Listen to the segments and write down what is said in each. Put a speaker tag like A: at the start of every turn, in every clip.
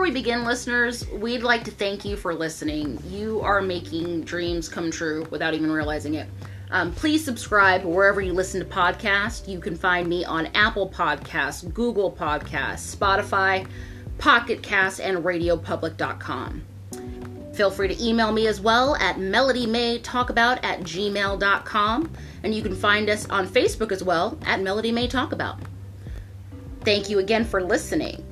A: we begin, listeners, we'd like to thank you for listening. You are making dreams come true without even realizing it. Um, please subscribe wherever you listen to podcasts. You can find me on Apple Podcasts, Google Podcasts, Spotify, Pocket Cast, and RadioPublic.com. Feel free to email me as well at melodymaytalkabout at gmail.com. And you can find us on Facebook as well at Melody May Talk About. Thank you again for listening.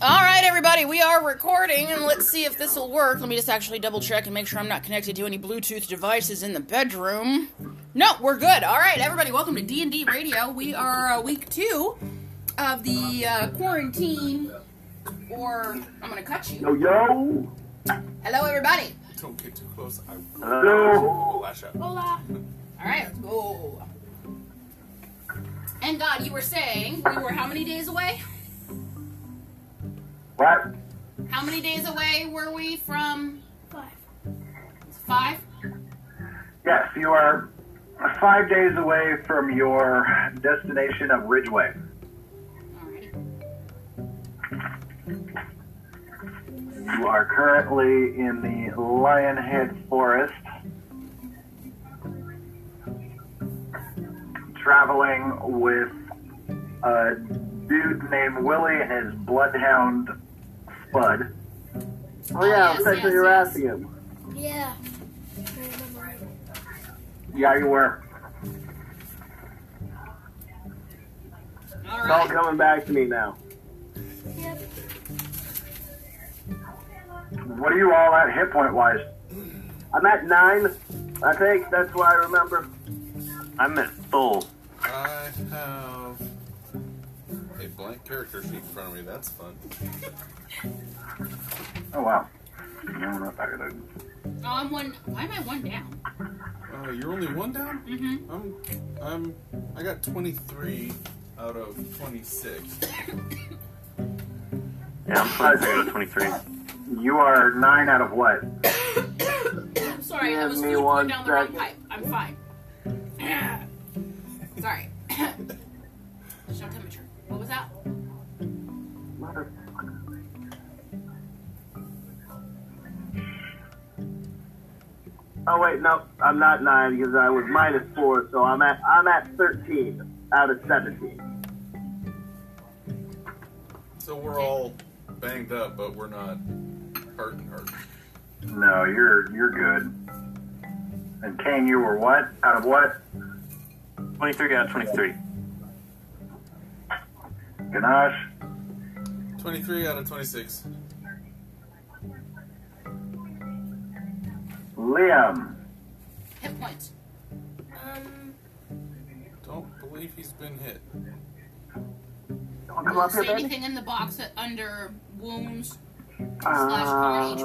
B: All right, everybody, we are recording, and let's see if this will work. Let me just actually double check and make sure I'm not connected to any Bluetooth devices in the bedroom. No, we're good. All right, everybody, welcome to D and D Radio. We are uh, week two of the uh, quarantine, or I'm gonna cut you.
C: Yo, yo.
B: Hello, everybody.
D: Don't get too close. I will
C: Hello.
D: lash out.
B: All right, let's go. And God, you were saying we were how many days away?
C: What?
B: How many days away were we from? Five. Five.
C: Yes, you are five days away from your destination of Ridgeway.
B: Alrighty.
C: You are currently in the Lionhead Forest, traveling with a dude named Willie and his bloodhound Spud. Oh yeah,
B: yes,
C: that's
B: yes,
C: what you're
B: yes.
C: asking him.
E: Yeah.
C: Yeah, you were.
B: All
F: It's all
B: right.
F: coming back to me now.
E: Yep.
C: What are you all at hit point wise?
F: I'm at nine. I think that's why I remember.
G: I'm at full.
D: I have a blank character sheet in front of me. That's fun.
C: Oh wow. I don't know if I could-
B: Oh, I'm one. Why am I one down?
D: Uh, you're only one down.
B: Mhm.
D: I'm. I'm. I got 23 out of 26.
G: Yeah, I'm 23 out of 23.
C: You are nine out of what?
B: I'm sorry, I
F: Give
B: was
F: me
B: food going
F: one
B: down the wrong
F: second.
B: pipe. I'm fine. sorry. There's no temperature. What was that?
F: Motherfucker. Oh wait, no, I'm not nine because I was minus four, so I'm at I'm at thirteen out of seventeen.
D: So we're all banged up, but we're not hurting hurt.
C: No, you're you're good. And Kane, you were what? Out of what?
G: 23 out of 23.
C: Ganache?
D: 23 out of 26.
C: Liam.
B: Hit points.
E: Um,
D: Don't believe he's been hit.
F: Don't come
B: Will
F: up
B: it
F: here,
B: say
F: baby.
B: anything in the box that- under wounds?
F: Uh,
B: slash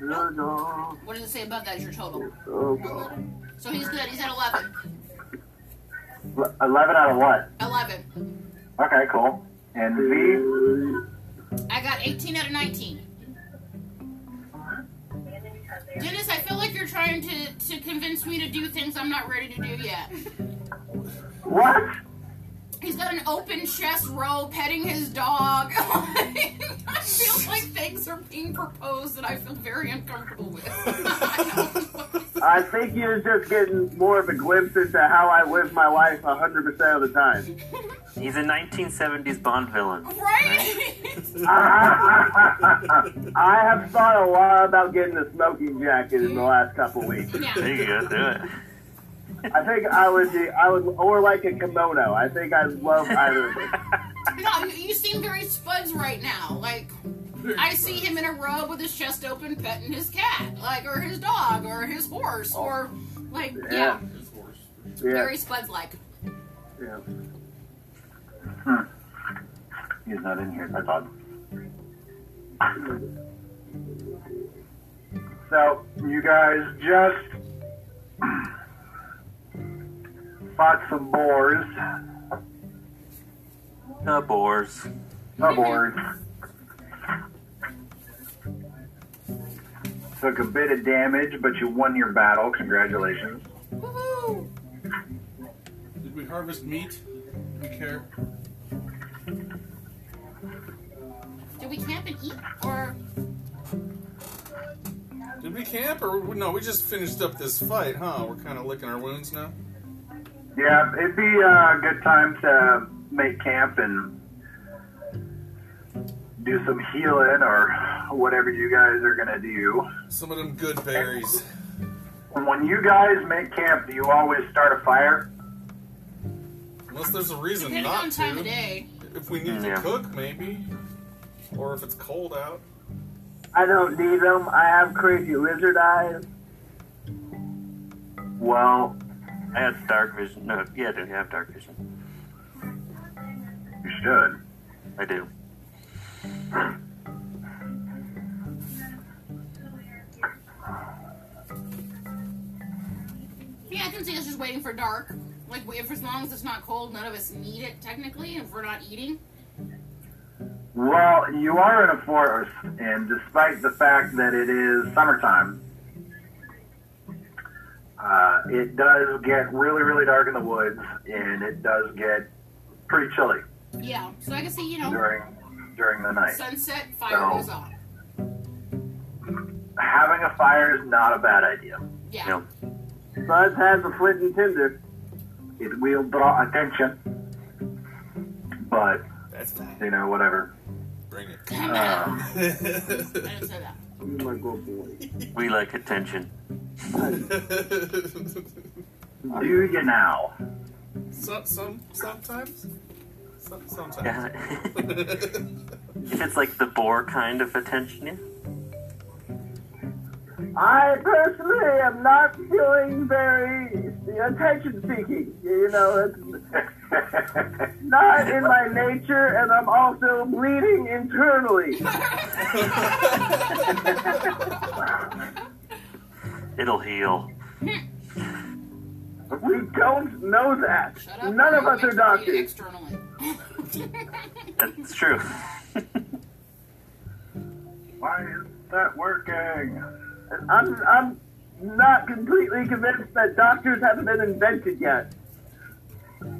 F: no, no.
B: What does it say above that is your total?
F: Oh, God.
B: So he's good. He's at 11.
C: L- Eleven out of what?
B: 11.
C: Okay, cool. And V.
B: I got 18 out of 19. Dennis, I feel like you're trying to, to convince me to do things I'm not ready to do yet.
C: What?
B: He's got an open chest row petting his dog. I feel like things are being proposed that I feel very uncomfortable with.
F: I think you're just getting more of a glimpse into how I live my life 100% of the time.
G: He's a 1970s Bond villain.
B: right?
F: I have thought a lot about getting a smoking jacket in the last couple weeks.
B: yeah.
G: There you go, do it.
F: I think I would be, I would, or like a kimono. I think I'd love either of them.
B: No, you, you seem very spuds right now. Like, I see him in a robe with his chest open petting his cat, like, or his dog, or his horse, or, like, yeah,
D: His horse.
F: Yeah,
B: very spuds like.
F: yeah.
C: He's not in here. That's odd. So you guys just fought some boars.
G: The boars.
C: The boars. Took a bit of damage, but you won your battle. Congratulations.
B: Woohoo!
D: harvest meat. We care.
H: Do we camp and eat, or
D: Did we camp or no? We just finished up this fight, huh? We're kind of licking our wounds now.
C: Yeah, it'd be uh, a good time to make camp and do some healing or whatever you guys are gonna do.
D: Some of them good berries.
C: When you guys make camp, do you always start a fire?
D: Unless there's a reason
B: Depending
D: not
B: on time
D: to.
B: of day.
D: If we need
I: Yeah.
D: to cook, maybe, or if it's cold out.
G: I don't need them. I have crazy lizard eyes.
I: Well, I had dark vision. No, yeah, I do. I have dark vision.
C: You should.
I: I do.
B: Yeah, I can see us just waiting for dark. Like, we- if as long as it's not cold, none of us need it technically. If we're not eating,
C: Well, you are in a forest, and despite the fact that it is summertime, uh, it does get really, really dark in the woods, and it does get pretty chilly
B: yeah. So I can see, you know,
C: during during the night.
B: sunset, fire
C: So-
B: goes on.
C: Having a fire is not a bad idea.
B: Yeah.
I: No.
G: Buzz has a flint and tinder.
C: It will draw attention, but
D: That's fine.
C: you know, whatever.
D: Bring it.
C: Um,
B: I didn't say that.
G: Oh my god, boy.
I: We like attention.
G: Mm-hmm.
C: do you now?
D: some, some, sometimes. Some, sometimes.
I: Yeah. if it's like the boar kind of attention, yeah.
G: I personally am not feeling very attention seeking. You know, it's not in my nature, and I'm also bleeding internally.
I: it'll heal.
G: We don't know that.
B: Shut up.
G: None of
B: We're
G: us are
B: meant to eat
G: doctors.
B: Externally.
I: That's true.
C: Why isn't that working?
G: I'm, I'm not completely convinced that doctors haven't been invented yet.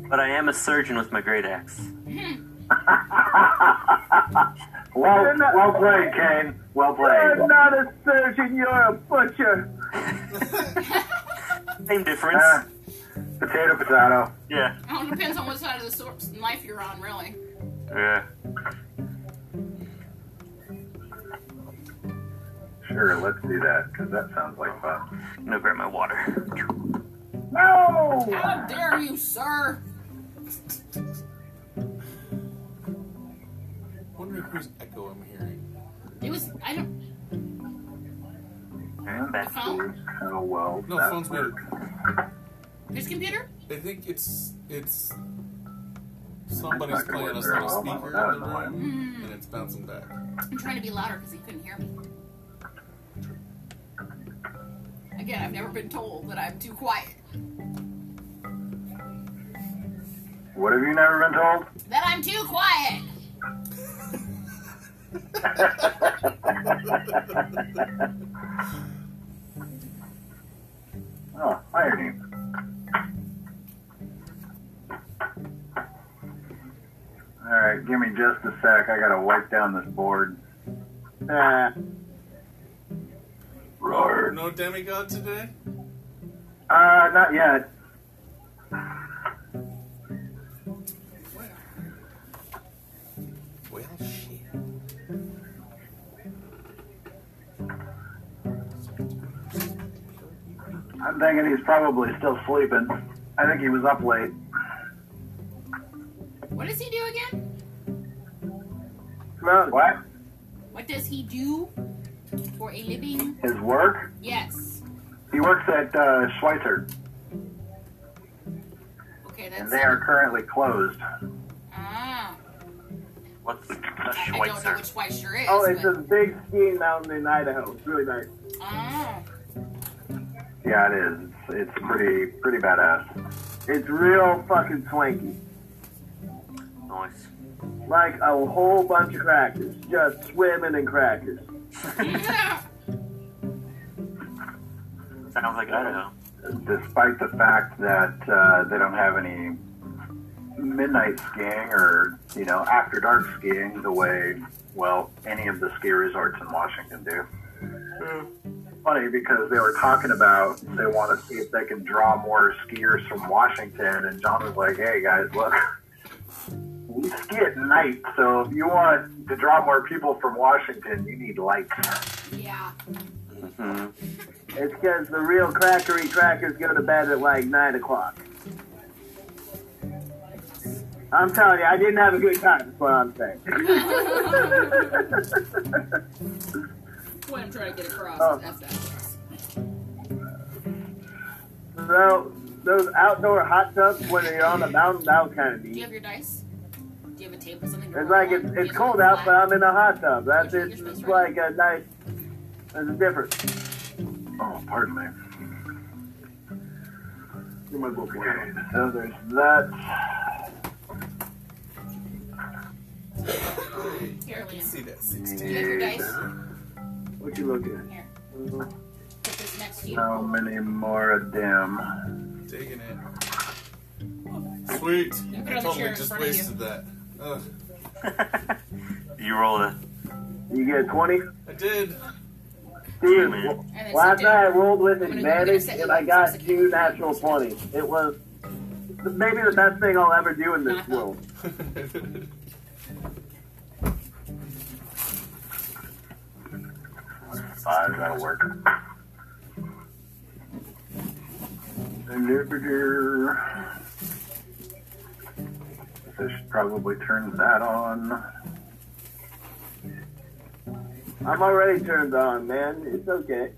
I: But I am a surgeon with my great axe.
C: Well,
G: You're not-
C: well played, Kane. Well played.
G: You're not a surgeon, you're a butcher.
I: Same difference.
C: Uh, potato, potato.
I: yeah.
B: Oh, it depends on what side of the sor- knife you're on, really.
I: Yeah.
C: Sure, let's do that because that sounds like fun.
I: I'm gonna grab my water.
G: No!
B: How dare you, sir?
D: Wondering whose echo I'm hearing.
B: It was. I don't.
I: Alright, back.
B: Phone?
C: Oh well.
D: No,
C: that
D: phone's
C: worked.
D: muted.
B: His computer?
D: I think it's it's
C: That's
D: somebody's
C: not gonna
D: playing
C: work
D: us
C: very
D: on a
C: well.
D: speaker
C: That
D: in the
C: was
I: Mm-hmm.
D: room, and it's bouncing back.
B: I'm trying to be louder because he couldn't hear me. Again, I've never been told that I'm too quiet.
C: What have you never been told?
B: That I'm too quiet.
C: Oh, irony. All right, give me just a sec. I gotta wipe down this board. Eh.
G: Uh,
C: Roar.
D: No demigod today.
C: Uh, not yet.
D: Well, shit.
C: I'm thinking he's probably still sleeping. I think he was up late.
B: What does he do again?
G: well,
C: What?
B: What does he do for a living?
C: His work?
B: Yes.
C: He works at uh, Schweitzer,
B: Okay,
C: and
B: that's.
C: they are currently closed.
B: Ah,
I: What's the
B: I don't know
I: Schweitzer?
B: which Schweitzer is.
G: oh, it's
B: but,
G: a big skiing mountain in Idaho. It's really nice.
B: ah,
C: Yeah, it is. It's, it's pretty pretty badass.
G: It's real fucking swanky.
I: Noise.
G: Like a whole bunch of crackers. Just swimming in crackers.
I: Sounds like Idaho.
C: Despite the fact that uh, they don't have any midnight skiing or you know after dark skiing the way well any of the ski resorts in Washington do. Funny because they were talking about they want to see if they can draw more skiers from Washington, and John was like, "Hey guys, look." We ski at night, so if you want to draw more people from Washington, you need lights.
J: Yeah.
G: Mm-hmm. It's because the real crackery crackers go to bed at like 9 o'clock. I'm telling you, I didn't have a good time, is what I'm saying.
K: What I'm trying to get across.
G: Oh.
K: That's that.
G: So, those outdoor hot tubs when you're on the mountain, that was kind of
K: Do you
G: neat.
K: have your dice? Do you have a table or something? to
G: It's
K: roll
G: like
K: on?
G: it's,
K: Do you
G: it's
K: have
G: cold
K: a
G: out, but
K: flat?
G: I'm in a hot tub. That's it. It's like a nice, there's a difference.
C: Oh, pardon me. Okay, so there's that.
K: Here, Liam.
D: See that
K: Do
D: 16.
K: you have your dice?
G: What you looking at?
K: Here. Put this next to you.
C: How many more of them?
D: Digging it. Sweet.
K: You put it
D: I
K: on the chair
D: totally
K: in
D: just
K: front of you.
D: wasted that. Ugh.
L: You rolled a
G: You get 20?
D: I did.
G: Dude,
L: man.
K: And then
G: last
K: sit
G: night I
K: down.
G: rolled with
K: gonna- I'm
G: advantage
K: gonna set
G: and I
K: you
G: got
K: up.
G: two natural 20s. It was maybe the best thing I'll ever do in this world.
C: Five, that'll work. Inhibitor. I should probably turn that on.
G: I'm already turned on, man. It's okay.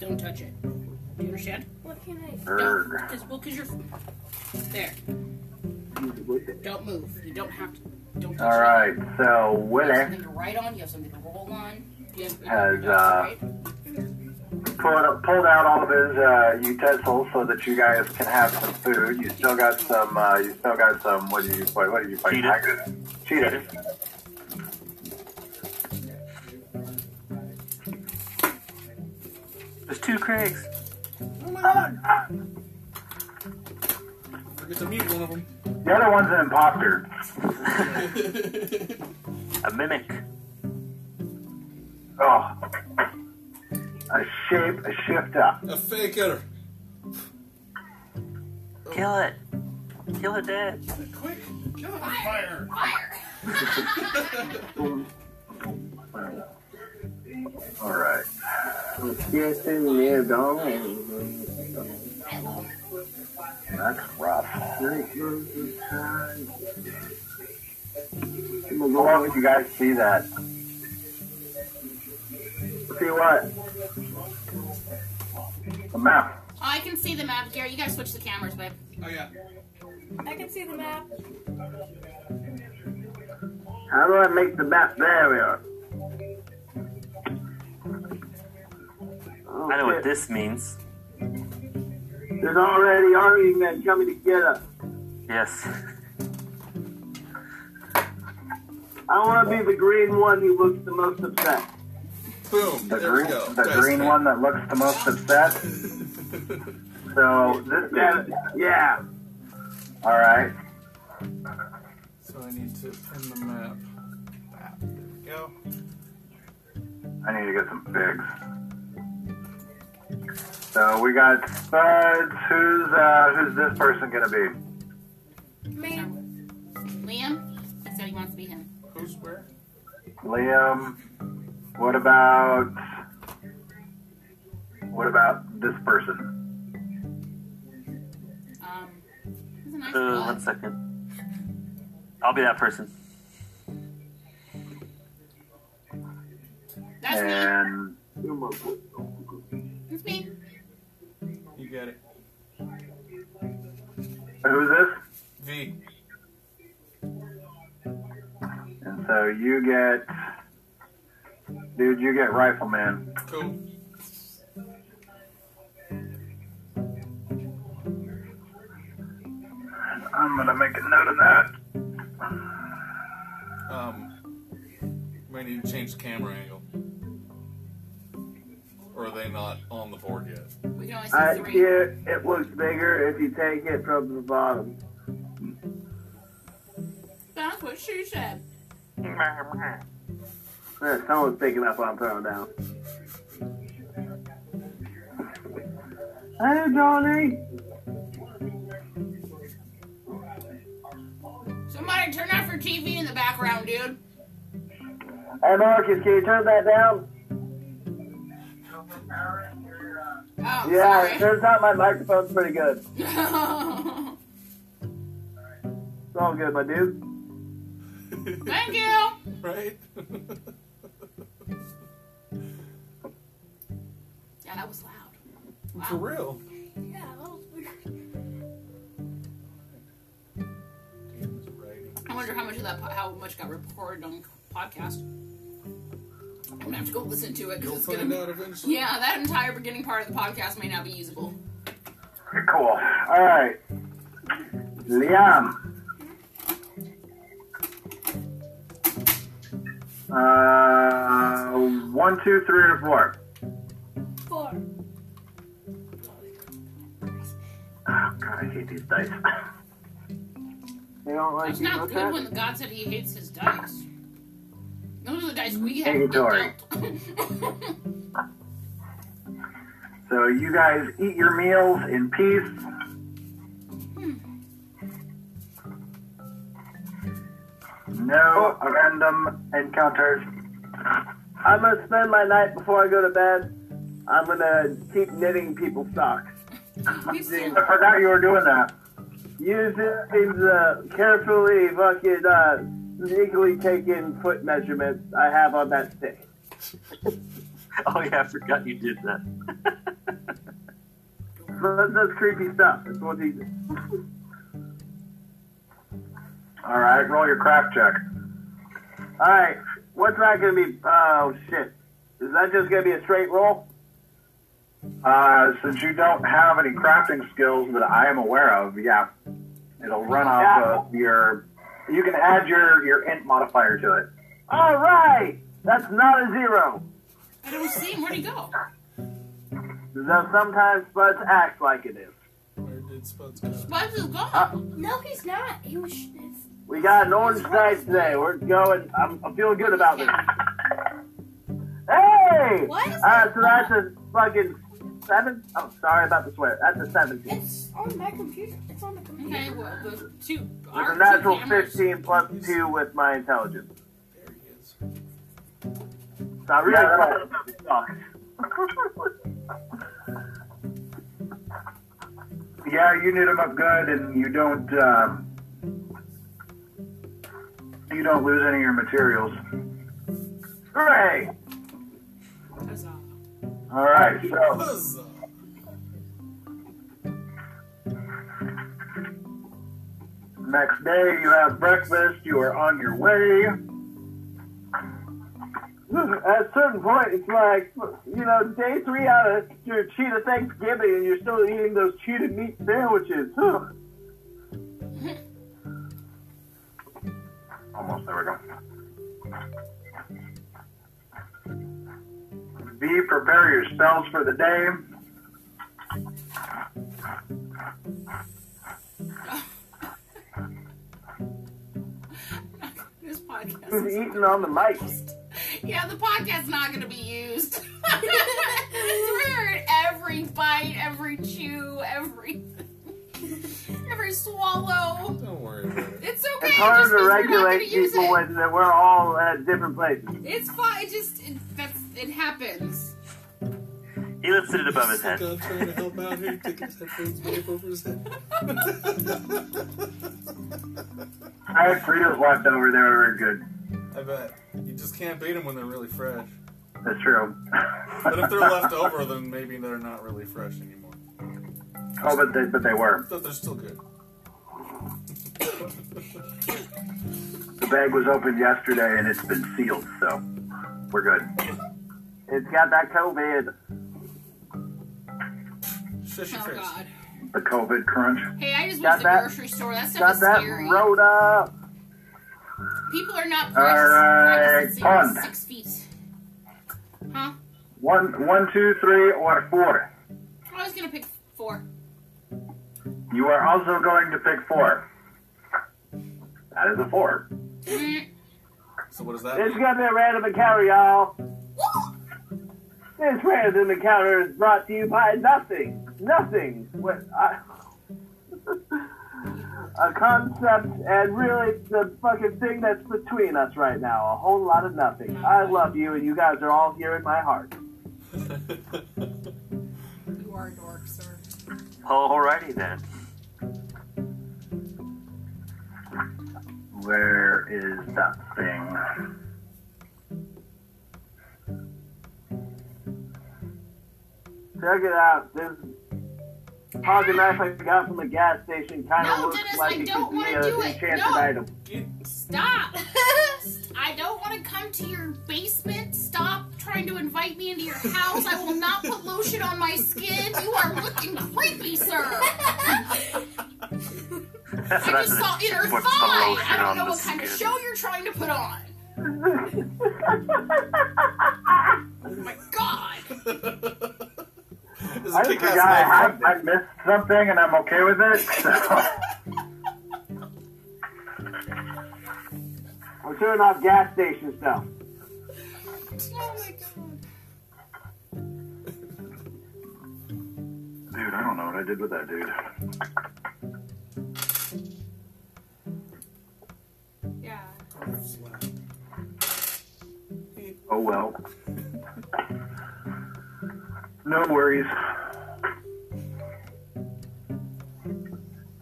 K: Don't touch it. Do you understand?
J: What can I?
K: No.
C: Erg.
K: Because well, because you're there. Don't move. You don't have to. Don't touch
C: All right, so
K: it. You have
C: Willie
K: something to write on. You have something to roll on. You have, you
C: Has, uh,
K: have your dice, right?
C: pulled, pulled out all of his uh, utensils so that you guys can have some food. You still got some. Uh, you still got some. What did you play? What did you play?
L: Cheetah.
C: Tiger? Cheetah.
L: There's two Craigs.
D: Forget to mute one of them.
C: The other one's an imposter.
L: A mimic.
C: Oh. A shape, a shift up.
D: A faker.
L: Kill it. Kill it dead.
D: Quick. Oh, Kill him. Fire.
C: Alright.
G: Yes, in there, darling.
C: That's rough.
G: Come
C: How long
G: on,
C: would you guys see that?
G: see what?
C: The map.
K: Oh, I can see the map. Gary, you gotta switch the cameras, babe.
D: Oh yeah.
J: I can see the map.
G: How do I make the map? There we are.
L: I know
G: Okay.
L: what this means.
G: There's already army men coming to get us.
L: Yes.
G: I want to be the green one who looks the most upset.
D: Boom.
C: The
D: there
C: green,
D: we go.
C: the
D: Dice
C: green
D: roll.
C: one that looks the most upset. So this
G: Yeah,
C: is
G: yeah.
C: all right.
D: So I need to pin the map. Back. There we go.
C: I need to get some figs. So we got studs. Who's uh, who's this person gonna be?
J: Me.
K: Liam, he said he wants to be him.
D: Who's where?
C: Liam. What about what about this person?
K: Um, he's a nice
L: Uh, one
K: guy.
L: second. I'll be that person.
K: That's me.
C: And
K: That's me.
D: You got it.
C: who's this?
D: V.
C: And so you get, dude, you get rifleman.
D: Cool.
C: I'm gonna make a note of that.
D: Um, might need to change the camera angle. Or are they not on the board yet?
K: We can only see
G: I
K: three.
G: here it looks bigger if you take it from the bottom.
J: That's what she said.
G: Yeah, someone's picking up on throwing down. Hey, Johnny.
K: Somebody turn off your TV in the background, dude.
G: Hey, Marcus, can you turn that down?
K: Oh,
G: Yeah,
K: sorry.
G: it turns out my microphone's pretty good.
K: Thank
G: It's all good, my dude.
K: you.
D: Right?
K: Yeah, that was loud.
D: For real.
J: Yeah, that was weird.
D: Dan's writing.
K: I wonder how much of that po- how much got recorded on podcast. I'm gonna have to go listen to it because
D: You'll
K: it's gonna.
D: find
K: Be,
D: out eventually.
K: yeah, that entire beginning part of the podcast may not be usable.
C: Cool. All right.
G: Liam.
C: Uh, one, two, three, or four.
J: Four.
C: Oh, God, I hate these dice.
G: You don't like
K: It's not
G: what's
K: good
G: that?
K: when God said He hates His dice. Those are the dice we
C: Hey,
K: have.
C: Dory. So you guys eat your meals in peace. No random encounters.
G: I'm gonna spend my night before I go to bed. I'm gonna keep knitting people's socks.
K: We've seen.
C: I forgot you were doing that.
G: Using the carefully fucking uh, sneakily taken foot measurements I have on that stick.
L: Oh yeah, I forgot you did that.
G: But that's creepy stuff. It's what's easy.
C: All right, roll your craft check.
G: All right, what's that gonna be? Oh shit! Is that just gonna be a straight roll?
C: Uh, since you don't have any crafting skills that I am aware of, yeah, it'll run off of your. You can add your your int modifier to it.
G: All right, that's not a zero.
K: I don't see him. Where'd he go?
G: Though sometimes buds act like it is.
D: Where did Spuds go?
K: Bubs is gone.
G: Uh,
J: No, he's not. He was. It's,
G: We got an orange night today. We're going. I'm, I'm feeling good about this. Hey!
J: What is
G: Uh, so that's a fucking seven. I'm sorry about the swear. That's a seventeen.
J: it's on my computer. It's on the computer.
K: okay, well, the two.
G: It's
K: Our
G: a natural
K: two cameras-
G: fifteen plus two with my intelligence.
D: There he is.
G: So I really
C: Yeah, Yeah, you knit him up good, and you don't um, you don't lose any of your materials.
G: Hooray!
K: Huzzah.
C: All right, so
D: Huzzah.
C: next day you have breakfast. You are on your way.
G: At a certain point, it's like, you know, day three out of your cheetah Thanksgiving, and you're still eating those cheetah meat sandwiches. Huh.
C: Almost there we go. V, prepare your spells for the day.
K: This podcast.
G: Who's eating on the mic?
K: Yeah, the podcast's not gonna be used. it's weird. Every bite, every chew, every every swallow.
D: Don't worry about it.
K: It's okay.
G: It's
K: just
G: hard to
K: means we're not
G: regulate
K: gonna use
G: people
K: it.
G: when that we're all at different places.
K: It's fine. It just it, that's it happens.
L: He lifted it above his
D: Like,
L: head.
D: I'm trying to help out here. Take his headphones way over his head.
C: I had Fritos left over. They were very good.
D: I bet. You just can't beat them when they're really fresh.
C: That's true.
D: But if they're left over, then maybe they're not really fresh anymore.
C: Oh, but they, but they were.
D: But they're still good.
C: The bag was opened yesterday and it's been sealed, so we're good.
G: It's got that COVID.
D: Shush your
K: Oh
D: face.
K: God.
C: The COVID crunch.
K: Hey, I just went
G: Got
K: to the
G: that-
K: grocery store. That stuff
G: Got
K: is
G: that
K: scary.
G: Rhoda.
K: People are not
C: All right,
K: practicing
C: pun.
K: six feet. Huh?
C: One, one, two, three, or four.
K: I was gonna pick four.
C: You are also going to pick four. That is a four.
D: So what is that?
G: It's got that random encounter, y'all. This random encounter is brought to you by nothing. Nothing. What, I, a concept and really the fucking thing that's between us right now. A whole lot of nothing. I love you and you guys are all here in my heart.
B: You are a dork, sir.
L: Alrighty then.
C: Where is that thing?
G: Check it out. This pocket knife I got from the gas station kind of
B: No,
G: looks
B: Dennis,
G: like
B: I
G: it
B: don't
G: could be
B: wanna
G: an
B: do it.
G: enchanted
B: No.
G: item.
A: Stop! I don't want to come to your basement. Stop trying to invite me into your house. I will not put lotion on my skin. You are looking creepy, sir.
L: That's
A: I just saw inner thigh.
L: Put some
A: I
L: lotion
A: don't
L: on
A: know
L: the
A: what kind of
L: skin.
A: show you're trying to put on. oh my god!
D: This is a
G: I
D: kick-ass
G: forgot
D: knife.
C: I,
G: I
C: I missed something and I'm okay with it. So.
G: We're turning off gas station stuff.
C: Dude, I don't know what I did with that dude.
B: Yeah.
C: Oh well. No worries.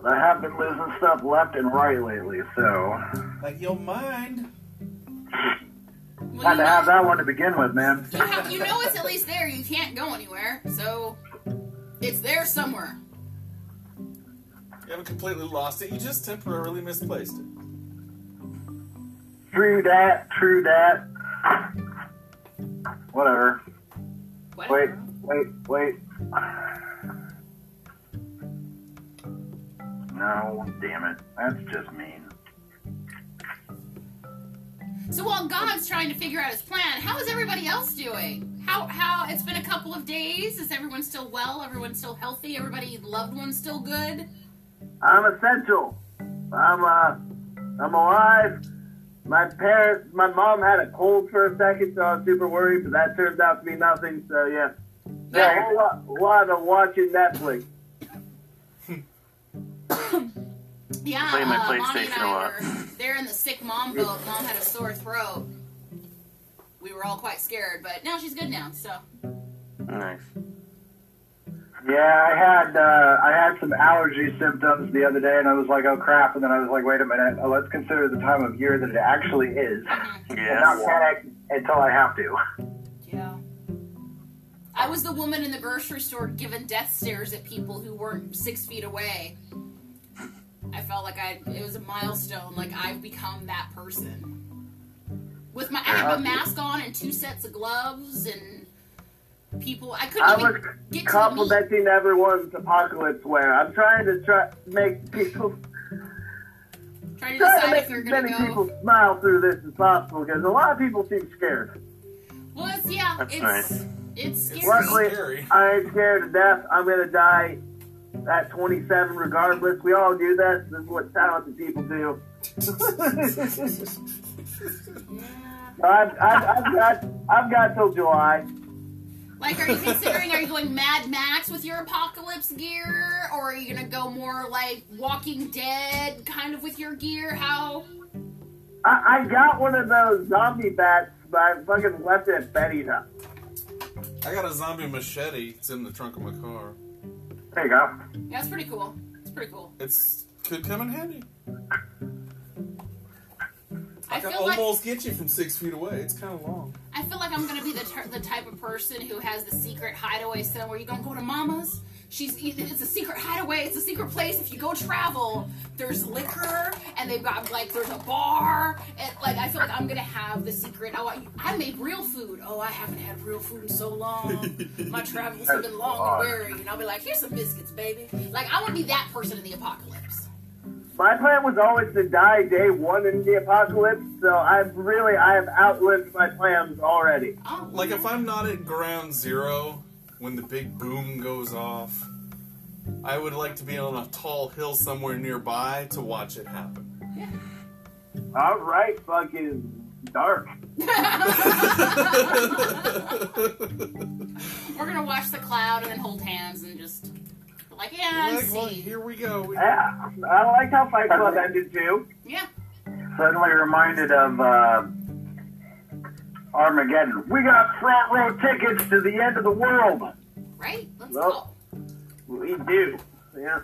C: But I have been losing stuff left and right lately, so
D: Like you'll mind.
C: had to have that one to begin with, man.
K: You, have, you know it's at least there. You can't go anywhere, so it's there somewhere.
D: You haven't completely lost it. You just temporarily misplaced it.
C: True that, true that. Whatever. Wait,
K: Whatever.
C: wait, wait. No, damn it. That's just mean.
K: So while God's trying to figure out his plan, how is everybody else doing? How how it's been a couple of days. Is everyone still well? Everyone still healthy? Everybody loved ones still good?
G: I'm essential. I'm uh, I'm alive. My parents, my mom had a cold for a second, so I was super worried, but that turned out to be nothing. So yeah, yeah, a whole lot, lot of watching Netflix.
K: Yeah,
L: Play my
K: uh, Lonnie
L: PlayStation
K: and
L: a
K: I
L: lot.
K: were there in the sick mom boat. Mom had a sore throat. We were all quite scared, but now she's good now. So
L: Nice.
C: Yeah, I had uh, I had some allergy symptoms the other day, and I was like, "Oh crap!" And then I was like, "Wait a minute, uh, let's consider the time of year that it actually is,
K: Uh-huh.
C: and not
L: Yeah.
C: panic until I have to."
B: Yeah.
K: I was the woman in the grocery store giving death stares at people who weren't six feet away. I felt like I it was a milestone. Like I've become that person. With my I have a mask on and two sets of gloves and people. I couldn't
G: I
K: even
G: was
K: get to the meat.
G: complimenting everyone's apocalypse wear. I'm trying to try make people
K: Trying
G: try to
K: to decide
G: make
K: if you're
G: as
K: gonna
G: many
K: go.
G: people smile through this as possible because a lot of people seem scared.
K: Well, it's, yeah,
L: That's
K: it's
L: nice.
K: it's scary.
G: Luckily,
D: Scary.
G: I ain't scared to death. I'm gonna die at 27 regardless. We all do this. This is what talented people do. I've, I've, I've got I've got till July.
K: Like, are you considering? Are you going Mad Max with your apocalypse gear, or are you gonna go more like Walking Dead kind of with your gear? How?
G: I, I got one of those zombie bats, but I fucking left it at Betty's house.
D: I got a zombie machete. It's in the trunk of my car.
C: There you go.
K: Yeah, it's pretty cool. It's pretty cool.
D: It's could come in handy.
K: I
D: I can
K: feel like
D: almost get you from six feet away. It's kind of long.
K: I feel like I'm gonna be the ter- the type of person who has the secret hideaway somewhere. You gonna go to Mama's? She's e, it's a secret hideaway. It's a secret place. If you go travel, there's liquor and they've got like there's a bar and like I feel like I'm gonna have the secret. Oh, I, I made real food. Oh, I haven't had real food in so long. My travels have been long and weary, and I'll be like, here's some biscuits, baby. Like I want to be that person in the apocalypse.
G: My plan was always to die day one in the apocalypse, so I've really I have outlived my plans already.
K: Oh,
D: Like if I'm not at ground zero when the big boom goes off, I would like to be on a tall hill somewhere nearby to watch it happen.
C: All right, fucking dark.
K: We're gonna watch the cloud and then hold hands and just be like, yeah, I
D: Look, look,
K: see.
D: here we go.
C: Yeah, I like how Fight Club ended too.
K: Yeah.
C: Suddenly reminded of uh, Armageddon. We got front row tickets to the end of the world.
K: Right? Let's
C: Well, we do. Yeah.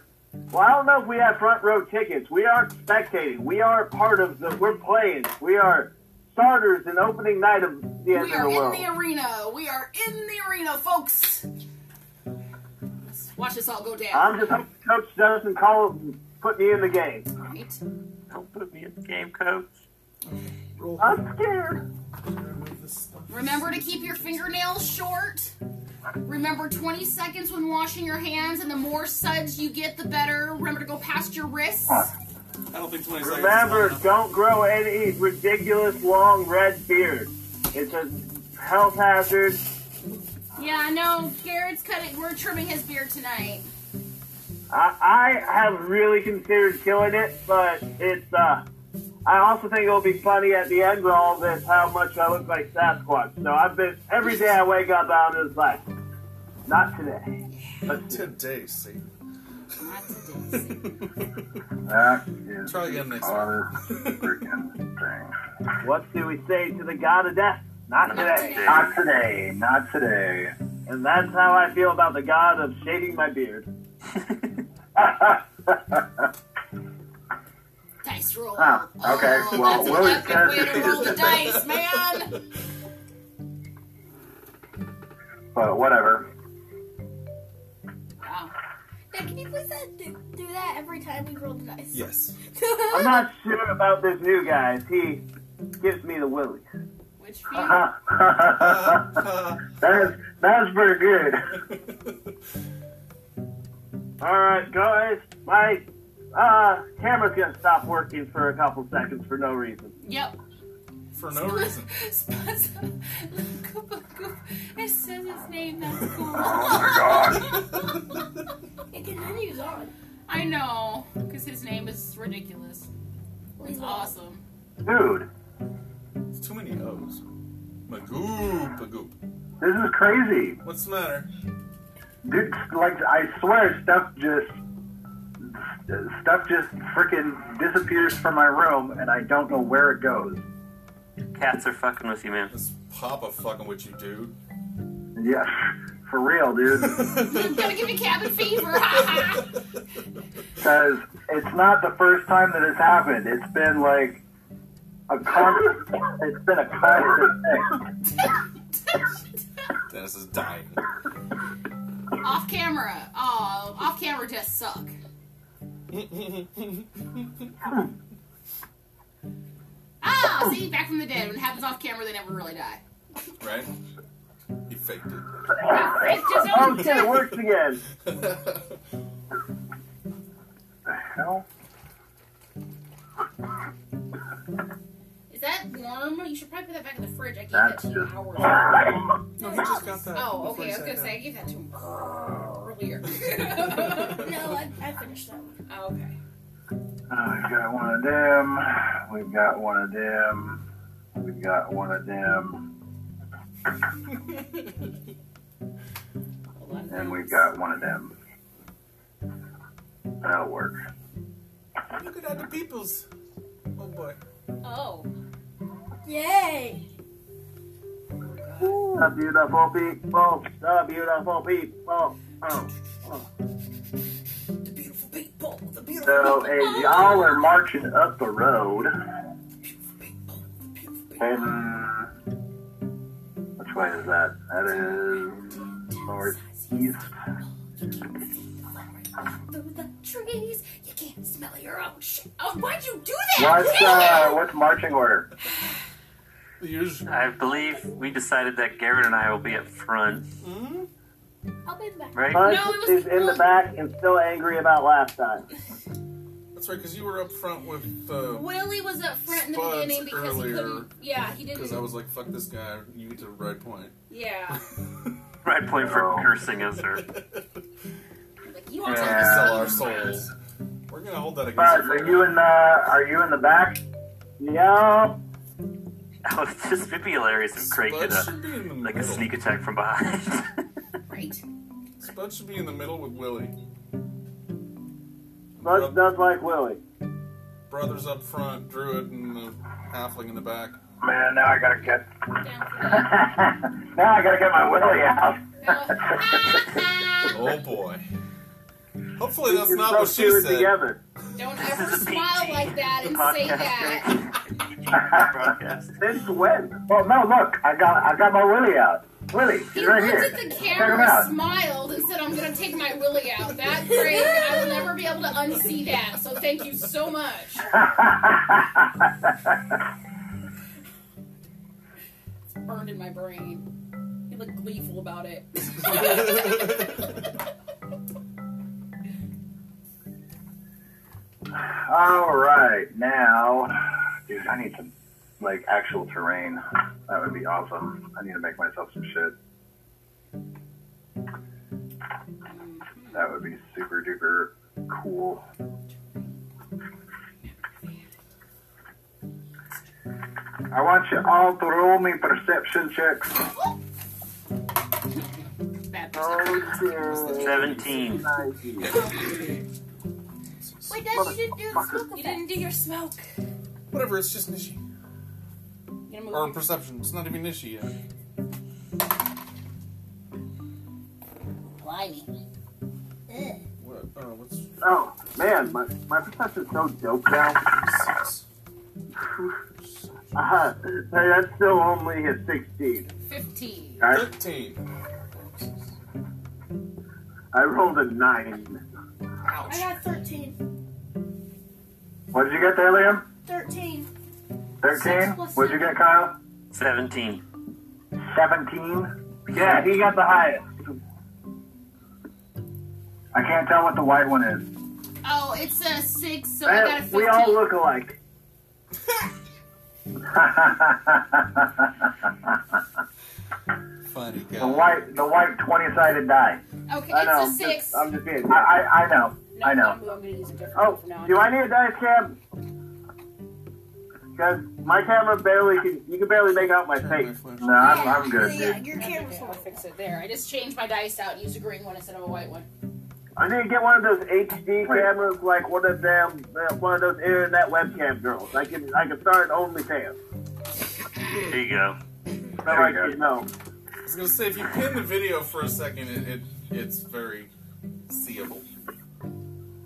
C: Well, I don't know if we have front row tickets. We aren't spectating. We are part of the. We're playing. We are starters in opening night of the
K: go.
C: end
K: We
C: of
K: are
C: the world.
K: in the arena. We are in the arena, folks. Let's watch this all go down.
C: I'm just hoping Coach doesn't call put me in the game.
K: Right?
L: Don't put me in the game, coach.
D: Roll.
C: I'm scared.
D: Remove this stuff.
K: Remember to keep your fingernails short. Remember 20 seconds when washing your hands, and the more suds you get, the better. Remember to go past your wrists.
D: I don't think 20 seconds. is
C: Remember,
D: long enough.
C: don't grow any ridiculous long red beard. It's a health hazard.
K: Yeah, I know. Garrett's cutting. We're trimming his beard tonight.
C: I, I have really considered killing it, but it's. uh I also think it'll be funny at the end with all this how much I look like Sasquatch. So I've been every day I wake up out of this life. Not today. But today.
D: Today, see.
K: Not today. see.
D: Try again next time.
C: What do we say to the god of death? Not today.
G: Not today. Not today.
C: And that's how I feel about the god of shaving my beard.
K: Dice roll.
C: Ah, okay.
K: Oh,
C: Well,
K: that's
C: Willie
K: an epic
C: says
K: way
C: that
K: to
C: she
K: roll the
C: just
K: dice, man.
C: But whatever.
K: Wow.
J: Now, can you please uh, do, do that every time we roll the dice?
D: Yes.
C: I'm not sure about this new guy. He gives me the willies.
K: Which feels
C: Uh-huh. That's that's pretty good. All right, guys, my uh camera's gonna stop working for a couple seconds for no reason.
K: Yep.
D: For no reason.
K: Spazza- Goopa Goop. It says his name. That's cool.
J: It continues on.
K: I know, because his name is ridiculous. It's awesome.
C: Dude,
D: It's too many O's. Magoo, Pagoop.
C: this is crazy.
D: What's the matter?
C: Dude, like I swear, stuff just stuff just freaking disappears from my room, and I don't know where it goes.
L: Cats are fucking with you, man.
D: This Papa fucking with you, dude.
C: Yes, for real, dude.
K: I'm gonna give you cabin fever.
C: because it's not the first time that it's happened. It's been like a constant. It's been a constant thing.
D: Dennis is dying.
K: off camera. Oh, off camera just suck. ah, see, back from the dead. When it happens off camera, they never really die.
D: Right? He faked it.
K: It's just
C: Oh shit! It works again. the hell?
K: Is that warm? You should probably put that back in the fridge. I gave
C: That's
K: that to him
C: just-
K: hours.
D: No, he just got that.
K: Oh,
D: before
K: okay.
D: he
K: I was
D: sat
K: gonna
D: down.
K: say I gave that to him earlier.
J: No, I, I finished that one.
K: Oh, okay.
C: Oh, we got one of them. We've got one of them. We've got one of them.
K: Hold on.
C: And we've got one of them. That'll work.
D: Look at other people's. Oh boy.
K: Oh.
J: Yay!
C: The beautiful people. The beautiful people. Oh.
K: The beautiful people. The beautiful
C: So as y'all are marching up the road,
K: people. The beautiful people.
C: and which way is that? That is northeast.
J: Through the trees, you can't smell your own shit.
K: Oh, why'd you do that?
C: What's uh, what's marching order?
D: Usually.
L: I believe we decided that Garrett and I will be up front,
J: I'll be back.
L: right?
C: Punch
K: No, it was
C: is in the
K: one.
C: back and still angry about last time.
D: That's right, because you were up front with um, the.
K: Willie was up front in the
D: Spuds
K: beginning because
D: earlier.
K: he couldn't. Yeah, he
D: Because
K: didn't.
D: I was like, fuck this guy, you get to ride point.
K: yeah.
L: Right point for cursing us or
K: Like, you all
D: Trying to sell our souls. We're gonna hold that
C: Buzz,
D: against
C: are
D: you.
C: you in the are you in the back?
G: Yeah.
L: Oh, it's just it'd be hilarious if Craig did
D: Spud should be
L: a
D: in the
L: like a
D: middle.
L: sneak attack from behind.
A: Right.
D: Spud should be in the middle with Willie.
G: Bud does like Willie.
D: Brothers up front, Druid and the halfling in the back.
C: Man, now I gotta get
B: Down
C: now I gotta get my willy out.
K: "Ah,
D: Oh boy. Hopefully that's
G: You're
D: not
G: so
D: what she
G: cute
D: said.
G: together.
B: Don't ever smile like that and say that.
L: Broadcast.
G: Since when?
C: Well, no, look, I got I got my willy out. Willy,
B: He
C: he's right
B: looked
C: here.
B: at the
C: him
B: camera,
C: out.
B: smiled, and said, I'm going to take my willy out. That great. I will never be able to unsee that. So thank you so much.
K: It's burned in my brain. You look gleeful about it.
C: All right, now, dude, I need some like actual terrain. That would be awesome. I need to make myself some shit. That would be super duper cool. I want you all to roll me perception checks.
K: Bad
G: Oh,
L: Seventeen.
C: Oh,
J: Wait, Dad, you didn't do the smoke
K: You
J: effect.
K: didn't do your smoke.
D: Whatever, it's just Nishi.
K: You gonna
D: Or
K: move?
D: perception. It's not even Nishi yet.
A: Blimey.
D: What? Uh, what's
G: Oh, man, my, my perception's so dope now.
D: six?
G: Uh-huh. Hey, that's still only a 16.
K: 15.
G: I,
D: Thirteen.
G: I rolled a 9.
J: I got 13.
C: What did you get there, Liam?
J: 13.
C: Thirteen.
J: Six plus
C: What'd you get, Kyle?
L: Seventeen.
C: Seventeen. Yeah, he got the highest. I can't tell what the white one is. Eh,
K: Oh, it's a 6, so I
G: Man,
K: got a 15.
G: we all look alike.
D: Funny guy.
C: The white, the white twenty-sided die.
K: okay,
G: I know.
K: it's a 6.
G: I'm just being.
C: I, I, I know,
K: No,
C: um, I know.
K: I'm, I'm gonna use a different one
G: Oh,
K: from now on.
G: do I need a dice cam? Because my camera barely can. You can barely make out my face.
C: No, I'm, I'm good.
J: Yeah,
C: Dude.
J: your
K: I think
J: camera's
K: I'm gonna
J: on.
K: fix it there. I just changed my dice out and used a green one instead of a white one.
G: I need to get one of those
C: Wait.
G: HD cameras, like one of them, uh, one of those internet webcam girls. I can, I can start an OnlyFans.
L: There you go.
G: So
C: There
G: I
C: you go.
G: can know.
D: I was gonna say if you pin the video for a second, it, it it's very seeable.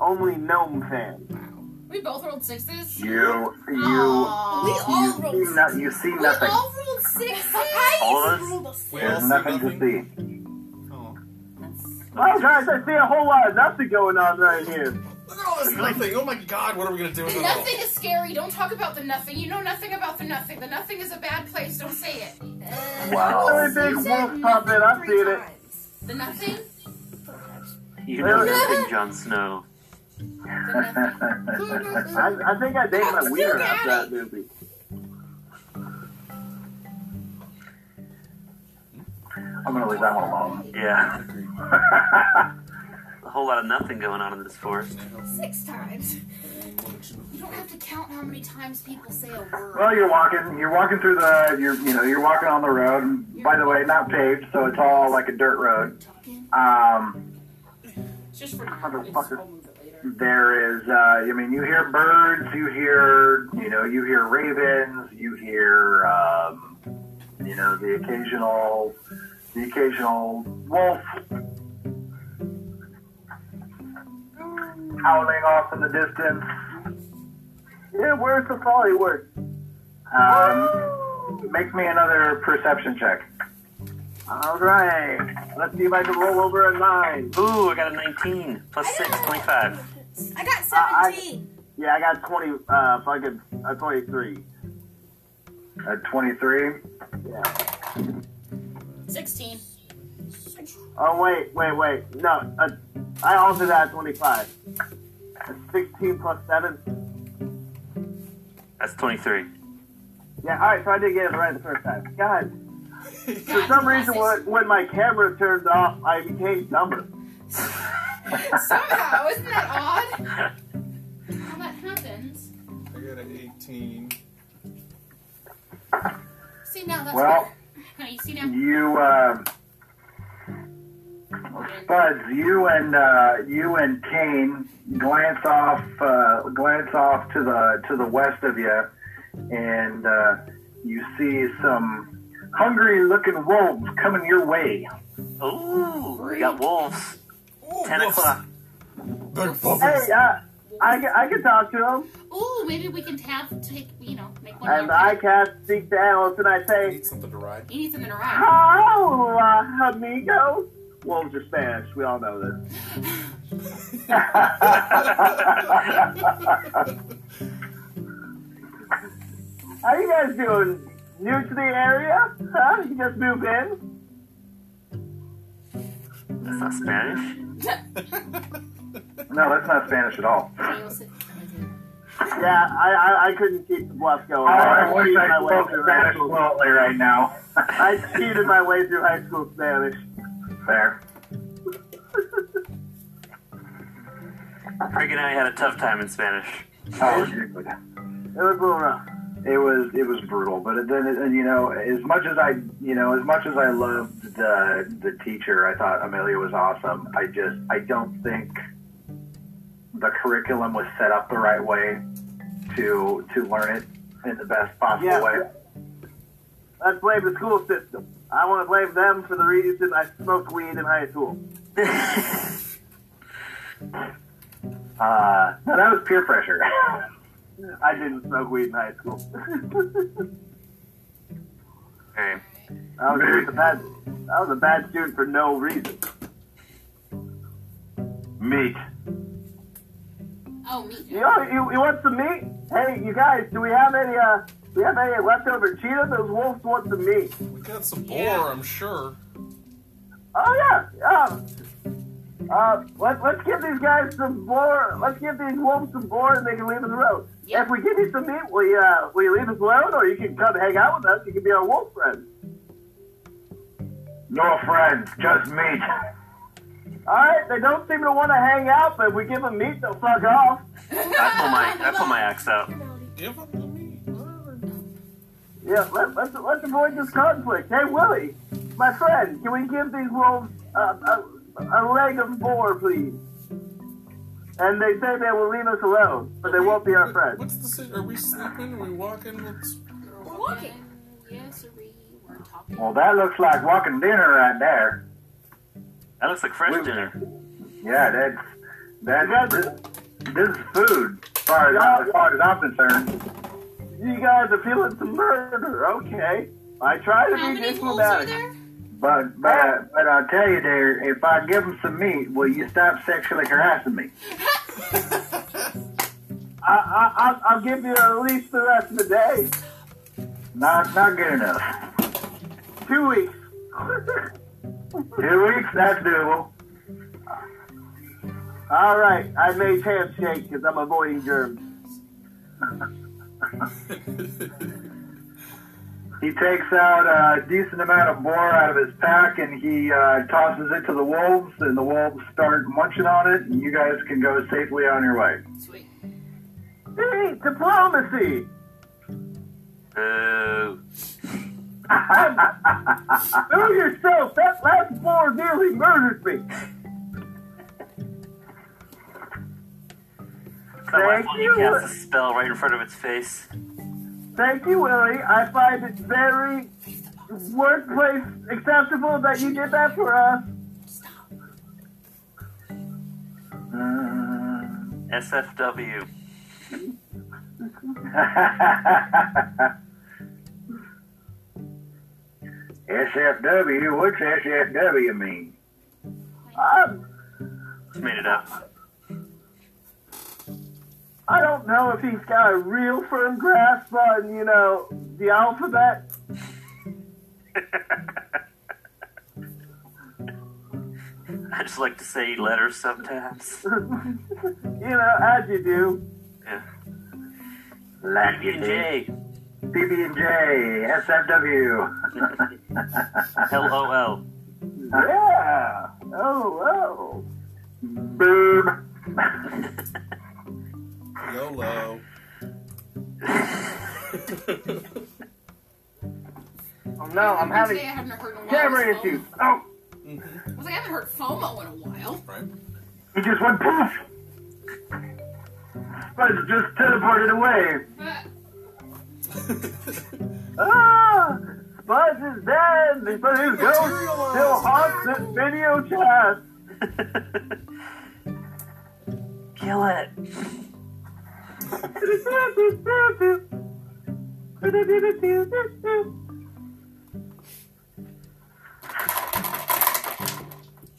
G: Only gnome fan.
K: We both rolled sixes?
C: You, you,
K: Aw.
J: We all
C: you
J: rolled
C: see,
J: six.
C: no, you see
J: We
C: nothing.
J: all rolled sixes.
L: All
J: I
L: of us?
J: rolled a six.
D: We all
C: There's
D: see
C: nothing to see.
D: Oh.
G: Well, guys, I see a whole lot of nothing going on right here.
D: Look at all this nothing. Oh my god, what are we gonna do with it all?
K: Nothing is scary. Don't talk about the nothing. You know nothing about the nothing. The nothing is a bad place. Don't say it.
C: Wow.
G: Really big wolf puppet. I've seen it.
K: The nothing?
L: You know nothing, Jon Snow.
K: The nothing.
G: I, I think I dated my wiener after that movie.
C: I'm gonna leave that one alone.
L: Yeah. A whole lot of nothing going on in this forest.
J: Six times.
K: You don't have to count how many times people say a word.
C: Well, you're walking. You're walking through the. You're you know you're walking on the road. And by the way, not paved, so it's all like a dirt road. Um,
K: It's just for now. It's-
C: Motherfucker.
K: I'll move it later.
C: there is. Uh, I mean, you hear birds. You hear you know you hear ravens. You hear um, you know the occasional the occasional wolf howling off in the distance.
G: Yeah, where's the folly work?
C: Um, make me another perception check.
G: All right. Let's see if I can roll over a nine.
L: Ooh, I got a 19. Plus 6, 25.
J: I got
G: I-
J: 17.
G: Yeah, I got 20, uh, fucking, uh, 23.
C: At 23.
G: Yeah.
K: 16.
G: Oh, wait, wait, wait. No, uh, I also got 25. That's 16 plus 7.
L: That's 23.
G: Yeah, alright, so I did get it right the first time. God. For some reason, when, when my camera turned off, I became dumber.
K: Somehow, isn't that odd? How that happens?
D: I got an eighteen.
B: See now that's
C: Well-
B: better. Honey, you see now?
C: You, um, Spuds, you and uh, you and Kane glance off, uh, glance off to the to the west of you, and uh, you see some hungry-looking wolves coming your way.
L: Ooh, we got wolves. Ten o'clock.
G: Hey, uh, I, ca- I can talk to him.
B: Ooh, maybe we can have take you know make one.
G: And
B: more.
G: I can't speak to animals, and I say,
D: Need something to ride.
B: You need something to ride.
G: Hola, amigo. Wolves are Spanish. We all know this. How you guys doing? New to the area? Huh? You just moved in?
L: That's not Spanish.
C: No, that's not Spanish at all.
G: Oh,
B: Maybe we'll sit-
G: Yeah, I, I, I couldn't keep the bluff going.
C: Oh, I wish
G: cheated
C: I
G: my way
C: spoke
G: through high
C: Spanish
G: school.
C: fluently right now.
G: I cheated my way through high school Spanish.
C: Fair.
L: Craig and I had a tough time in Spanish.
C: Oh, dude.
G: It was a little rough.
C: it was it was brutal. But it, then, and you know, as much as I, you know, as much as I loved uh, the the teacher, I thought Amelia was awesome. I just I don't think the curriculum was set up the right way to to learn it in the best possible
G: Yeah.
C: way.
G: Let's blame the school system. I want to blame them for the reason I smoked weed in high school.
C: Uh, no, that was peer pressure.
G: I didn't smoke weed in high school.
L: Okay.
G: I was just a bad, I was a bad student for no reason.
C: Meat.
B: Oh, me.
G: You know, you, you want some meat? Hey, you guys, do we have any? Uh, do we have any leftover cheetah? Those wolves want some meat.
D: We got some boar,
K: Yeah.
D: I'm sure.
G: Oh yeah, yeah. Uh, let, let's give these guys some boar. Let's give these wolves some boar, and they can leave us alone.
B: Yeah.
G: If we give you some meat, will you, uh, will you leave us alone, or you can come hang out with us? You can be our wolf friend.
C: No friends, just meat.
G: All right, they don't seem to want to hang out, but if we give them meat, they'll fuck off.
L: I pull my I pull my axe out.
D: Give them to me. Whatever.
G: Yeah, let, let's let's avoid this conflict. Hey, Willie, my friend, can we give these wolves uh, a, a leg of boar, please? And they say they will leave us alone, but they won't be our
D: What-
G: friends.
D: What's the si- Are we sleeping? Are we walking? What's,
B: We're walking. Yes, we were talking.
C: Well, that looks like walking dinner right there.
L: That looks like fresh dinner.
C: Yeah, that's that's this, this is food. As far as, as far as I'm concerned,
G: You guys are feeling some murder, okay? I try to
B: How
G: be
B: many wolves are
G: diplomatic.
B: there?
C: but but uh, but I'll tell you, there. If I give them some meat, will you stop sexually harassing me?
G: I, I, I'll, I'll give you at least the rest of the day.
C: Not not good enough.
G: Two weeks.
C: Two weeks, that's doable.
G: All right, I made handshake because I'm avoiding germs.
C: He takes out a decent amount of boar out of his pack and he uh, tosses it to the wolves, and the wolves start munching on it, and you guys can go safely on your way.
B: Sweet.
G: See, diplomacy.
L: Boo.
G: Know yourself. That last boar nearly murdered me.
L: My wife
G: Thank
L: only
G: you.
L: casts a spell right in front of its face.
G: Thank you, Willie. I find it very workplace acceptable that you did that for us.
L: SFW.
C: SFW, what's SFW mean?
G: I'm,
L: Just made it up.
G: I don't know if he's got a real firm grasp on, you know, the alphabet.
L: I just like to say letters sometimes.
G: You know, as you do.
L: Yeah.
C: Like
L: P and J.
C: PB&J, SFW.
L: L O L.
G: Yeah. Oh,
C: Boom.
D: YOLO.
G: no, I'm having
K: Today I haven't heard in a while.
G: camera
K: so-
G: issues. Oh,
K: I was like, I haven't heard FOMO in a while.
D: Right?
G: he just went poof.
C: But it's just teleported away.
K: But
G: Ah, Buzz is dead. But his ghost still
D: Materialized.
G: haunts this video chat.
L: Kill it.
D: Oops.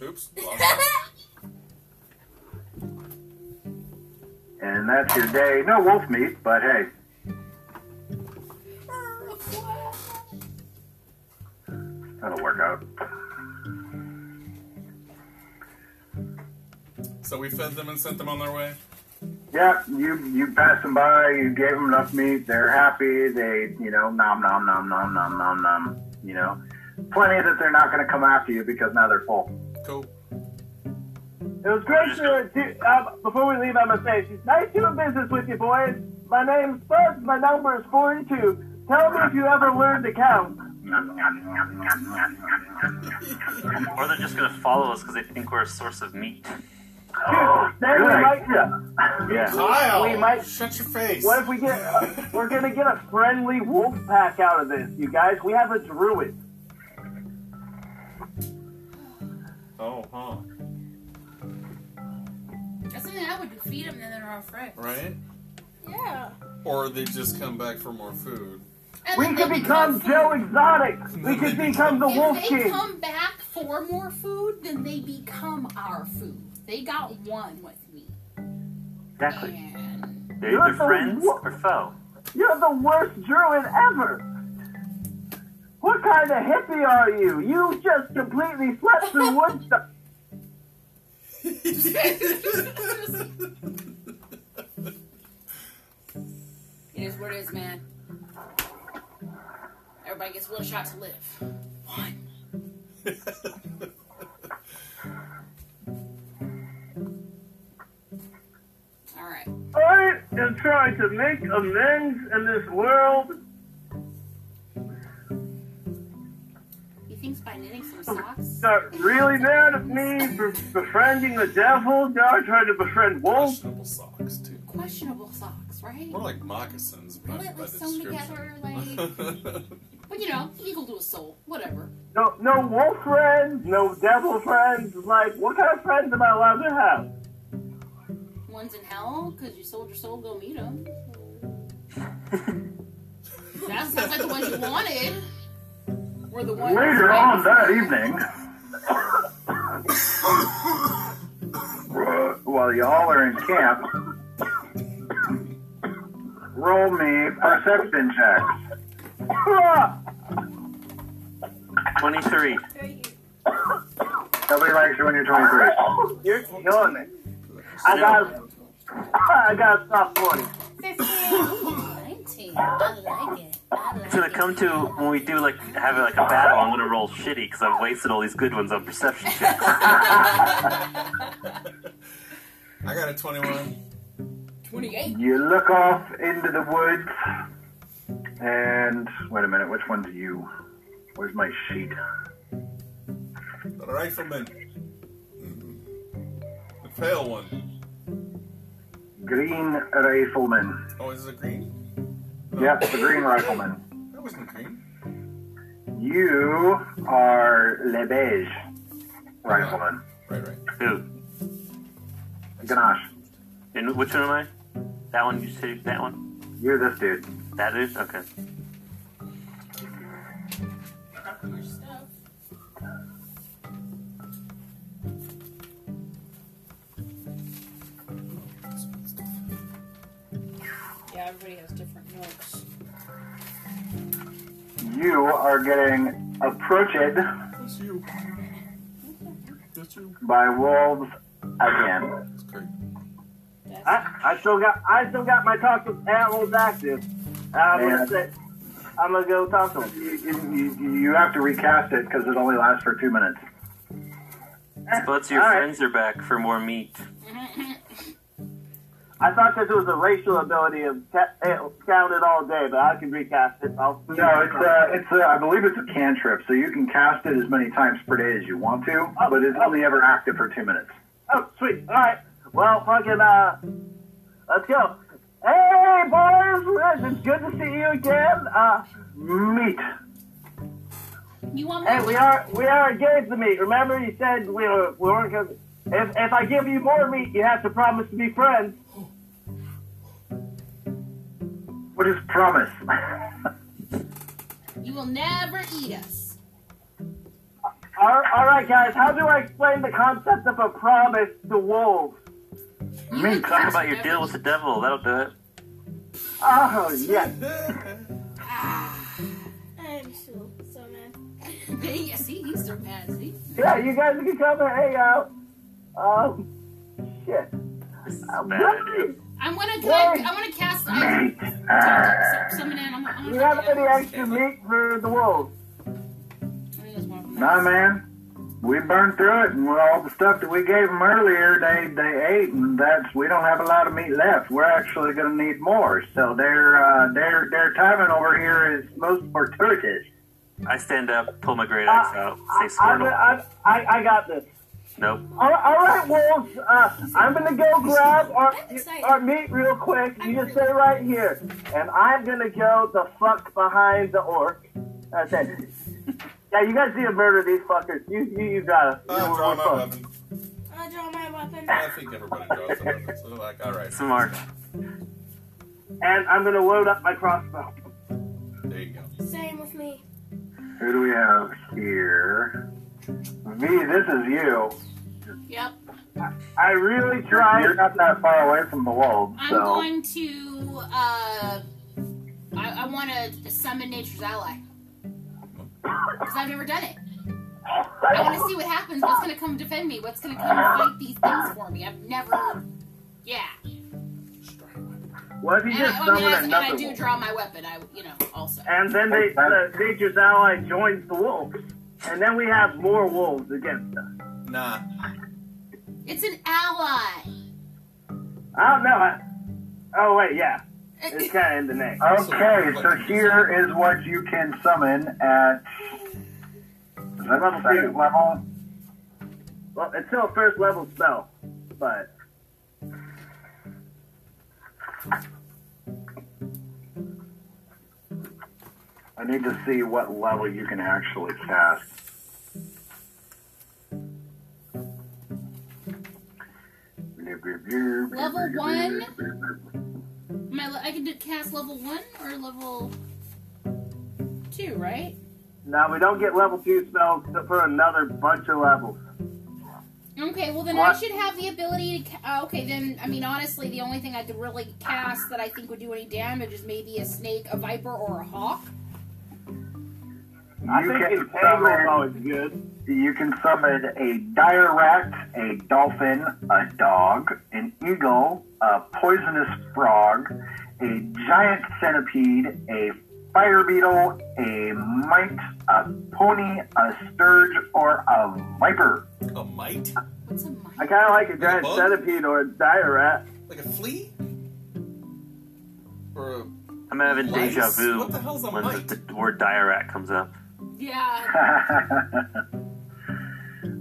D: Lost that.
C: And that's your day. No wolf meat, but hey, that'll work out.
D: So we fed them and sent them on their way.
C: Yeah, you you pass them by, you gave them enough meat, they're happy, they, you know, nom nom nom nom nom nom nom, you know. Plenty that they're not going to come after you because now they're full.
D: Cool.
G: It was great to, to um, before we leave, I must say, she's nice doing business with you, boys. My name's Buzz. My number is 42. Tell me if you ever learned to count.
L: Or they're just gonna follow us because they think we're a source of meat.
C: Oh,
G: Then
C: good
G: we might,
C: Yeah.
D: Kyle,
G: We might-
D: shut your face.
G: what if we get, uh, we're gonna get a friendly wolf pack out of this, you guys. We have a druid.
L: Oh, huh.
K: that's something I would do. Feed them, then they're our friends.
D: Right?
E: Yeah.
D: Or they just come back for more food.
K: And
G: We
K: then
G: could
K: they
G: become
K: come-
G: Joe Exotic. We could become the Wolf
K: If they
G: King.
K: come back for more food, then they become our food. They got one with me.
L: Exactly.
K: And
L: They're
G: You're
L: either
G: the
L: friends
G: wo-
L: or foe.
G: You're the worst druid ever. What kind of hippie are you? You just completely slept through Woodstock.
K: it is what it is, man. Everybody gets one shot to live. One. All right.
G: I am trying to make amends in this world.
K: He thinks by knitting some socks.
G: They're really mad at me for befriending the devil. Now I try to befriend
L: Oh.
G: wolves.
D: Questionable socks, too.
K: Questionable socks, right?
D: More like moccasins by,
K: Well, it
D: by
K: was
D: the
K: sewn
D: description.
K: together, But you know, he equal to a soul. Whatever.
G: No, no wolf friends, no devil friends. Like, what kind of friends am I allowed to have?
K: One's in hell because you sold your soul. Go meet him. that sounds like the ones you wanted. Were the ones
C: Later on that evening, while y'all are in camp, roll me perception checks.
L: Twenty-three.
C: Nobody likes you when you're 23.
G: You're killing me. I got, I got top forty.
E: Nineteen. I like it. I like
L: It's gonna come to when we do like have like a battle. I'm gonna roll shitty because I've wasted all these good ones on perception checks.
D: I got a 21.
K: Twenty-eight.
C: You look off into the woods, and wait a minute, which one's you? Where's my sheet?
D: The rifleman. The pale one.
C: Green rifleman.
D: Oh, is it green?
C: Yep, the green rifleman.
D: That wasn't green.
C: You are Le Beige rifleman.
D: Right, right.
L: Who?
C: Ganache.
L: And which one am I? That one you said. That one.
C: You're this dude.
L: That is okay.
G: Uh,
K: Yeah, everybody has different notes.
C: You are getting approached
D: That's you. That's you.
C: by wolves again.
D: That's great.
G: I, I still got, I still got my talk with animals active. I'm
C: Yeah.
G: gonna say, I'm gonna go talk to him.
C: You, you, you have to recast it because it only lasts for two minutes.
L: But your
G: All right.
L: friends are back for more meat.
G: I thought because it was a racial ability of ca- it counted all day, but I can recast it. I'll
C: No, it's uh, it's uh, I believe it's a cantrip, so you can cast it as many times per day as you want to, but it's only ever active for two minutes.
G: Oh, sweet. All right. Well, fucking, uh, let's go. Hey, boys, it's good to see you again. Uh, meet.
K: You want
G: Hey,
K: more?
G: we are we are engaged to meet. Remember, you said we were we weren't gonna. If if I give you more meat, you have to promise to be friends.
C: What is promise?
K: You will never eat us.
G: All, all right, guys. How do I explain the concept of a promise to wolves?
C: Me,
L: Talk about your deal with the devil. That'll do it.
G: Oh yes.
E: I'm so, so mad.
K: yeah, see, he's so mad. See?
G: Yeah, you guys can come and hang out. Um, shit. Uh,
L: bad
G: what
L: idea.
G: do
K: I'm gonna go.
G: Why?
K: I'm gonna cast. I, uh, summon in. I'm, I'm
G: You have
K: gonna-
G: any extra meat for the wolves?
K: I think there's one of them.
C: nah, man. We burned through it, and all the stuff that we gave them earlier, they they ate, and that's we don't have a lot of meat left. We're actually going to need more. So their uh, their their timing over here is most fortuitous.
L: I stand up, pull my great axe out, say
G: Uh, I'm,
L: Squirtle.
G: I'm, I, I got this.
L: nope.
G: All, all right, wolves. Uh, I'm gonna go grab our
E: I'm excited.
G: our meat real quick. You just stay right here, and I'm gonna go the fuck behind the orc. That's it. yeah, you guys need to murder these fuckers. You you, you gotta.
D: Uh,
G: you
D: draw my
G: fuck.
D: weapon.
E: I'll draw my weapon.
D: I think everybody draws a weapon. So they're like, all right,
L: Smart.
G: and I'm gonna load up my crossbow.
D: there you go.
E: Same with me.
C: Who do we have here? V, this is you.
K: Yep.
G: I really
C: You're
G: tried.
C: not that far away from the wolves,
K: I'm
C: so
K: going to. Uh, I, I want to summon nature's ally because I've never done it. I want to see what happens. What's going to come defend me? What's going to come and fight these things for me? I've never. Yeah.
G: What if you
K: And
G: just
K: I, I mean,
G: summon
K: I, and I
G: another
K: do
G: wolf?
K: draw my weapon. I, you know, also.
G: And then they, the nature's ally joins the wolves, and then we have more wolves against us.
D: Nah.
K: It's an ally.
G: I don't know. I, oh wait, yeah, it's kind of in the name.
C: Okay, so here is what you can summon at is that the second level.
G: Well, it's still a first level spell, but
C: I need to see what level you can actually cast.
K: Level one? Am I, le- I can do, cast level one or level two, right?
G: now we don't get level two spells for another bunch of levels.
K: Okay, well then I
G: What?
K: should have the ability to. Ca- uh, okay, then I mean honestly, the only thing I could really cast that I think would do any damage is maybe a snake, a viper, or a hawk.
C: You
G: I think
C: can
G: entangle is
C: summon.
G: always good.
C: You can summon a dire rat, a dolphin, a dog, an eagle, a poisonous frog, a giant centipede, a fire beetle, a mite, a pony, a sturge, or a viper.
D: A mite?
K: What's a mine?
G: I kind of like a giant
D: bug?
G: centipede or a dire rat.
D: Like a flea? Or a.
L: I'm having deja
D: Lice?
L: vu
D: What the hell's a
L: when
D: mite?
L: the, the word dialect comes up.
K: Yeah,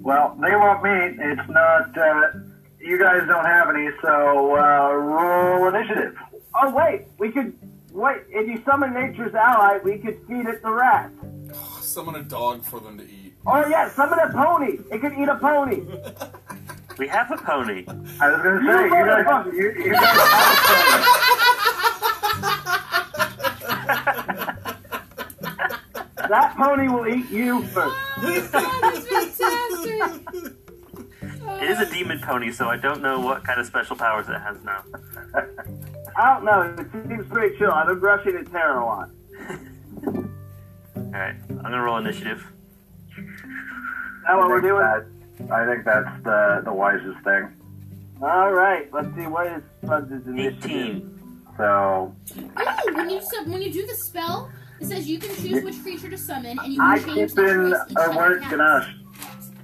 C: Well, they want meat. It's not. Uh, you guys don't have any, so uh, roll initiative.
G: Oh wait, we could wait. If you summon nature's ally, we could feed it the rat.
D: Summon a dog for them to eat.
G: Or yeah, summon a pony. It could eat a pony.
L: We have a pony.
C: I was going to say, you guys,
G: motherfucker.
C: you, you guys
G: That pony will eat you first.
K: that's fantastic.
L: It is a demon pony, so I don't know what kind of special powers it has now.
G: I don't know. It seems pretty chill. I've been brushing its hair a lot.
L: Alright, I'm gonna roll initiative.
G: Is that what we're doing?
C: I think that- I think that's the, the wisest thing.
G: All right. Let's see. What is Spuds' initiative? Oh,
L: 18.
C: So,
K: Ooh, when you sub, when you do the spell, it says you can choose which creature to summon, and you can
C: I
K: change
C: keep
K: the
C: in
K: choice each
C: a
K: time.
C: word,
K: it counts.
C: Ganache.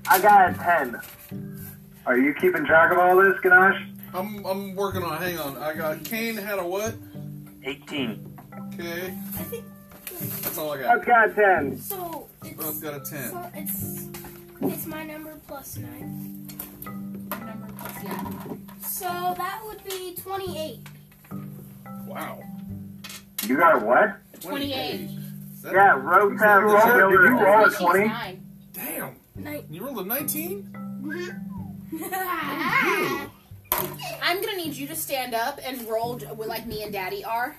G: I got a ten.
C: Are you keeping track of all this, Ganache?
D: I'm I'm working on. Hang on. I got Kane had a what?
L: 18.
D: Okay.
E: I think.
D: That's all I got.
G: I've got 10.
E: So
D: Both
E: it's.
D: got a ten.
E: So it's. It's my number plus nine.
K: Number plus, yeah.
E: So that would be 28.
D: Wow.
C: You got a what?
K: 28.
D: Is that-
G: Yeah, Road Town
C: You rolled- did you roll
G: Killer.
C: a 20?
K: Nine.
D: Damn.
E: Night.
D: You rolled a 19?
K: I'm gonna need you to stand up and roll j- like me and Daddy are.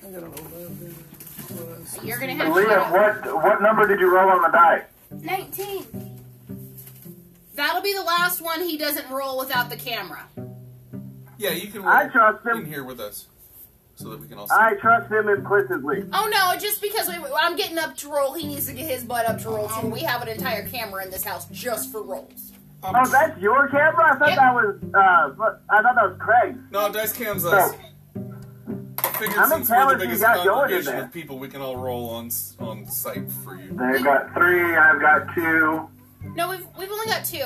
K: You're gonna have
C: Leah,
K: to.
C: what what number did you roll on the die?
E: 19.
K: That'll be the last one he doesn't roll without the camera.
D: Yeah, you can roll
G: I trust
D: in
G: him.
D: here with us so that we can all see.
G: I trust him implicitly.
K: Oh no! Just because we, I'm getting up to roll, he needs to get his butt up to roll too. We have an entire camera in this house just for rolls.
C: Um,
G: Oh, that's your camera? I thought
K: Yep.
G: that was, uh, I thought that was Craig's.
D: No, dice cam's us. I figured
G: How many
D: since we're the
G: cameras you
D: biggest
G: got going in
D: congregation
G: there?
D: of people, we can all roll on s- on site for you.
C: They've got three. I've got two.
K: No, we've we've only got two.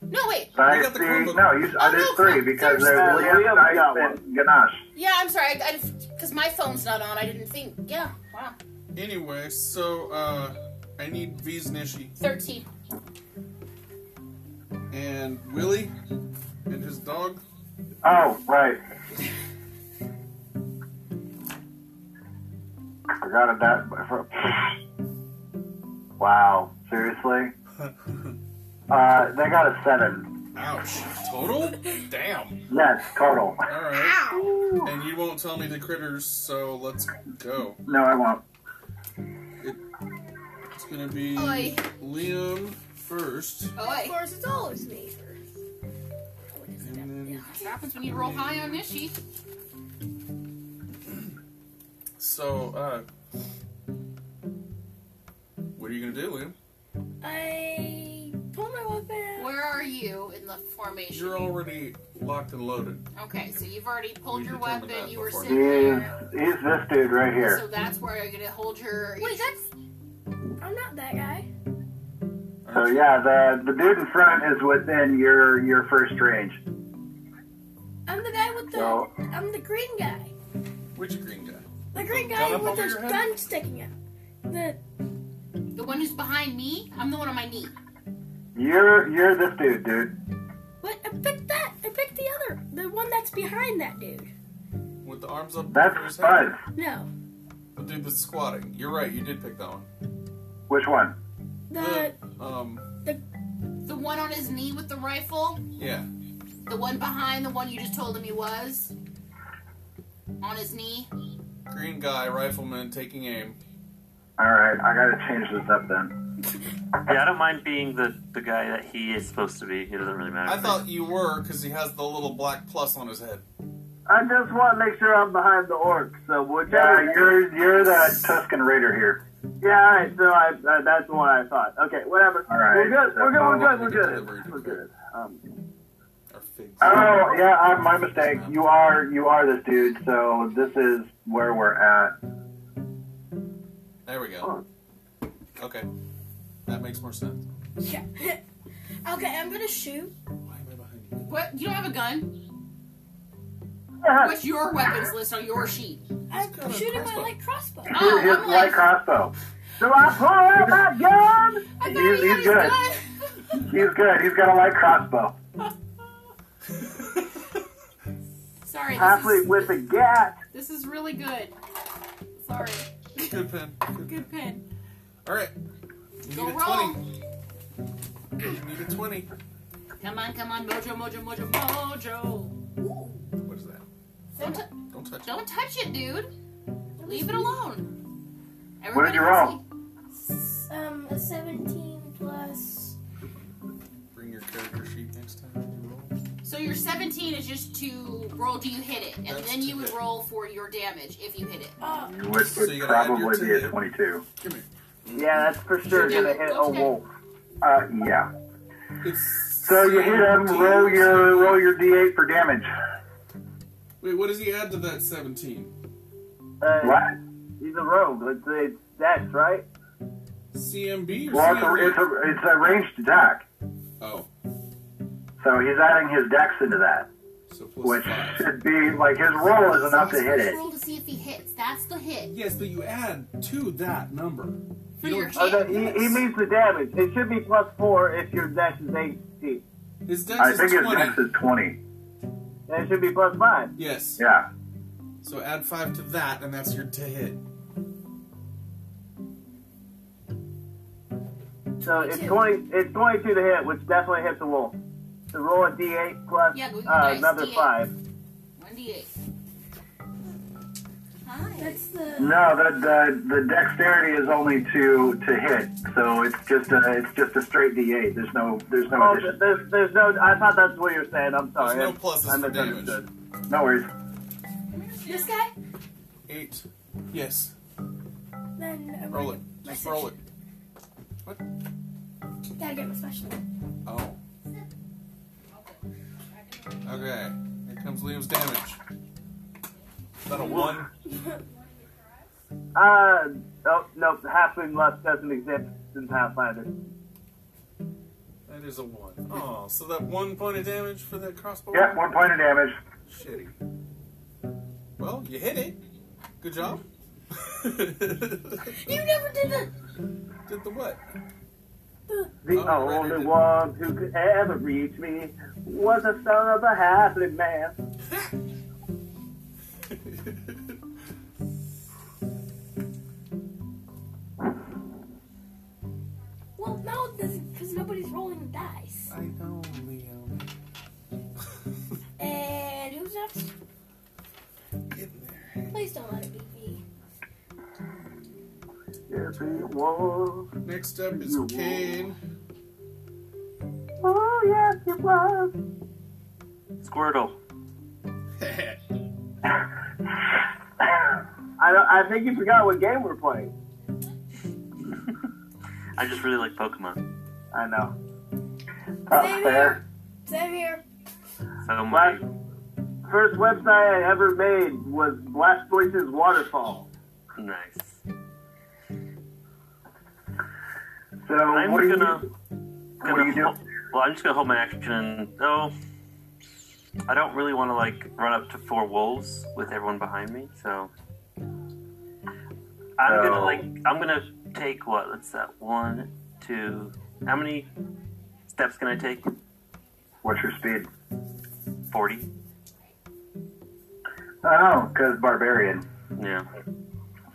K: No, wait.
C: I
D: got the
C: see.
D: cool
C: No, you,
K: Oh,
C: I did
K: no,
C: three
K: crap.
C: because
K: There's-
C: there's Leah,
G: Uh, Leah's
C: Dice,
G: got one.
C: and Ganache.
K: Yeah, I'm sorry. I because my phone's not on. I didn't think. Yeah. Wow.
D: Anyway, so uh, I need V's Nishi
K: Thirteen.
D: and Willie and his dog.
C: Oh, right. Forgot about that. Wow, seriously? Uh, they got a seven.
D: Ouch. Total? Damn.
C: Yes, total.
D: Alright. And you won't tell me the critters, so let's go.
C: No, I won't.
D: It, it's gonna be
K: Oi.
D: Liam first.
K: Oh,
E: Of course, it's always me first.
D: And then,
K: What happens when you roll high on Nishi?
D: so, uh, what are you gonna do, Liam?
E: I pull my weapon out.
K: Where are you in the formation?
D: You're already locked and loaded.
K: Okay, so you've already pulled
D: We
K: your
D: determined
K: weapon.
D: that
K: You were
D: before.
K: sitting
C: He's,
K: there.
C: he's this dude right
K: So
C: here.
K: that's where you're gonna hold your.
E: Wait, that's. I'm not that guy.
C: So yeah, the the dude in front is within your your first range.
E: I'm the guy with the.
C: No.
E: I'm the green guy.
D: Which green guy?
E: The green
D: Gun
E: guy
D: up
E: with
D: over
E: his
D: your head?
E: gun sticking out. The.
K: the one who's behind me. I'm the one on my knee.
C: You're you're this dude, dude.
E: What? I picked that. I picked the other. The one that's behind that dude.
D: With the arms up over
C: That's
D: his head?
C: Buzz.
E: No.
D: The dude that's squatting. You're right, you did pick that one.
C: Which one?
E: The.
D: um,
K: The one on his knee with the rifle.
D: yeah.
K: The one behind the one you just told him he was. On his knee.
D: Green guy, rifleman, taking aim.
C: All right, I gotta change this up then.
L: Yeah, I don't mind being the, the guy that he is supposed to be. It doesn't really matter.
D: I
L: to me.
D: thought you were because he has the little black plus on his head.
G: I just want to make sure I'm behind the orc, so
C: Yeah,
G: whichever.
C: you're you're the Tuscan Raider here.
G: Yeah, all right. So I, uh, that's the one I thought. Okay, whatever.
C: All right.
G: We're good. We're good. We're good. We're
D: We're good.
G: good. We're good. Um,
D: Or figs.
C: Oh yeah, uh, my mistake. You are you are this dude. So this is where we're at.
D: There we go. Okay. That makes more sense.
E: Yeah. okay, I'm gonna shoot.
D: Why am I behind you?
K: What? You don't have a gun?
C: Uh-huh.
G: yeah.
K: What's your weapons list on your sheet?
E: I'm
D: got a
E: shooting my
D: crossbow.
E: light crossbow.
K: Oh,
C: His
K: I'm
C: light
K: like,
C: crossbow.
G: Do I pull out my gun?
K: I
C: he's-
K: thought he had
C: he's
K: his
C: good.
K: gun.
C: He's good. He's got a light crossbow.
K: Sorry, this
G: Athlete
K: is,
G: with a gat.
K: this is really good. Sorry.
D: Good pen. Good pen.
K: Good pen.
D: All right. You
K: Go
D: need a
K: roll.
D: 20. You need a 20.
K: Come on, come on, mojo, mojo, mojo, mojo.
D: What is that?
K: Don't, t-
D: Don't touch it.
K: don't touch it, dude. Leave it alone.
C: What did you
K: Everybody
C: roll?
E: Um, a 17 plus.
D: Bring your character sheet next time you roll.
K: see. So your 17 is just to roll. Do you hit it? And
D: That's
K: then
D: to
K: you would
D: hit.
K: roll for your damage if you hit it.
E: Oh,
C: Which
D: So
C: would
D: you gotta add your
C: probably be
D: two.
C: a twenty-two.
D: Come here.
G: Yeah, that's for sure gonna hit a wolf.
C: Uh, yeah.
D: It's
C: So you hit him.
D: 17.
C: Roll your roll your d8 for damage.
D: Wait, what does he add to that 17?
G: Uh,
C: What?
G: he's a rogue. Let's say it's dex, right?
D: CMB or
C: Well, it's a,
D: CMB?
C: it's a it's a ranged attack.
D: Oh.
C: So he's adding his dex into that.
D: So plus
C: which
D: five.
C: should be like his roll is enough to hit it.
B: Roll to see if he hits. That's the hit.
D: Yes, but you add to that number.
B: For your
G: Oh, no,
B: hit.
G: he, he means the damage. It should be plus four if your dash is AC.
D: His dex
C: I
D: is
C: think his
D: 20.
C: next is twenty.
G: And it should be plus five.
D: Yes.
C: Yeah.
D: So add five to that, and that's your to hit.
G: So it's twenty. It's twenty-two to hit, which definitely hits the roll. So roll a D8 plus
B: Yeah, go-
G: uh,
B: nice,
G: another
B: D8.
G: five.
B: 1d8. Hi.
J: That's the.
C: No, the, the the dexterity is only to to hit, so it's just a it's just a straight D8. There's no there's no
G: Oh,
C: addition.
G: there's, there's no. I thought that's what you were saying. I'm sorry.
D: There's no
G: I-
D: pluses
G: I
D: for
G: misunderstood.
D: damage.
C: No worries.
B: This guy?
D: Eight. Yes.
J: Then I'm
D: Roll it.
J: My
D: Just roll it.
J: gotta get my special.
D: Oh. Okay. Here comes Liam's damage. Is that a one?
G: Uh, oh no, halfling lust doesn't exist in Pathfinder.
D: That is a one. Oh, so that one point of damage for that crossbow?
C: Yeah, one point of damage.
D: Shitty. Well, you hit it. Good job. Did
J: You never did that!
D: the what?
G: The
D: Oh, right, I
G: only
D: did.
G: one who could ever reach me was the son of a halfling man.
J: Well, no, because nobody's rolling the dice.
D: I know, Liam.
J: And who's next?
D: Getting there.
J: Please don't let it be me.
G: Yes, he was.
D: Next up is Kane.
G: Oh yes, it was.
L: Squirtle.
G: I don't, I think you forgot what game we're playing.
L: I just really like Pokemon.
G: I know.
C: That's fair.
J: Same here.
L: So my
G: Last first website I ever made was Blastoise's Waterfall.
L: nice.
C: So
L: I'm
C: what do you
L: gonna.
C: what do you do?
L: hol- Well, I'm just gonna hold my action. and Oh, I don't really want to like run up to four wolves with everyone behind me, so I'm
C: No.
L: gonna like I'm gonna take what? What's that? One, two. How many steps can I take?
C: What's your speed?
L: Forty.
C: Oh, because barbarian.
L: Yeah,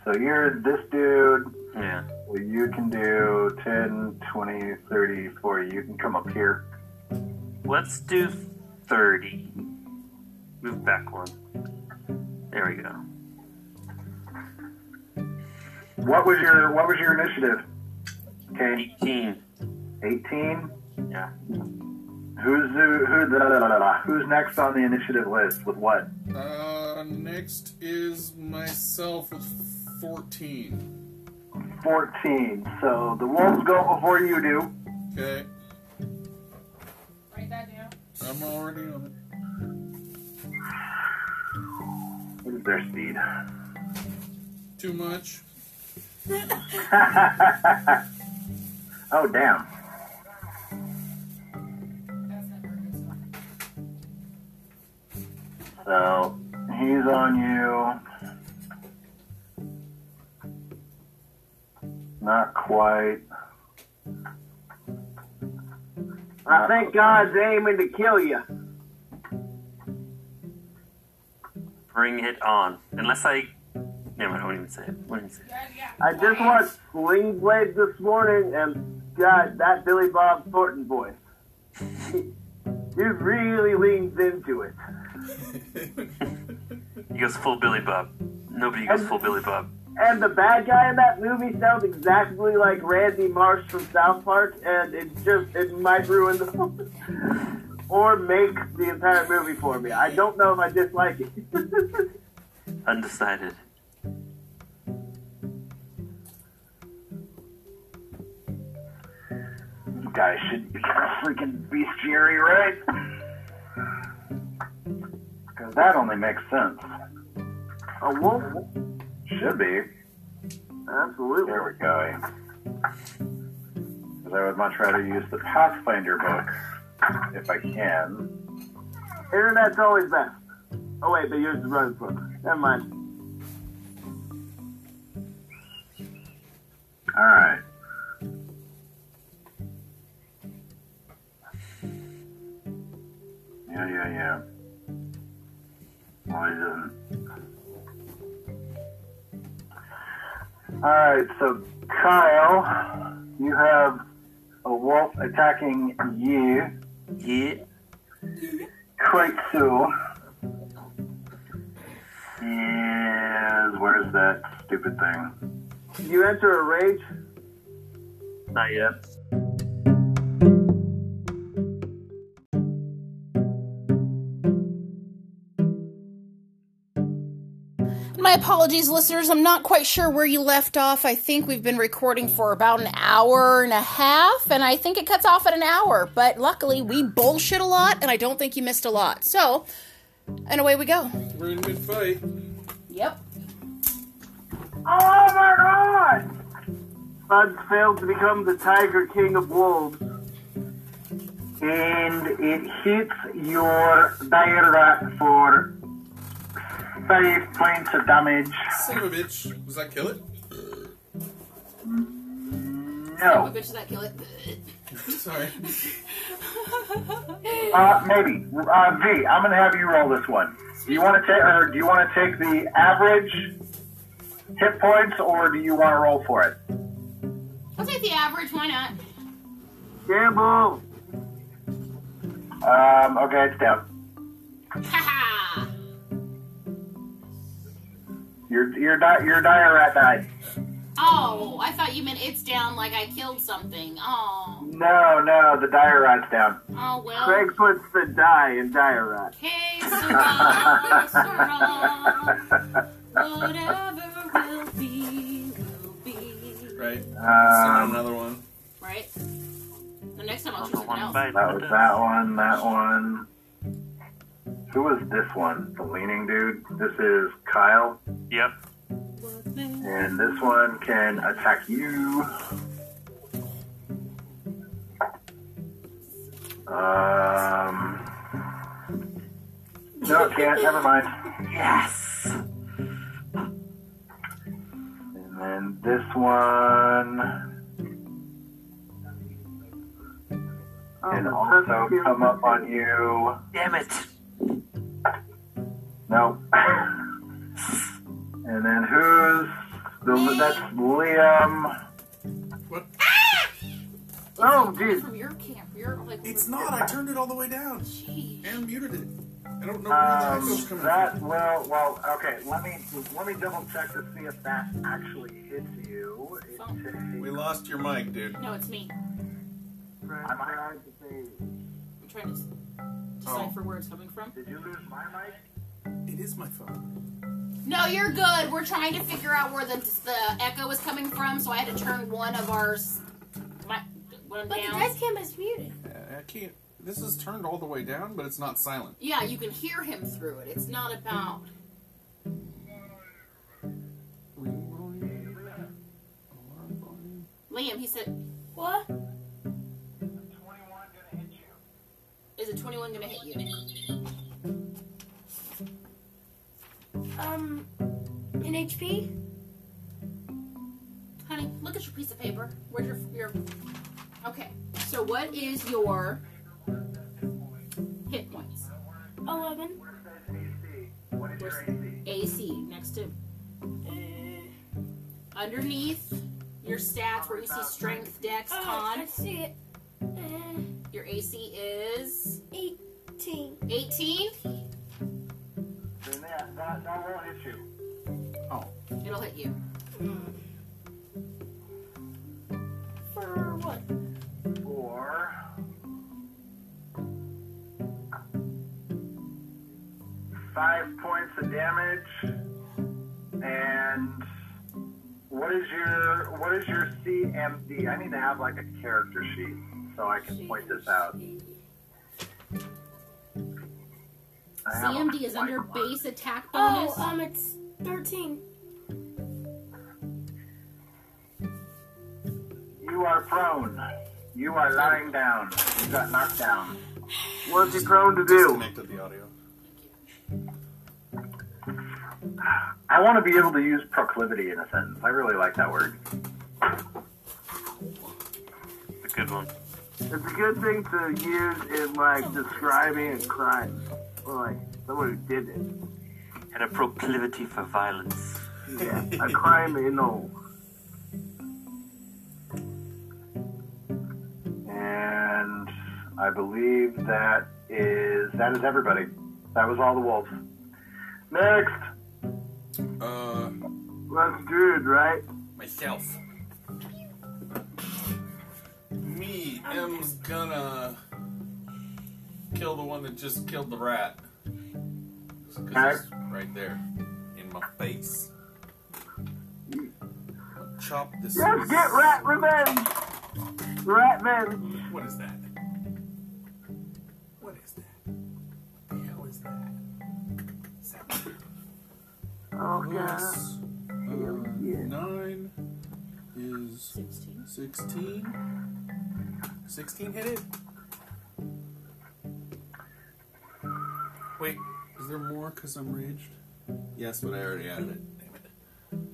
C: So you're this dude.
L: yeah.
C: Well, you can do 10, 20, 30, 40. You can come up here.
L: Let's do thirty. Move back one. There we go.
C: What was your What was your initiative? Okay,
L: Eighteen.
C: 18.
L: Yeah.
C: Who's who? who da, da, da, da, da. Who's next on the initiative list? With what?
D: Uh, next is myself with 14.
C: 14. So the wolves go before you do.
D: Okay.
B: Write that down.
D: I'm already on it.
C: What is their speed?
D: Too much.
C: Oh damn. So he's on you. Not quite.
G: I think God's aiming to kill you.
L: Bring it on. Unless I. Never mind. I won't even say it. I won't even say it.
G: I just watched Sling Blade this morning, and God, that Billy Bob Thornton voice. He really leans into it.
L: He goes full Billy Bob. Nobody goes full Billy Bob.
G: And the bad guy in that movie sounds exactly like Randy Marsh from South Park, and it just it might ruin the film or make the entire movie for me. I don't know if I dislike it.
L: Undecided.
C: You guys should be freaking bestiary, right? Because that only makes sense.
G: A wolf?
C: Should be.
G: Absolutely.
C: There we go. Because I would much rather use the Pathfinder book if I can. Internet's always best. Oh wait, but yours is running slow. Never mind.
G: All right. Yeah, yeah, yeah. Why didn't? All right, so Kyle, you have a wolf attacking you,
L: Yeah.
G: Kreitsu. Is where's that stupid thing?
C: You enter a rage.
L: Not yet.
M: My apologies, listeners. I'm not quite sure where you left off. I think we've been recording for about an hour and a half, and I think it cuts off at an hour. But luckily, we bullshit a lot, and I don't think you missed a lot. So, and away we go.
D: We're in mid fight.
M: Yep.
C: Oh my god! Buds failed to become the Tiger King of Wolves.
G: And it hits your Daira for five points of damage.
D: Son of a bitch. Does that kill it?
G: No.
B: Bitch, does that kill it?
D: Sorry.
G: Uh, maybe. Uh, V, I'm going to have you roll this one. Do you want to take, or do you want to take the average hit points, or do you want to roll for it?
B: I'll take the average. Why not?
C: Gamble!
G: Um, okay, it's down.
B: Haha.
G: Your your di- your diorite died.
B: Oh, I thought you meant it's down like I killed something. Oh.
G: No, no, the diorite's down.
B: Oh well.
C: Craig puts the die in diorite.
B: Hey, Sarah, Sarah, whatever will be, will be.
D: Right. Send out
G: Um,
D: another one.
B: Right? The next time I'll choose something
L: Number one
B: else.
L: bite.
G: That was that one, that one. Who was this one? The leaning dude? This is Kyle.
L: Yep.
G: And this one can attack you. Um. No, it can't. Never mind.
L: Yes.
G: And then this one
C: Oh,
G: can
C: that's
G: also
C: cute.
G: come up on you.
L: Damn it.
G: No. and then who's the? That's Liam.
C: Oh, geez.
B: From your camp, you're like,
D: It's not. I turned it all the way down
B: Jeez.
D: and muted it. I don't know where the echo's
G: Um,
D: coming
G: that
D: from.
G: well, well, okay. Let me let me double check to see if that actually hits you. It
B: Oh.
G: takes-
D: We lost your mic, dude.
B: No, it's me.
G: I'm trying to see.
B: I'm trying to s- decipher where it's coming from.
G: Did you lose my mic?
D: It is my phone.
B: No, you're good. We're trying to figure out where the the echo is coming from, so I had to turn one of ours. My, one
E: But the
B: down.
E: dice cam is muted.
D: Uh, I can't. This is turned all the way down, but it's not silent.
B: Yeah, you can hear him through it. It's not about. Liam, he said,
E: What?
B: Is it 21 gonna hit you?
E: Um, in HP?
B: Honey, look at your piece of paper. Where's your your? Okay. So what is your hit points?
E: 11.
B: AC next to eh, underneath your stats where you see strength, dex,
E: Oh,
B: con.
E: let's see it. Uh,
B: Your AC is
E: 18.
B: 18.
G: Then that, that, that won't hit you.
B: It'll hit you.
E: For what?
G: Or five points of damage. And what is your what is your CMD? I need to have like a character sheet so I can point this out. I have a
B: CMD is under
G: blank
B: base attack bonus.
E: Oh, um, it's 13.
G: one. You are prone. You are lying down. You got knocked down.
L: What's he prone to do?
D: Disconnected the audio.
C: I want to be able to use proclivity in a sentence. I really like that word.
L: It's a good one.
G: It's a good thing to use in like describing a crime, or like someone who did it.
L: Had a proclivity for violence.
G: Yeah, a criminal.
C: And I believe that is that is everybody. That was all the wolves. Next,
D: Uh,
G: That's good, right?
D: myself. Me, M's gonna kill the one that just killed the rat. Just 'cause it's right there in my face. Chop this.
G: Let's get rat revenge. Rat revenge.
D: What is that? What is that? The hell is that? Is that
G: Oh god.
D: plus, uh, nine is 16. 16 hit it? Wait, is there more because I'm raged? Yes, but I already added it. Damn it.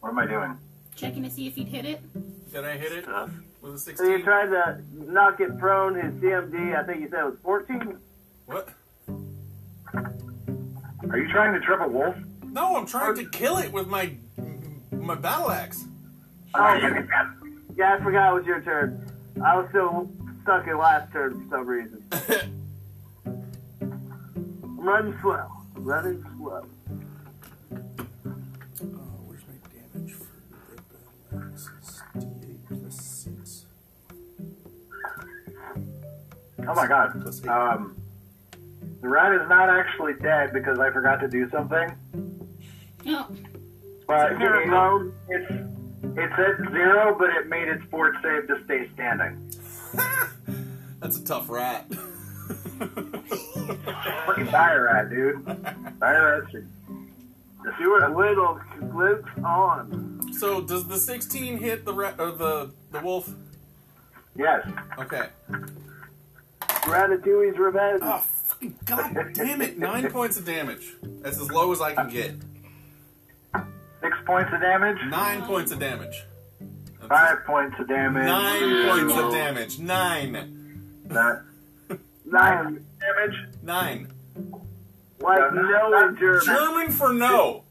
C: what am I doing?
B: Checking to see if he'd hit it.
D: Did I hit it
L: Stuff.
D: with a
G: So you
D: 16?
G: tried to knock it prone. His CMD, I think you said it was 14.
D: What?
C: Are you trying to trip a wolf?
D: No, I'm trying to kill it with my my battle axe.
G: Oh, yeah, I forgot it was your turn. I was still stuck in last turn for some reason. I'm running slow. Running slow.
D: Uh, where's my damage for the battle axe? It's d8 plus 6.
C: Oh my god. Um, the rat is not actually dead because I forgot to do something.
B: No.
C: But
G: Is there a road?
C: it's it's at zero, but it made its fort save to stay standing.
D: That's a tough rat.
C: Fucking die rat, dude. Die rat should.
G: You were little clips on.
D: so does the 16 hit the rat or the the wolf?
C: Yes.
D: Okay.
G: Ratatouille's revenge.
D: Oh, fucking god damn it! Nine points of damage. That's as low as I can get.
C: Six points of damage.
D: Nine points of damage. That's-
C: Five points of damage.
D: Nine
C: to
D: points of damage. Nine.
C: That.
G: Nine.
C: Damage.
D: Nine.
G: Like
C: No, no,
G: no in German.
D: German for no.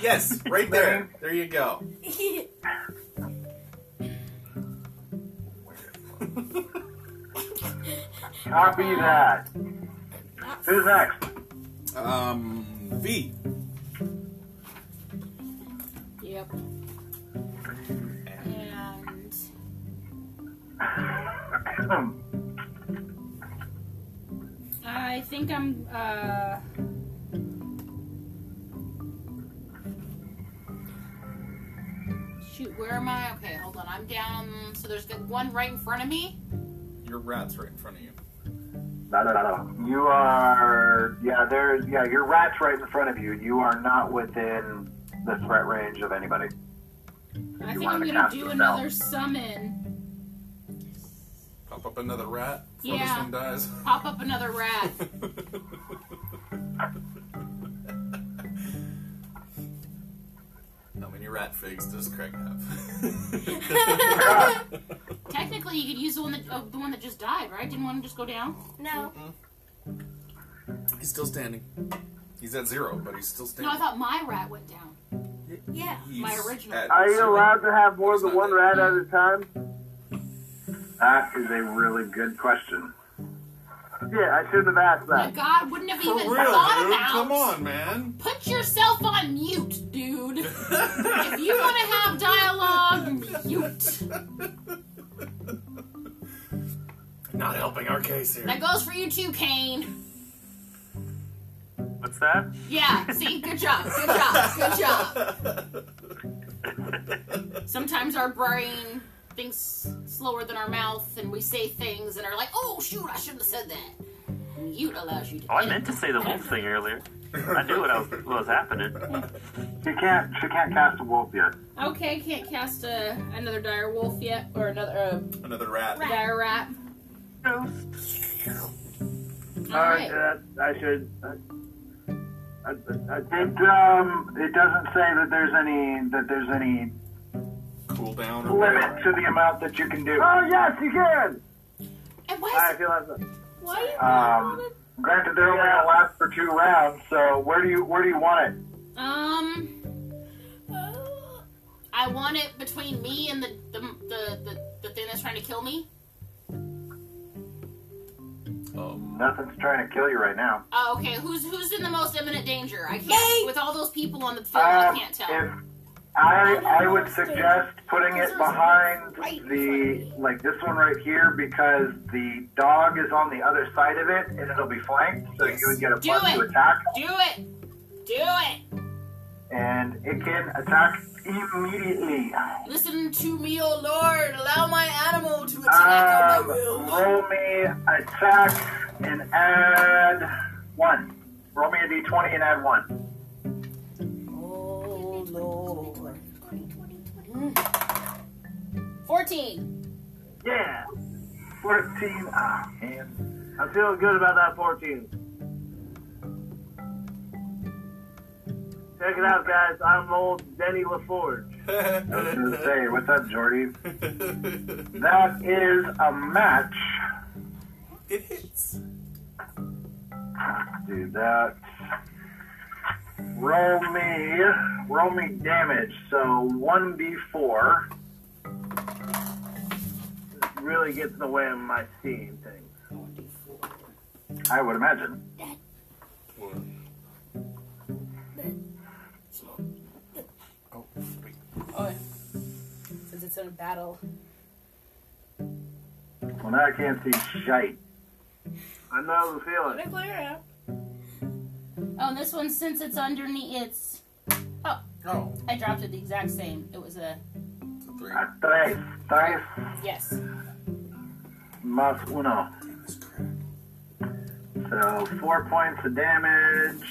D: Yes, right there. There you go.
C: Copy that. Who's next?
D: Um, V.
B: Yep. And I think I'm uh shoot, where am I? Okay, hold on. I'm down so there's got one right in front of me.
D: Your rat's right in front of you.
C: No, no, no, no. You are, yeah, there's, yeah, your rat's right in front of you. You are not within the threat range of anybody.
B: I
C: You
B: think
C: wanted
B: I'm
C: to
B: gonna
C: cast
B: do
C: yourself.
B: another summon.
D: Pop up another rat before
B: Yeah.
D: this one dies.
B: Pop up another rat.
D: How many rat figs does Craig have?
B: Technically you could use the one that uh, the one that just died, right? Didn't one just go down?
J: No.
G: Mm-hmm.
D: he's still standing. He's at zero, but he's still
B: No,
D: standing.
B: I thought my rat went down.
J: Yeah.
D: He's
B: my original.
D: at
G: Are you
D: zero.
G: allowed to have more
D: It's
G: than
D: not
G: one
D: that-
G: rat at a time?
C: That is a really good question.
G: Yeah, I should have asked
B: Oh My
G: that.
B: God, wouldn't have
D: For
B: even
D: real,
B: thought
D: dude.
B: about.
D: Come on, man.
B: Put yourself on mute, dude. if you want to have dialogue, mute.
D: Not helping our case here.
B: That goes for you too, Kane.
L: What's that?
B: Yeah, see? Good job, good job, good job. Sometimes our brain thinks slower than our mouth, and we say things and are like, oh, shoot, I shouldn't have said that. Mute allows you to.
L: Oh, I meant to say the wolf thing earlier. I knew what, I was, what was happening.
G: She can't. She can't cast a wolf yet.
B: Okay, can't cast uh, another dire wolf yet, or another uh,
D: Another rat.
B: dire rat. All
C: All right,
B: right.
C: uh, I should. I, I, I,
G: It um. It doesn't say that there's any. That there's any
D: Cool down or
G: limit
D: whatever.
G: to the amount that you can do. Um,
C: oh yes, you can.
B: And
C: I
B: why
C: feel like
B: is, why are you
G: Um. Granted, they're only gonna last for two rounds. So where do you where do you want it?
B: Um, uh, I want it between me and the the, the the the thing that's trying to kill me.
D: Um,
G: Nothing's trying to kill you right now.
B: Oh, okay. Who's who's in the most imminent danger? I can't. With all those people on the field, I
G: Um,
B: can't tell.
G: if I I would suggest putting it behind the like this one right here because the dog is on the other side of it and it'll be flanked, so you would get a
B: Do
G: plus to
B: it.
G: attack,
B: Do it. Do it.
G: and it can attack immediately.
B: Listen to me, oh Lord. Allow my animal to attack on
G: Um,
B: my will.
G: roll me attack and add one. Roll me a d20 and add one.
N: Oh, Lord.
B: 14.
C: yeah.
G: 14. Ah, man.
C: I'm feeling good about that 14. Check it out, guys. I'm old Denny LaForge.
G: I was gonna say, what's up, Jordy? That is a match.
D: it hits.
G: do that. Roll me, roll me damage. So one d four.
C: This really gets in the way of my seeing things.
G: I would imagine.
N: Oh, since it's in a battle.
G: Well, now I can't see shite.
C: I know the feeling.
B: Oh, and this one, since it's underneath, it's.
D: Oh,
B: I dropped it the exact same. It was a.
D: it's a three.
G: A tres, tres
B: Yes.
G: más uno.
D: This crap.
G: So four points of damage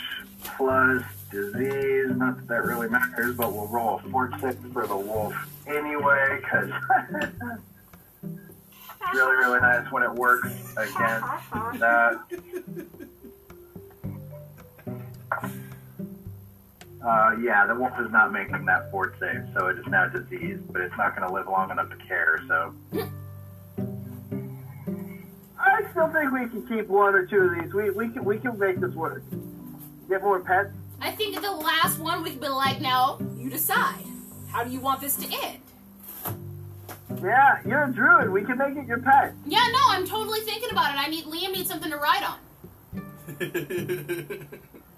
G: plus disease. Not that that really matters, but we'll roll a fort six for the wolf anyway, because it's really really nice when it works against that. Uh, yeah, the wolf is not making that fort save, so it is now diseased, but it's not going to live long enough to care. So
C: I still think we can keep one or two of these. We we can we can make this work. Get more pets.
B: I think the last one we could be like, now you decide. How do you want this to end?
C: Yeah, you're a druid. We can make it your pet.
B: Yeah, no, I'm totally thinking about it. I need Liam needs something to ride on.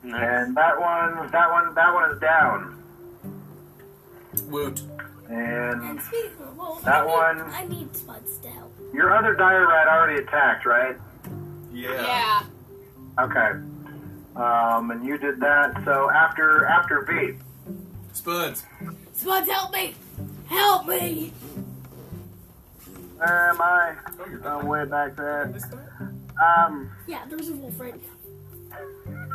L: Nice.
G: and that one, that one, that one is down.
D: Woot.
G: And
E: And speaking of wolves,
G: That
E: I need,
G: one-
E: I need Spuds to help.
G: Your other dire rat already attacked, right?
D: Yeah.
B: Yeah.
G: Okay. Um, and you did that. So after after V,
D: Spuds.
E: Spuds, help me! Help me!
C: Where am I?
D: Oh, you're
C: I'm
D: done.
C: way back there.
D: Missed that?
C: Um,
E: Yeah, there's a wolf right now.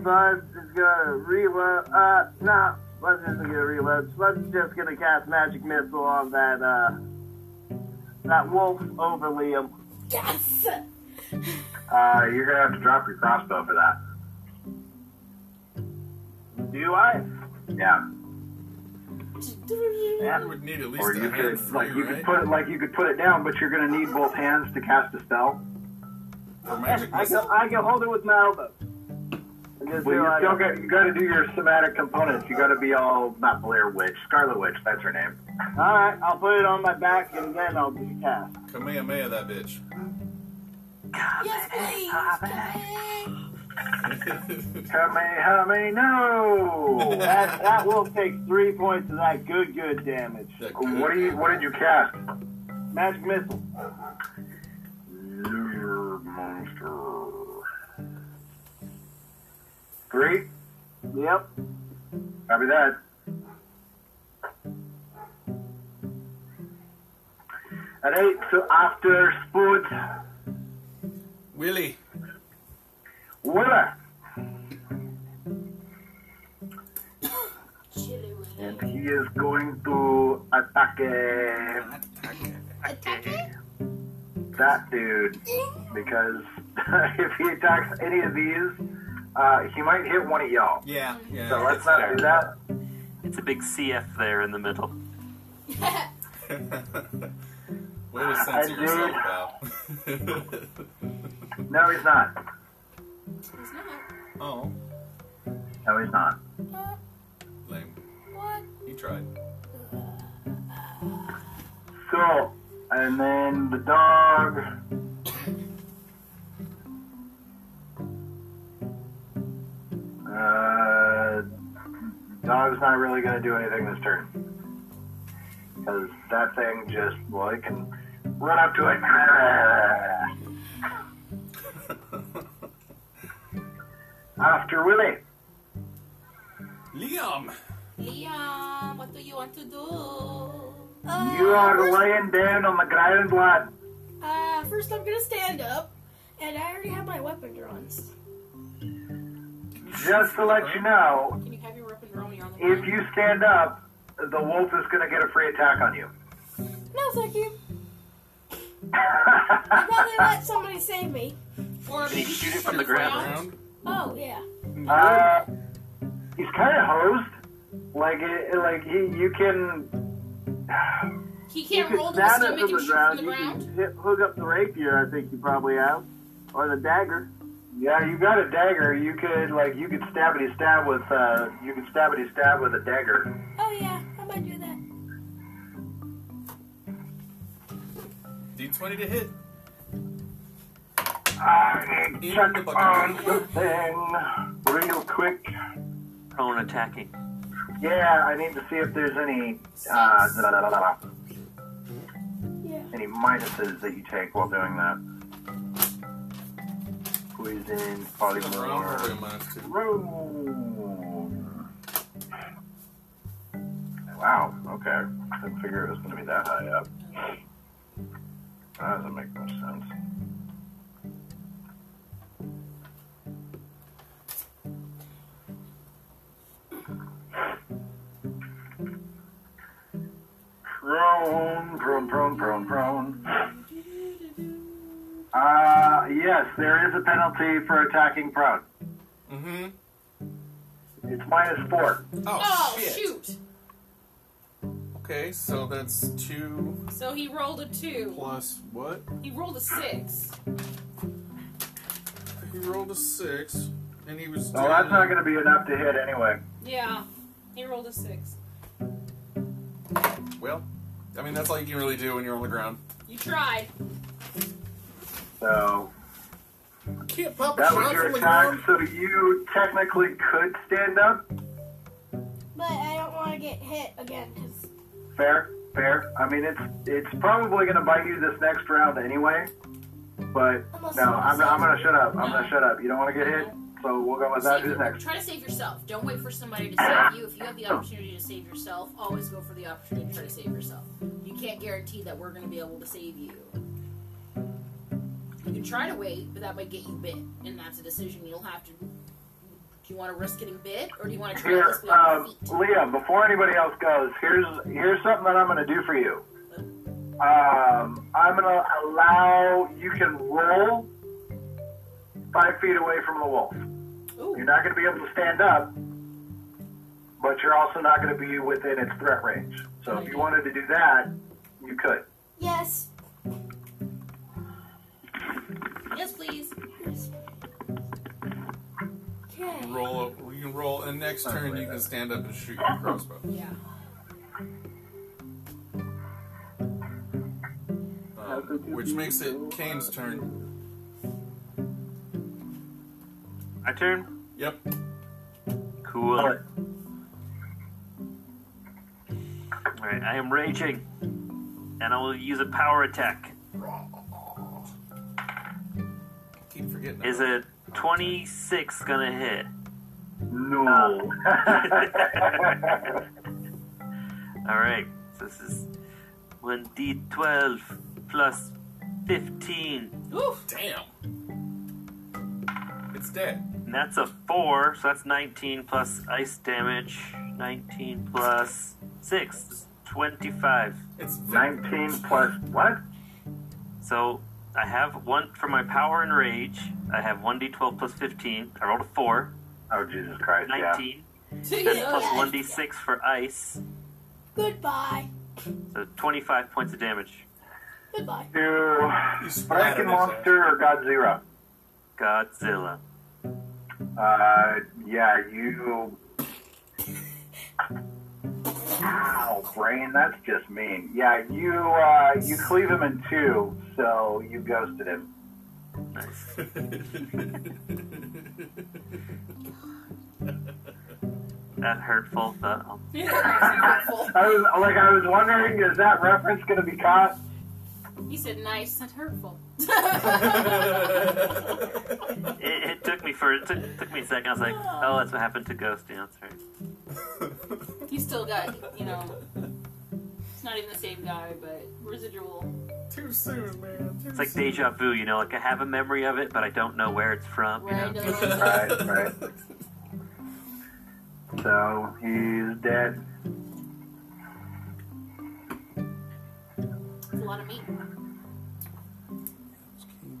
C: Spuds is gonna reload. Uh, no, Spuds isn't gonna reload. Spuds is just gonna cast magic missile on that uh that wolf over Liam.
E: Yes!
G: uh, you're gonna have to drop your crossbow for that.
C: Do I?
G: Yeah.
D: You would need at least
G: Or you
D: a hand
G: could like
D: free,
G: you could
D: right?
G: put it like you could put it down, but you're gonna need both hands to cast a spell.
D: Or magic
C: I can
D: missile.
C: I can hold it with my elbow. I just
G: Well, you
C: realized-
G: still got you got to do your somatic components. You got to be all not Blair Witch, Scarlet Witch. That's her name.
C: All right, I'll put it on my back and then I'll do cast.
D: Kamehameha that bitch.
E: Yes, please!
G: Kamehame, no.
C: That that will take three points of that good good damage.
D: That could-
G: what do you what did you cast?
C: Magic missile.
G: Lure monster. Three.
C: Yep.
G: Copy that. At eight, so after sport,
D: Willie.
G: Willa. he is going to attack
E: Attack
G: that dude because if he attacks any of these, uh, he might hit one of y'all.
D: Yeah, yeah.
G: So let's
D: that's
G: not
D: fair.
G: do that.
L: It's a big CF there in the middle.
E: it.
D: Way to
G: I
D: censor
G: did.
D: yourself, pal.
G: No, he's not.
E: He's not.
D: oh,
G: No, he's not.
D: lame.
E: What?
D: He tried.
G: So, and then the dog. Uh, dog's not really going to do anything this turn. Because that thing just, well, it can run up to it. After Willie.
D: Liam!
B: Liam, what do you want to do?
E: Uh,
G: You are
E: first-
G: laying down on the ground, lad.
E: Uh, first I'm gonna stand up, and I already have my weapon drawn.
G: Just to let you know,
B: Can you have your weapon drawn when you're on the
G: if you stand up, the wolf is going to get a free attack on you.
E: No, thank you. I'd rather let somebody save me.
B: Or
L: Can you
B: maybe
L: shoot it from the ground?
D: Round?
E: Oh yeah.
G: Uh, he's kind of hosed. Like, it, like he, you can.
B: He
O: You
B: can't
O: could
B: roll to the
O: stab it
B: stomach and
O: from
B: shoot
O: the
B: from
O: ground.
B: the
O: You
B: ground.
O: can hit, hook up the rapier. I think you probably have, or the dagger.
G: Yeah, you got a dagger. You could like you could stabbity stab with uh you could stabbity stab with a dagger.
E: Oh yeah. I might do that.
D: D20 to hit.
G: I need
D: In
G: to
D: the
G: check
D: bucket.
G: on something real quick.
L: Prone attacking.
G: Yeah, I need to see if there's any uh da, da, da, da, da,
E: Yeah.
G: any minuses that you take while doing that. Poison,
D: Round probably a
G: polymorph.
D: minus two.
G: Room. Wow, okay. Didn't figure it was going to be that high up. That doesn't make much sense. Prone, prone, prone, prone, prone. Uh, yes, there is a penalty for attacking prone.
D: Mm-hmm.
G: It's minus four.
D: Oh,
B: Oh,
D: shit.
B: shoot.
D: Okay, so that's two
B: So he rolled a two.
D: plus what?
B: He rolled a six.
D: He rolled a six, and he was.
G: Oh, that's not going to be enough to hit anyway.
B: Yeah, he rolled a six.
D: Well, I mean, that's all you can really do when you're on the ground.
B: You tried.
G: So
D: Can't pop
G: that was your attack. So you technically could stand up.
E: But I don't want to get hit again. 'cause-
G: Fair, fair. I mean, it's it's probably going to bite you this next round anyway. But
E: Unless
G: no, I'm, I'm going to shut up. I'm
B: No.
G: going to shut up. You don't want to get hit, so we'll go with that.
B: Save
G: Who's
B: your,
G: next?
B: try to save yourself. Don't wait for somebody to save you. If you have the opportunity to save yourself, always go for the opportunity to try to save yourself. You can't guarantee that we're going to be able to save you. You can try to wait, but that might get you bit, and that's a decision you'll have to. Do you want to risk getting bit, or do you want to try
G: Here,
B: this without
G: um,
B: your feet?
G: Leah. Before anybody else goes, here's here's something that I'm going to do for you. Um, I'm going to allow you can roll five feet away from the wolf. You're
B: Ooh,
G: not going to be able to stand up, but you're also not going to be within its threat range. So if you wanted to do that, you could.
E: Yes.
B: yes, please.
E: Okay.
D: Roll up. You can roll, and next turn you can stand up and shoot your crossbow.
B: Yeah.
C: Uh,
D: Um, which makes it Kane's turn.
L: My turn?
D: Yep.
L: Cool. Alright, I am raging. And I will use a power attack.
D: Keep forgetting.
L: Is it 26 gonna hit?
G: No.
L: Alright, so this is 1d12 plus 15.
B: Ooh,
D: Damn. It's dead.
L: And that's a 4, so that's 19 plus ice damage. 19 plus Six. 25.
D: It's
C: 19 plus what?
L: So I have one for my power and rage. I have 1d12 plus 15. I rolled a 4.
C: Oh, Jesus Christ. Yeah.
L: 19. Then plus 1d6 for ice.
J: Goodbye.
L: So 25 points of damage.
J: Goodbye.
C: Do
D: You splattered
C: Franken
D: his ass.
C: Monster or Godzilla?
L: Godzilla.
C: Uh, yeah, you. Ow, brain, that's just mean. Yeah, you, uh, you cleave him in two, so you ghosted him.
L: Nice. That hurtful. That, oh,
C: I was, like, I was wondering, is that reference gonna be caught?
B: He said nice and hurtful.
L: it, it took me for it took, took me a second. I was like, oh, that's what happened to Ghost. Yeah, that's right.
B: He still got, you know, it's not even the same guy, but residual.
D: Too soon, man. Too
L: It's like
D: soon.
L: deja vu. You know, like I have a memory of it, but I don't know where it's from. You
B: Right?
L: know.
C: Right, right. So, he's dead.
B: It's a lot of meat.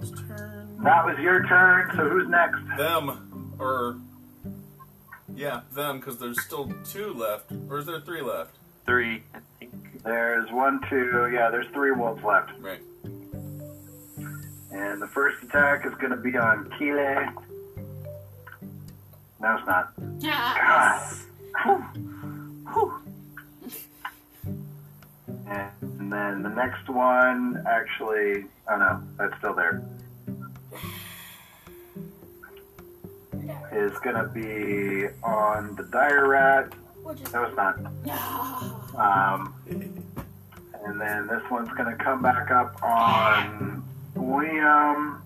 D: It's turn.
C: That was your turn, so who's next?
D: Them or yeah, them because there's still two left, or is there three left?
L: Three, I think.
C: There's one, two, yeah, there's three wolves left.
D: Right.
C: And the first attack is gonna be on Kile. No, it's not.
B: Yeah.
C: God. Whew. Whew. And then the next one actually, oh no, that's still there. Is gonna be on the dire rat.
J: Which is
G: Oh.
C: No, it's not. Um, and then this one's gonna come back up on Liam.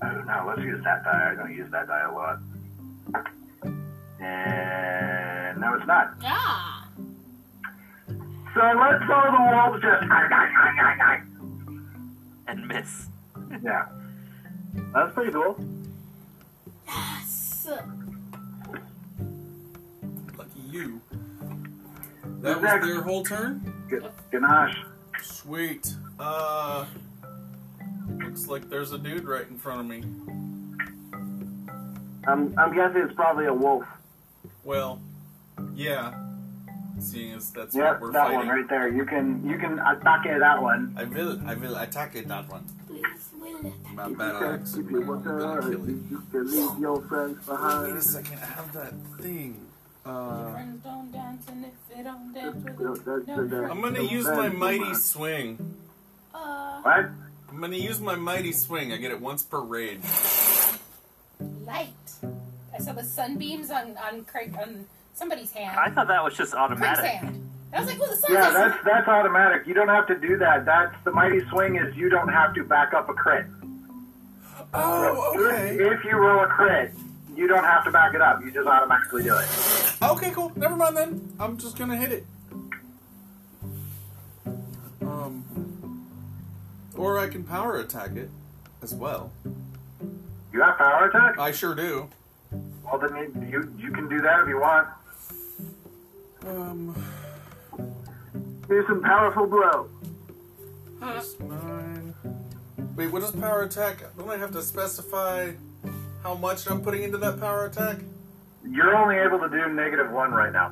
C: I don't know. Oh, Let's use that die. I don't use that die a lot. And no, it's not.
B: Yeah.
C: So let's go to the wolves just.
L: And miss.
C: yeah. That's pretty cool.
J: so-
D: Lucky you. That was
C: Exactly.
D: their whole turn.
C: Good. Ganache.
D: Sweet. Uh, looks like there's a dude right in front of me.
G: I'm, I'm guessing it's probably a wolf.
D: Well, yeah. Seeing as that's
C: Yep,
D: what we're
C: that
D: fighting.
C: one right there. You can you can attack it, that one.
D: I will, I will attack it, that one.
J: Please, will it?
D: My battle axe. I'm gonna kill Uh, it.
G: You can leave your friends
D: Wait a
G: behind.
D: second, I have that thing. Uh,
B: Friends don't dance, and if they don't dance with
G: No,
B: them,
G: that's-
B: no
G: that's-
D: I'm gonna use my mighty swing.
J: Uh,
C: What?
D: I'm gonna use my mighty swing. I get it once per raid.
B: light. I saw the sunbeams on on Craig on somebody's hand.
L: I thought that was just
B: Craig's
L: automatic.
B: hand. I was like, well, the sun's
C: Yeah,
B: awesome.
C: that's that's automatic. You don't have to do that. That's the mighty swing is you don't have to back up a crit.
D: Oh, okay.
C: If you roll a crit, you don't have to back it up. You just automatically do it.
D: Okay, cool. Never mind then. I'm just gonna hit it. Um, or I can power attack it as well.
C: You have power attack?
D: I sure do.
C: Well, then you you, you can do that if you want.
D: Um,
G: Here's some powerful blow.
D: plus nine. Wait, what is power attack? Don't I have to specify how much I'm putting into that power attack?
C: You're only able to do negative one right now.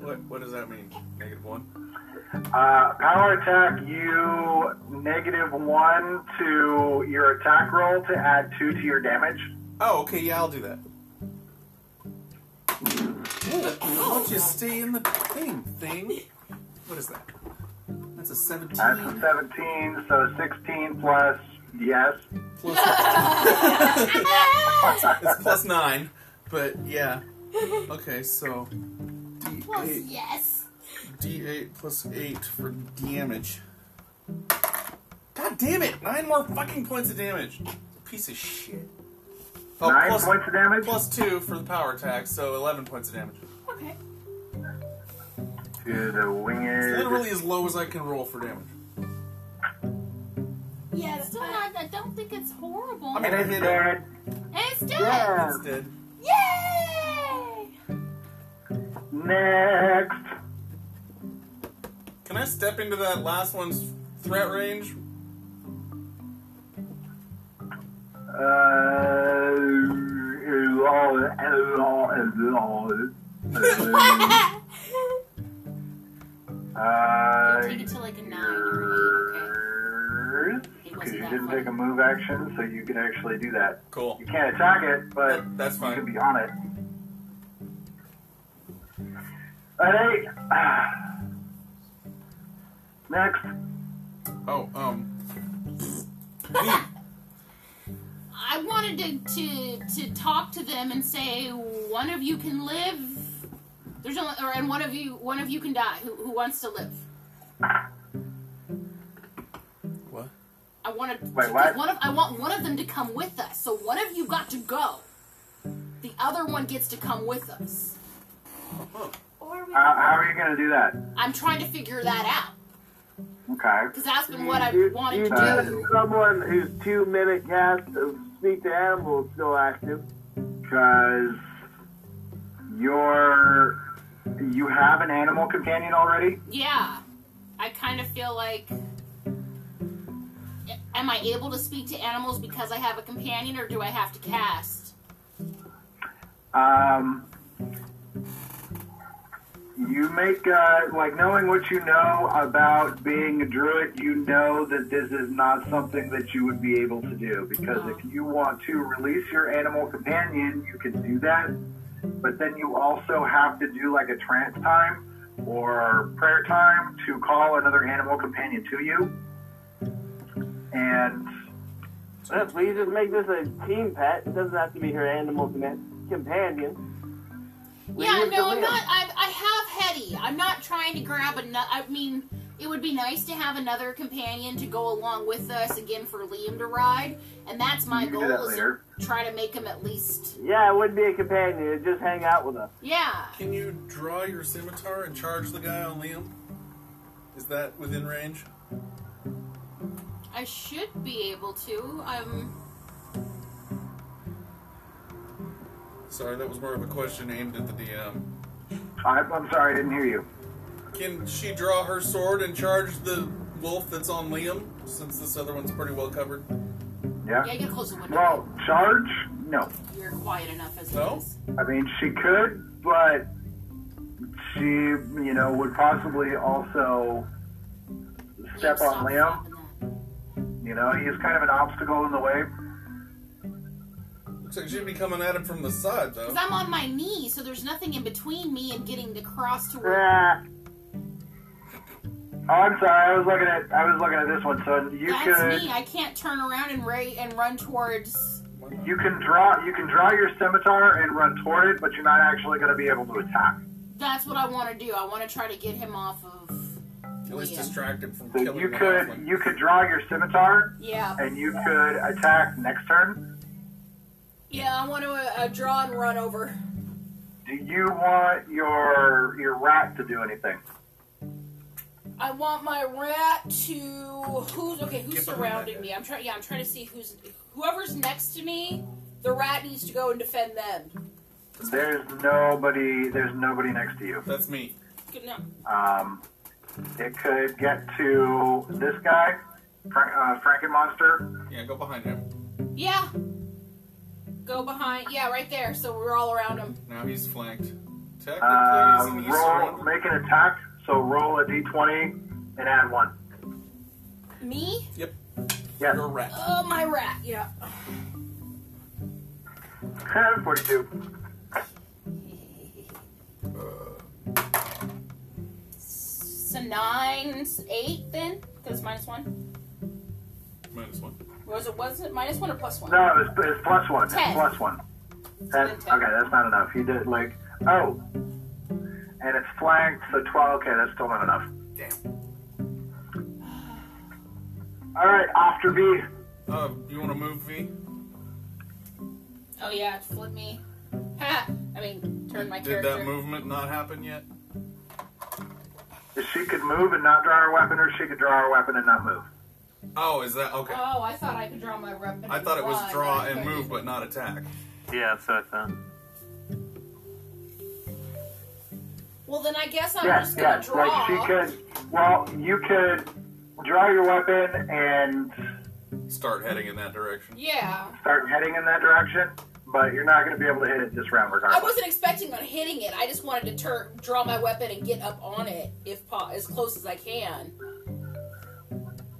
D: What What does that mean? Negative one.
C: Uh, power attack, you negative one to your attack roll to add two to your damage.
D: Oh, okay. Yeah, I'll do that. Why don't you stay in the thing? Thing. What is that?
C: That's
D: That's a
C: a
D: seventeen
C: 17, so 16 plus, yes.
D: plus. it's plus nine, but yeah. Okay, so D eight
J: yes.
D: D eight plus eight for damage. God damn it! Nine more fucking points of damage. Piece of shit. Oh,
C: Nine
D: plus-
C: points of damage?
D: plus two for the power attack, so eleven points of damage.
J: Okay.
C: To the winged.
D: Literally as low as I can roll for damage.
J: Yeah,
B: Still
J: I-
E: uh,
B: not, I don't think it's horrible.
D: I mean,
C: And
D: I
C: it's
D: hit it.
C: dead.
B: And it's dead.
G: Yeah.
D: It's dead.
J: Yay!
C: Next.
D: Can I step into that last one's threat range?
C: Uh, uh, oh, uh,
J: You'll take it to like a nine. You're
C: yours,
J: It wasn't
C: because you
J: that
C: didn't
J: funny.
C: take a move action, so you can actually do that.
D: Cool.
C: You can't attack it, but
D: That- that's
C: you
D: fine.
C: can be on it. An eight. Next.
D: Oh, um,
J: okay. I wanted to, to to talk to them and say one of you can live. There's only, or and one of you one of you can die. Who who wants to live?
D: what?
J: I wanted
C: Wait, what?
J: one of I want one of them to come with us. So one of you got to go. The other one gets to come with us.
E: Or we
C: How, how are you going to do that?
J: I'm trying to figure that out
C: Okay.
J: because that's been what I
G: You,
J: wanted
G: you
J: to
C: Uh,
J: do.
G: need someone whose two minute cast of speak to animals still active.
C: Because you're you have an animal companion already.
J: Yeah, I kind of feel like. Am I able to speak to animals because I have a companion, or do I have to cast?
C: Um, you make uh, like knowing what you know about being a druid. You know that this is not something that you would be able to do because if you want to release your animal companion, you can do that. But then you also have to do like a trance time or prayer time to call another animal companion to you. And
G: Uh, Please just make this a team pet. It doesn't have to be her animal compa- companion.
J: Yeah,
G: Leave
J: no,
G: the
J: I'm
G: lamb.
J: not. I, I have Hetty. I'm not trying to grab another. I mean, it would be nice to have another companion to go along with us again for Liam to ride, and that's my
C: You can do
J: goal.
C: that
J: is to
C: later.
J: Try to make him at least.
G: Yeah, it wouldn't be a companion. It'd just hang out with us.
J: Yeah.
D: Can you draw your scimitar and charge the guy on Liam? Is that within range?
J: I should be able to. Um,
D: Sorry, that was more of a question aimed at the DM.
C: I, I'm sorry, I didn't hear you.
D: Can she draw her sword and charge the wolf that's on Liam? Since this other one's pretty well covered.
J: yeah, get close to the window.
C: Well, charge? No.
J: You're quiet enough as
D: No?
J: it is.
C: I mean, she could, but she, you know, would possibly also step
J: Liam,
C: on
J: stop
C: Liam.
J: stopping that.
C: You know, he's kind of an obstacle in the way.
D: Looks like she'd be coming at him from the side, though.
J: Because I'm on my knee, so there's nothing in between me and getting across to where.
G: Ah,
C: Oh, I'm sorry. I was looking at I was looking at this one, son. You
J: That's
C: could
J: me. I can't turn around and ray and run towards.
C: you can draw you can draw your scimitar and run toward it, but you're not actually going to be able to attack.
J: That's what I want to do. I want to try to get him off of.
D: At least
J: Liam.
D: distract him from
C: So
D: killing
C: you
D: the
C: could
D: halfling.
C: you could draw your scimitar
J: Yeah,
C: and you could attack next turn.
J: yeah. I want to uh, draw and run over.
C: Do you want your your rat to do anything?
J: I want my rat to who's okay. Who's
D: Get behind that
J: surrounding
D: guy.
J: me? I'm trying. Yeah, I'm trying to see who's whoever's next to me. The rat needs to go and defend them.
C: There's nobody. There's nobody next to you.
D: That's me.
J: Good enough.
C: Um, it could get to this guy, Frank, uh, Franken Monster.
D: Yeah, go behind him.
J: Yeah. Go behind. Yeah, right there. So we're all around him.
D: Now he's flanked. Technically,
C: Uh,
D: isn't he
C: roll,
D: surrounded?
C: make an attack. So roll a d20 and add one.
J: Me?
D: Yep,
C: Yes,
D: you're a rat.
J: Oh, my rat. Yeah.
C: 42.
J: So nine, eight then? Because minus one.
D: Minus one.
J: Was it was it minus one or plus one?
C: No, it's, it's plus one. It's
J: Ten.
C: plus one. That, okay,
J: ten.
C: that's not enough. He did like oh, and it's flanked. So 12. Okay, that's still not enough.
D: Damn.
C: All right, after B.
D: Uh, you want to move V?
J: Oh yeah, it flipped me. Ha! I mean, turn my
D: Did
J: character.
D: that movement not happen yet?
C: If she could move and not draw her weapon, or she could draw her weapon and not move.
D: Oh, is that okay?
J: Oh, I thought I could draw my weapon.
D: I thought it was
J: and
D: draw
J: I
D: and
J: couldn't.
D: move, but not attack.
L: Yeah, so I thought.
J: Well, then I guess I'm
C: Yes,
J: just gonna
C: yes.
J: draw.
C: Like she could. Well, you could draw your weapon and
D: Start heading in that direction.
J: Yeah.
C: start heading in that direction, but you're not going to be able to hit it this round
J: I
C: regardless.
J: wasn't expecting on hitting it. I just wanted to tur draw my weapon and get up on it if po- as close as I can.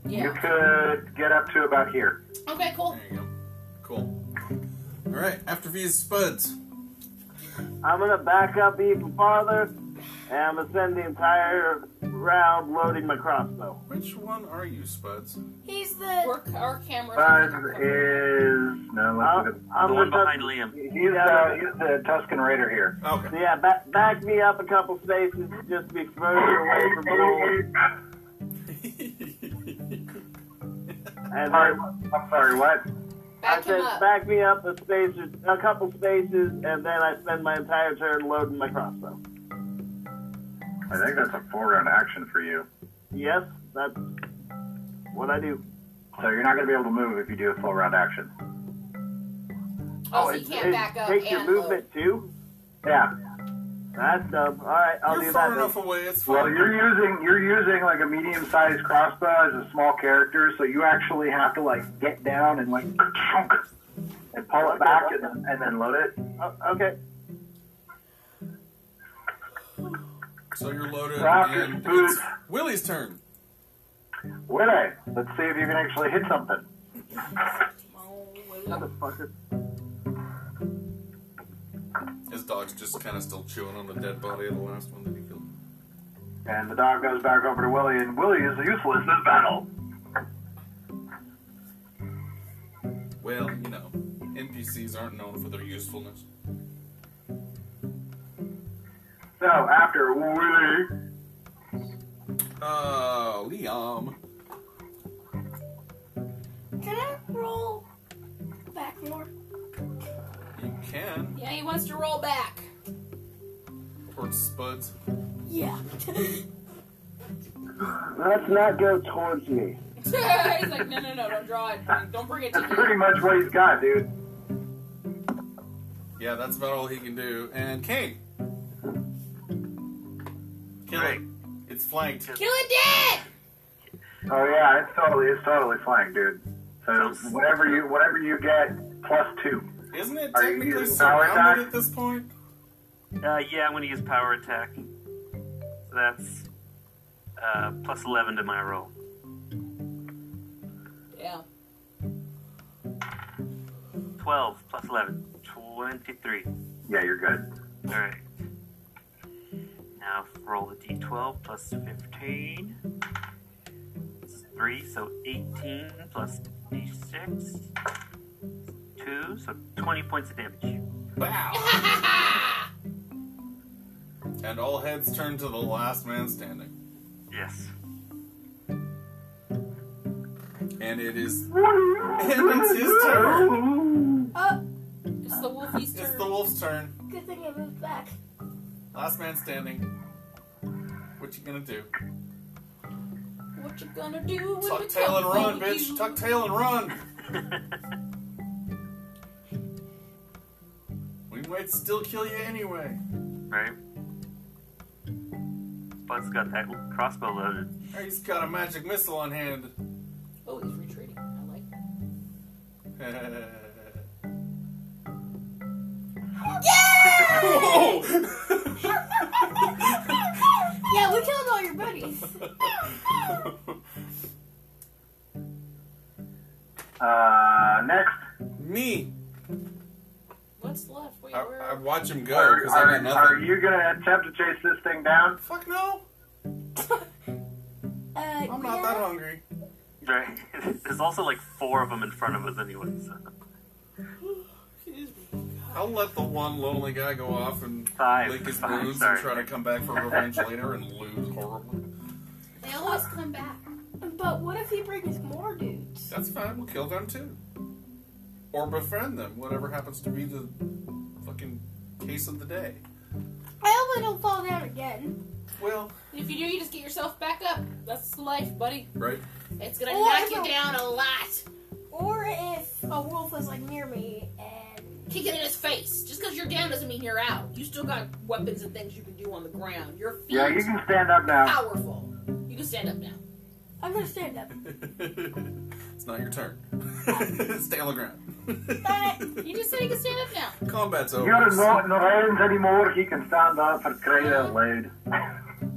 C: You
J: Yeah.
C: could get up to about here.
J: Okay, cool.
D: There you go. Cool. All right. After V is Spuds.
G: I'm gonna back up even farther, and I'm gonna spend the entire round loading my crossbow.
D: Which one are you, Spuds?
J: He's the We're, our
G: Uh,
C: Spuds
J: camera.
C: is no.
G: I'm,
C: Let's look
G: I'm
L: The one
G: gonna-
L: behind Liam.
C: at, he's, uh, he's the Tuscan Raider here.
D: Okay.
G: Yeah, back, back me up a couple spaces just to be further away from the wolves. And
C: Sorry,
G: then
C: I'm sorry. What?
G: I
B: Back him
G: said,
B: up.
G: back me up a space, or- a couple spaces, and then I spend my entire turn loading my crossbow.
C: I think that's a four round action for you.
G: Yes, that's what I do.
C: So you're not going to be able to move if you do a full round action.
B: Oh, so you
G: it-
B: can't
G: it
B: back up
G: Takes your
B: and load.
G: movement too.
C: Yeah.
G: That's dumb. All right, I'll
D: You're
G: do
D: far
G: that.
D: enough
G: then.
D: away. It's fine.
C: Well, you're using you're using like a medium sized crossbow as a small character, so you actually have to like get down and like chunk and pull it back and then, and then load it.
G: Oh, okay.
D: So you're loaded,
C: After
D: and
C: Spuds.
D: it's Willie's turn.
C: Wait, a- let's see if you can actually hit something.
G: Motherfucker.
D: His dog's just kind of still chewing on the dead body of the last one that he killed.
C: And the dog goes back over to Willie, and Willie is useless in this battle.
D: Well, you know, NPCs aren't known for their usefulness.
C: So after Willie,
D: Uh, Liam.
J: Can I roll back more?
D: You can
J: Yeah, he wants to roll back.
D: towards Spuds.
J: Yeah.
G: Let's not go towards me.
K: He's like, no, no, no, don't draw it. Don't bring it to
C: that's
K: you.
C: pretty much what he's got, dude.
D: Yeah, that's about all he can do. And Kane. Kill it.
L: Great.
D: It's flanked.
J: Kill it dead!
C: Oh yeah, it's totally it's totally flank, dude. So
L: Sounds-
C: whatever you whatever you get, plus two.
D: Isn't it
C: Are you
D: technically
C: using power
D: surrounded
C: attack?
D: at this point?
L: Uh, yeah, I'm going to use power attack. So that's uh, plus 11 to my roll.
J: Yeah.
L: 12 plus 11. 23.
C: Yeah, you're good.
L: Alright. Now roll the d12 plus 15. It's 3, so 18 plus d6. 2, so 20 points of damage.
D: Wow. and all heads turn to the last man standing.
L: Yes.
D: And it is. and it's his turn.
K: It's the wolfie's
D: It's
K: turn.
D: the wolf's turn.
J: Good thing I moved back.
D: Last man standing. What you gonna do?
K: What you gonna do when we
D: Tuck tail and
K: come
D: run,
K: for
D: bitch.
K: you?
D: Tuck tail and run. we might still kill you anyway.
L: Right? Bud's got that crossbow loaded.
D: Hey, He's got a magic missile on hand.
K: Oh, he's retreating. I like that.
D: Whoa!
J: Yeah, we killed all your buddies.
C: Uh, next,
D: Me.
K: What's left? Wait,
D: I,
K: where?
D: I watch him go
C: are,
D: because I
C: are,
D: got
C: are
D: nothing.
C: you gonna attempt to chase this thing down?
D: Fuck no!
J: Uh,
D: I'm not
J: yeah.
D: that hungry.
L: Right. There's also like four of them in front of us anyway, so.
D: I'll let the one lonely guy go off and
L: Five.
D: lick his
L: Five,
D: wounds
L: sorry.
D: and try to come back for revenge later and lose horribly.
B: They always come back.
J: But what if he brings more dudes?
D: That's fine. We'll kill them too, or befriend them. Whatever happens to be the fucking case of the day.
J: I hope I don't fall down again.
D: Well,
K: If you do, you just get yourself back up. That's life, buddy.
D: right.
B: It's gonna
J: Or
B: knock
J: if
B: you
J: a-
B: down a lot.
J: Or if a wolf was like near me and
B: Kick it in his face. Just because you're down doesn't mean you're out. You still got weapons and things you can do on the ground. Your feet
C: Yeah, you can stand up now.
B: powerful. You can stand up now.
E: I'm gonna stand up.
D: it's not your turn. Stay on the ground.
B: You just said you can stand up now.
D: Combat's over.
C: You're not in the rounds anymore. He can stand up for crying out loud.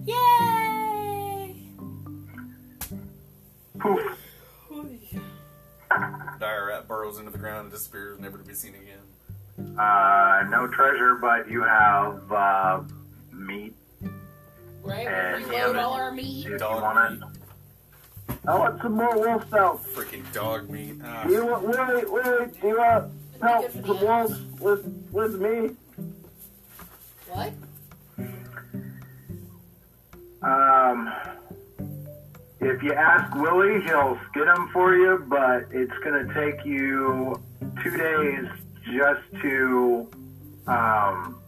E: Yay!
C: Poof.
D: Dire rat burrows into the ground and disappears, never to be seen again.
C: Uh, no treasure, but you have uh, meat
B: Right?
C: and
B: we reload all our meat.
C: if you
D: Dog
C: want
D: meat.
C: it.
G: I want some more wolf pelt.
D: Freaking dog meat. Ah,
G: Do you want, Willie, Willie, do you want pelt
B: Good for
G: some
B: the
G: wolves with, with me?
B: What?
C: Um, if you ask Willie, he'll skin them for you, but it's going to take you two days just to um,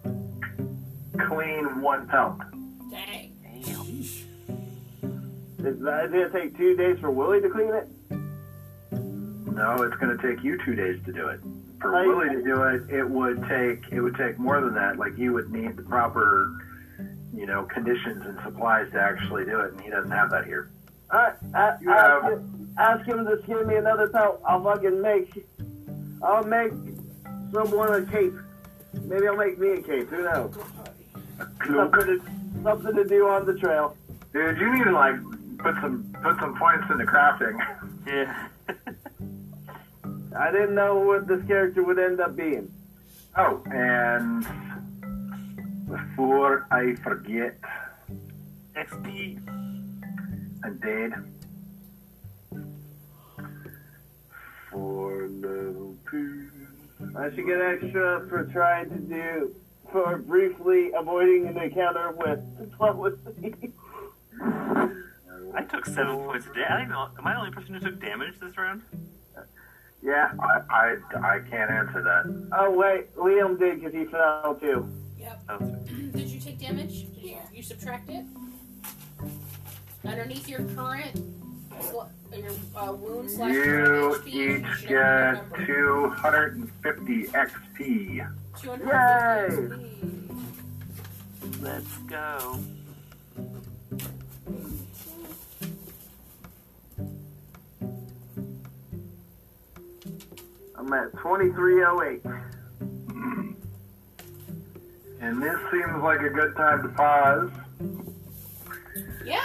C: clean one pelt.
B: Dang.
G: Is that is it gonna take two days for Willie to clean it?
C: No, it's going to take you two days to do it. For
G: I-
C: Willie to do it, it would take it would take more than that. Like you would need the proper, you know, conditions and supplies to actually do it, and he doesn't have that here.
G: I, I,
C: You
G: ask,
C: have-
G: him, ask him to skin me another pelt. I'll fucking make. I'll make someone a cape. Maybe I'll make me a cape. Who knows? Something to, something to do on the trail.
C: Dude, you need to like put some put some points into crafting.
L: Yeah.
G: I didn't know what this character would end up being.
C: Oh, and before I forget,
L: XP.
C: I did for level two.
G: I should get extra for trying to do for briefly avoiding an encounter with diplomacy.
L: I took seven points a day. I don't know. Am I the only person who took damage this round?
G: yeah.
C: I, I, I can't answer that.
G: Oh wait, Liam did because he fell too.
B: Yep.
L: Oh, sorry.
B: Did you take damage? Did yeah. You, you subtract it? Underneath your current sl- your uh, wound slash current
C: You
B: HP,
C: each
B: should have
C: get
B: a number.
C: 250 XP.
B: 250 XP.
L: Let's go.
G: I'm at 2308.
C: And this seems like a good time to pause.
B: Yeah,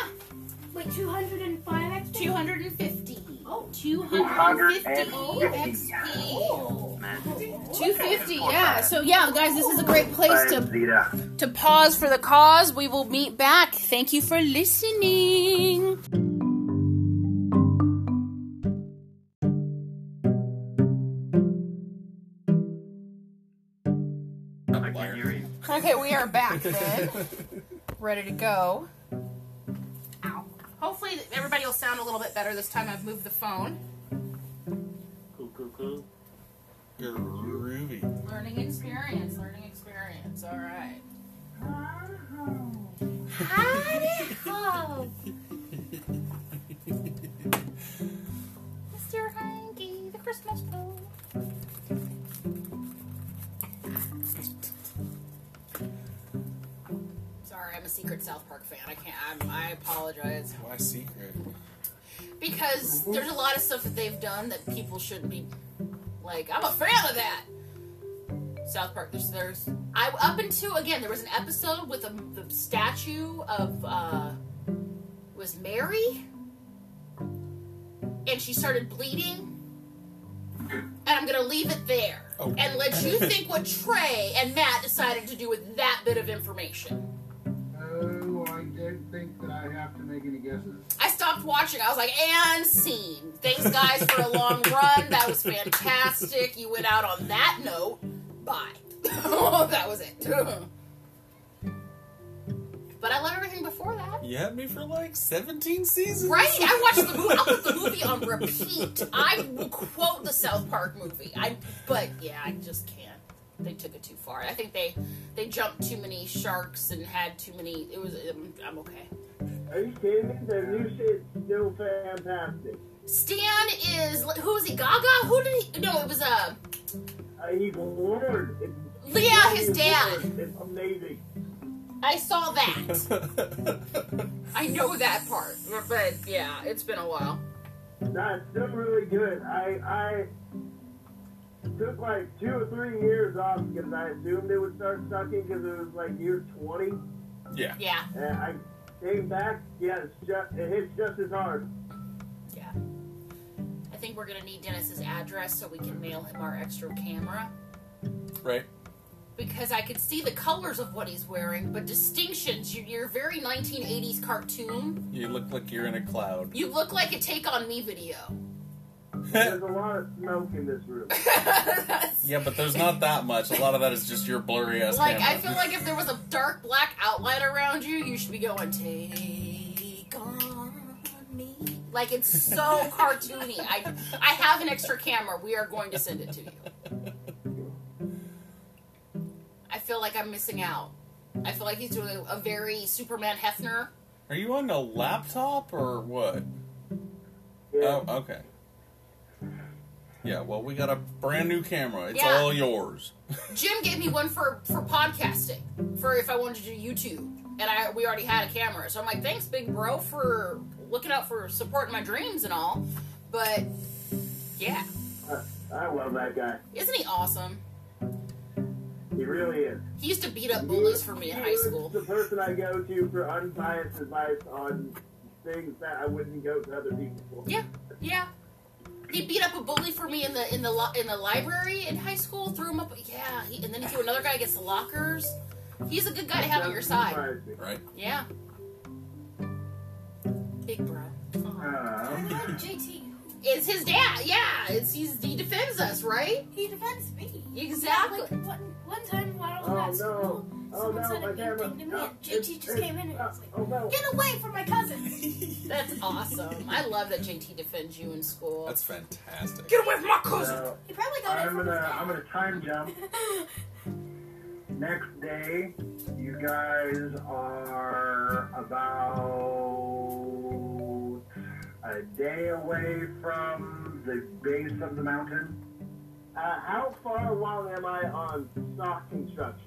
E: Wait, 205 XP?
B: 250.
E: Oh.
B: 250
C: 250.
B: XP.
L: Magic.
P: 250, yeah. So, yeah, guys, this is a great place
C: Bye,
P: to
C: Zeta.
P: to pause for the cause. We will meet back. Thank you for listening.
L: I can hear you.
P: Okay, we are back then. Ready to go.
K: Ow. Hopefully everybody will sound a little bit better this time. I've moved the phone.
L: Cool, cool, cool.
D: Groovy.
K: Learning experience. Learning experience. All right.
E: Idaho.
K: Mr. Hanky, the Christmas bowl.
B: Sorry, I'm a secret South Park fan. I can't. I'm, I apologize
D: Why secret?
B: because there's a lot of stuff that they've done that people shouldn't be. Like, I'm a fan of that. South Park. There's, there's. I up into again. There was an episode with a, the statue of uh, was Mary, and she started bleeding. And I'm gonna leave it there
D: Oh.
B: and let you think what Trey and Matt decided to do with that bit of information.
Q: Oh, I did think that I have to make any guesses.
B: I stopped watching. I was like, and scene. Thanks, guys, for a long run. That was fantastic. You went out on that note. Bye. that was it. but I love everything before that.
D: You had me for like 17 seasons.
B: Right? I watched the movie. I'll put the movie on repeat. I will quote the South Park movie. I, but yeah, I just can't. They took it too far. I think they they jumped too many sharks and had too many. It was. I'm, I'm okay.
G: Are you kidding me? The new shit's still fantastic.
B: Stan is who is he? Gaga? Who did he? No, it was uh,
G: Uh, he's learned. It's-
J: Yeah, his
G: he's
J: dad.
G: learned. It's amazing.
J: I saw that. I know that part, but yeah, it's been a while.
G: That's still really good. I I took like two or three years off because I assumed it would start sucking because it was like year twenty,
D: Yeah.
J: Yeah,
G: and I came back. Yeah, it's just, it hits just as hard.
J: yeah. I think we're gonna need Dennis's address so we can mail him our extra camera
D: Right.
J: because I could see the colors of what he's wearing, but distinctions. you- You're very 1980s cartoon.
D: You look like you're in a cloud.
J: You look like a Take on Me video.
G: There's a lot of smoke in this room.
D: Yeah, but there's not that much. A lot of that is just your blurry ass
J: Like I
D: camera.
J: feel like if there was a dark black outline around you, you should be going take on me. Like it's so cartoony. I I have an extra camera. We are going to send it to you. I feel like I'm missing out. I feel like he's doing a, a very Superman Hefner.
D: Are you on a laptop or what?
G: Yeah.
D: Oh, okay. Yeah, well, we got a brand new camera. It's
J: Yeah.
D: all yours.
J: Jim gave me one for for podcasting for if I wanted to do YouTube, and I we already had a camera, so I'm like, thanks, big bro, for looking out for supporting my dreams and all. But yeah,
G: I love that guy.
J: isn't he awesome?
G: He really is.
J: He used to beat up bullies for me in
G: He
J: high
G: was
J: school.
G: The person I go to for unbiased advice on things that I wouldn't go to other people for.
J: Yeah, yeah. He beat up a bully for me in the in the lo- in the library in high school. Threw him up. Yeah, he, and then he threw another guy against the lockers. He's a good guy to have on your side.
G: Surprised me.
D: Right?
J: Yeah. Big bro.
G: Uh,
E: I like JT.
J: It's his dad. Yeah, it's he's, he defends us, right?
E: He defends me.
J: Exactly.
E: Like one, one time while I was
G: Oh,
E: at
G: no.
E: school,
G: Oh,
E: someone
G: no,
E: said
G: my
E: a mean
G: camera.
E: thing to me,
G: No,
E: and JT just
G: it's-
E: came in and
G: uh,
E: was like,
G: oh, no.
E: "Get away from my cousin!"
J: That's awesome. I love that JT defends you in school.
D: That's fantastic.
J: away from my cousin.
G: So,
E: He probably got it
G: I'm
E: from his
G: gonna
E: dad.
G: I'm gonna time jump. Next day, you guys are about a day away from the base of the mountain. Uh, how far along am I on stock construction?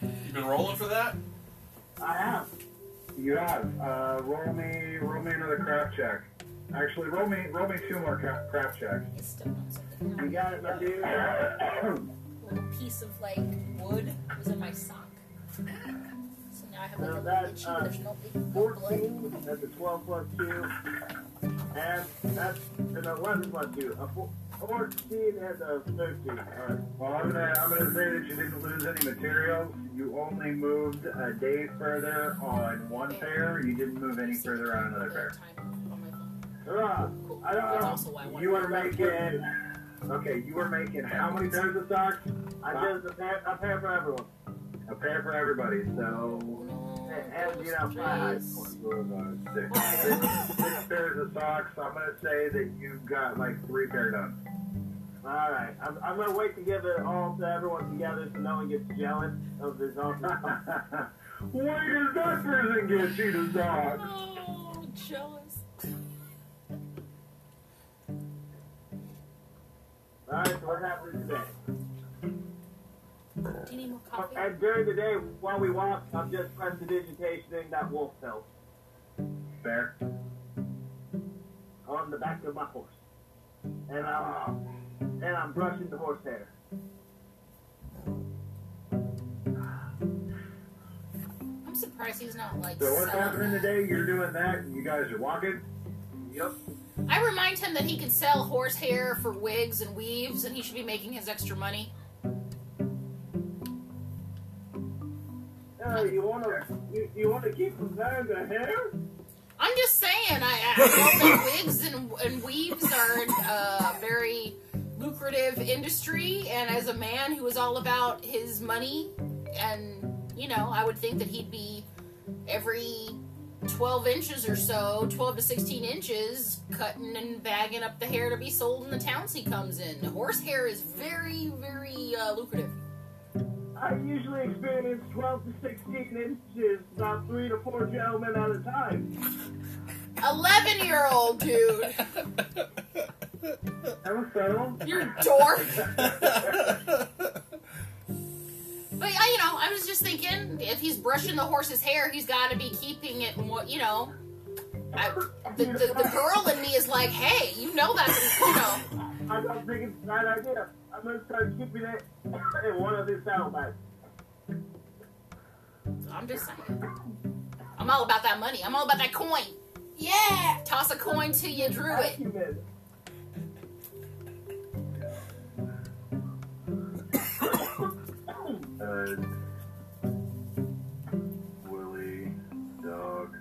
D: You been rolling for that?
G: I have. You have. Uh, roll me, roll me another craft check. Actually, roll me, roll me two more cra- craft checks.
J: He's stepped on something.
G: You got it, my dude.
J: A little piece of like wood was in my sock. So now I have like
G: Now
J: a little
G: that,
J: itchy.
G: uh,
J: There's no big blood.
G: 14, that's a 12 plus 2, and that's an 11 plus 2. A four, 14 and a 13. Alright. Well, I'm gonna, I'm gonna say that you didn't lose any materials. You only moved a day further on one pair. You didn't move any further on another pair.
J: Time on my phone.
G: Hurrah! Ah, I
J: That's also why I
G: don't know.
J: wanted
G: You are
J: to wrap
G: making. Okay, you were making how many pairs of socks? I just a pair, a pair for everyone. A pair for everybody. So,
J: No,
G: and, and you
J: that
G: know,
J: was
G: five,
J: twice.
G: four, five, six, six, six pairs of socks. I'm gonna say that you got like three pair done. All right, I'm, I'm gonna wait to give it all to everyone together so no one gets jealous of this awesome. Why does that person get she does not?
J: Oh, jealous.
G: All right, so what happens today?
J: Do you need more coffee?
G: And during the day, while we walk, I'm just prestidigitating that wolf tail. Fair. On the back of my horse. And I'm, and I'm brushing the horse hair.
J: I'm surprised he's not like.
C: So what's
J: selling
C: happening
J: that.
C: today? You're doing that, and you guys are walking.
G: Yep.
J: I remind him that he can sell horse hair for wigs and weaves, and he should be making his extra money.
G: Uh, you wanna you, you wanna keep comparing the hair?
J: I'm just saying, I, I know that wigs and, and weaves are a very lucrative industry, and as a man who is all about his money, and you know, I would think that he'd be every 12 inches or so, 12 to 16 inches, cutting and bagging up the hair to be sold in the towns he comes in. Horse hair is very, very uh, lucrative.
G: I usually experience 12 to 16 inches, about three to four gentlemen at a time.
J: 11 year old dude.
G: That was subtle.
J: You're a dork. But I, you know, I was just thinking if he's brushing the horse's hair, he's got to be keeping it more. You know, I, the, the the girl in me is like, hey, you know that's you know.
G: I don't think it's a bad idea. I'm gonna start keeping it in one of these sound bites.
J: I'm just saying. I'm all about that money. I'm all about that coin.
E: Yeah.
J: Toss a coin till you drew it.
G: Acumen.
C: Uh, Willie, dog.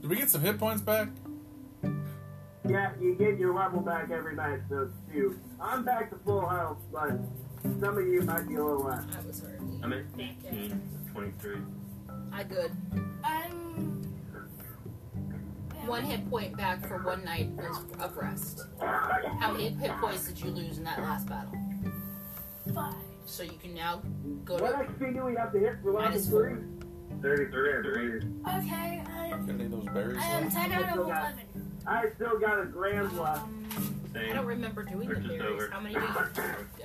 D: Did we get some hit points back?
G: Yeah, you get your level back every night, so it's you. I'm back to full health, but some of you might be a little less.
J: I was hurt.
L: I'm at 18,
C: Hmm.
L: 23.
J: I good.
E: I'm.
J: One hit point back for one night of rest. How many hit points did you lose in that last battle?
E: Five.
J: So you can now go
G: What
J: to.
G: XP do we have to hit for level
J: Minus
G: three?
C: 33.
E: Okay, I'm.
D: Couldn't eat those berries.
E: I am 10 out of 11.
G: I still got a grand left.
J: I don't remember doing the
L: We're just
J: berries.
L: over.
J: How many do you?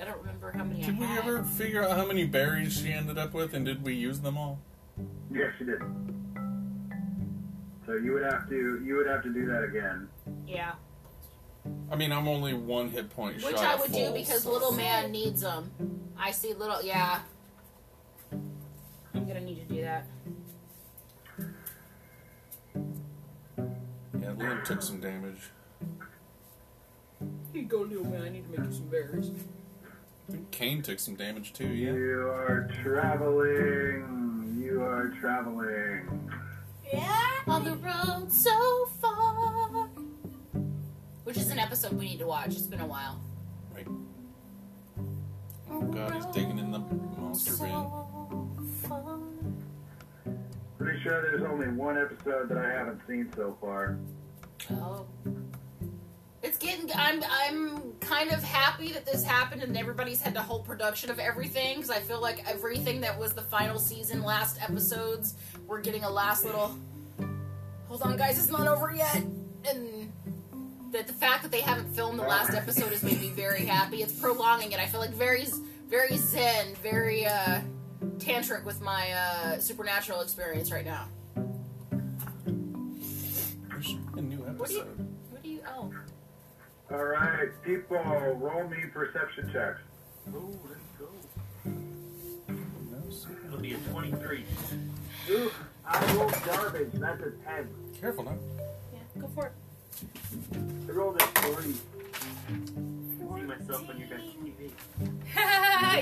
J: I don't remember how many I
D: Did we
J: had.
D: ever figure out how many berries she ended up with, and did we use them all?
C: Yes, you did. So you would have to you would have to do that again.
J: Yeah.
D: I mean, I'm only one hit point shy.
J: Which I
D: of
J: would do
D: full,
J: because
D: so-
J: little man needs them. I see little, yeah. I'm gonna need to do that.
D: Yeah, Liam took some damage.
J: You go, little man. I need to make you some berries.
D: I think Kane took some damage too. Yeah.
C: You are traveling. You are traveling.
E: Yeah?
J: On the road so far. Which is an episode we need to watch. It's been a while.
D: Right. Oh god, he's digging in the monster bin.
J: So um, far.
C: Pretty sure there's only one episode that I haven't seen so far.
J: Oh. It's getting. I'm. I'm kind of happy that this happened, and everybody's had the whole production of everything. Because I feel like everything that was the final season, last episodes, we're getting a last little. Hold on, guys, it's not over yet. And that the fact that they haven't filmed the last episode has made me very happy. It's prolonging it. I feel like very, very zen, very uh, tantric with my uh, supernatural experience right now.
D: There should be a new
J: What do you?
D: episode.
J: What do you? Oh,
C: All right, people, roll me perception checks.
L: Oh, let's go.
D: No, so-
L: It'll be a 23.
G: Oof, I rolled garbage. That's a 10.
D: Careful now.
E: Yeah, go for it.
G: I rolled a 3.
L: See myself on your guys' TV.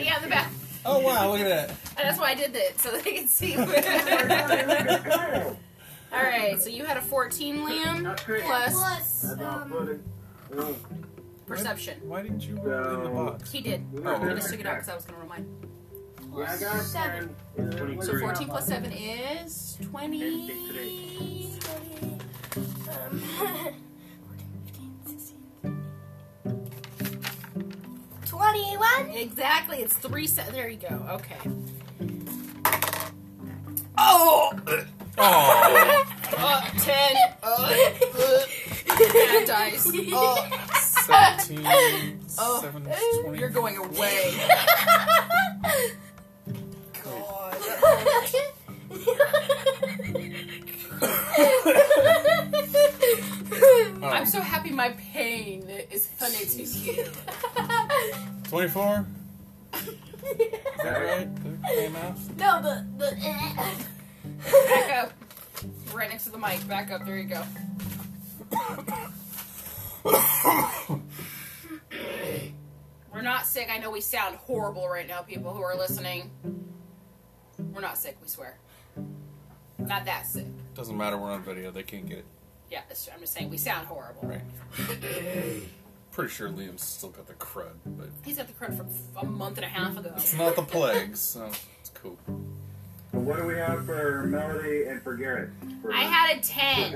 J: yeah, the back.
D: Oh wow, look at that.
J: And that's why I did that, so they could see. All right, so you had a 14, Liam,
G: That's great.
J: plus
E: Plus,
G: That's off
E: um,
G: footing. Oh,
J: perception.
D: Why didn't you roll in the box?
J: He did.
D: Oh,
J: I just took it out because I was going to roll mine.
G: yeah, I got a
E: Seven.
G: 10. Uh,
L: Twenty-three.
G: what
J: So
G: is
J: 14
G: that
J: plus
G: about?
J: 7 is 20.
E: um, 15, 16, 21?
J: Exactly, it's 3 se- There you go, okay.
D: Oh,
J: Oh, 10. Oh, uh, bad dice. Oh,
D: 17,
J: Oh.
D: 7, 20.
J: you're going away. God.
D: Oh,
J: I'm so happy my pain is funny to you.
D: 24? Is that right? Did it came out?
E: no, the, the,
J: Back up. Right next to the mic. Back up. There you go. We're not sick. I know we sound horrible right now, people who are listening. We're not sick, we swear. Not that sick.
D: Doesn't matter, we're on video, they can't get it
J: Yeah, that's, I'm just saying we sound horrible.
D: right. Pretty sure Liam's still got the crud, but
J: He's got the credit from f- a month and a half ago.
D: it's not the plague, so it's cool.
C: But what do we have for Melody and for Garrett? For
J: I had a 10.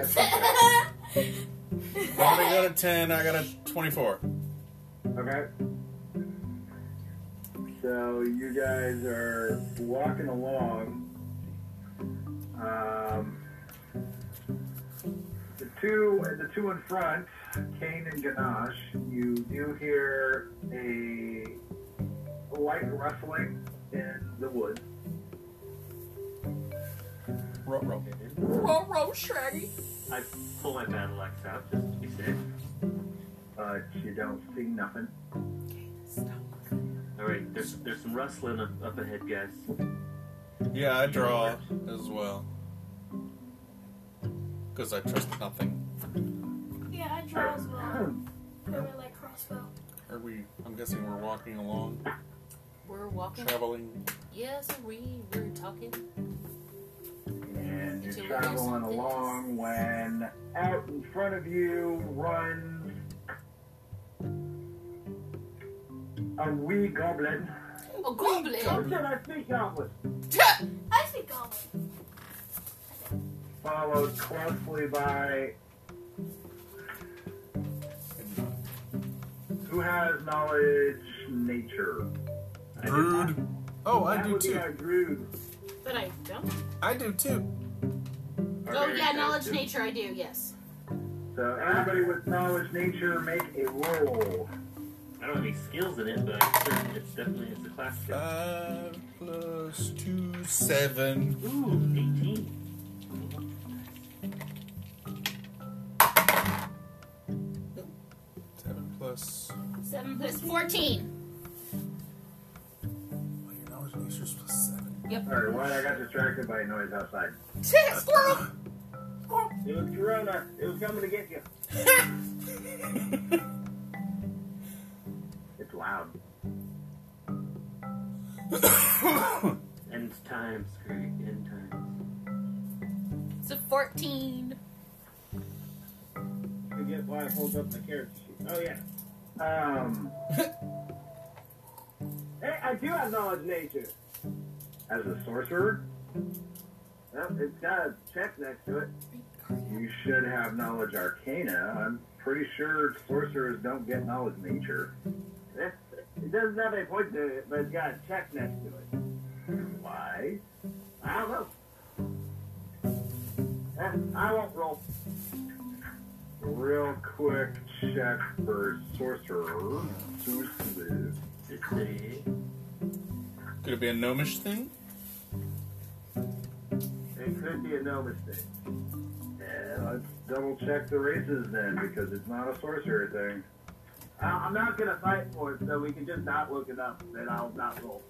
D: Bobby got a 10, I got a 24.
C: Okay. So you guys are walking along. Um,
G: the two the two in front, Kane and Ganache, you do hear a light rustling in the woods.
D: Roll, roll.
J: Roll, roll, Shaggy.
L: I pull my battle axe out just to be safe.
G: But you don't see nothing.
L: All right, there's there's some rustling up, up ahead, guys.
D: Yeah, I draw as well. Because I trust nothing.
E: Yeah, I draw as well. I really like crossbow.
D: Are we? I'm guessing we're walking along,
J: We're walking.
D: traveling.
J: Yes, we were talking.
G: And you're
J: Until we hear
G: traveling
J: something.
G: along when out in front of you runs a wee goblin.
C: Oh,
J: A goblin.
C: What should I think of with?
E: I speak goblin.
G: followed closely by who has knowledge nature. I do not.
D: Rude. Oh, I
G: that
D: do
G: would be
D: too.
G: our Drude.
J: But I don't.
D: I do too.
J: Oh
L: Okay,
J: yeah,
L: guys,
J: knowledge
L: just-
J: nature. I do. Yes.
G: So everybody with knowledge nature make a
C: oh,
G: roll.
L: I don't have any skills in it, but I'm certain it's definitely it's a class skill.
D: Five plus two, seven.
L: Ooh, 18.
D: Seven plus. oh,
J: Seven plus fourteen.
D: Well, your knowledge nature's plus seven.
G: Sorry, what? I got distracted by a noise outside.
J: Squirrel.
C: It was Corona. It was coming to get you.
G: It's loud.
L: End times, Greg. End times.
J: It's a fourteen.
C: I forget why I pulled up my character sheet. Oh yeah.
G: Um,
C: Hey, I do have knowledge nature.
G: as a sorcerer,
C: Well, it's got a check next to it.
G: you should have knowledge arcana. I'm pretty sure sorcerers don't get knowledge nature.
C: Eh, It doesn't have any point to it, but it's got a check next to it.
G: Why?
C: I don't know. Eh, I won't roll.
G: Real quick check for sorcerer. Sorcerer.
L: Today.
D: Could it be a gnomish thing?
C: It could be a no mistake.
G: Yeah, let's double check the races then, because it's not a sorcerer thing.
C: I- I'm not gonna fight for it, so we can just not look it up, then I'll not roll.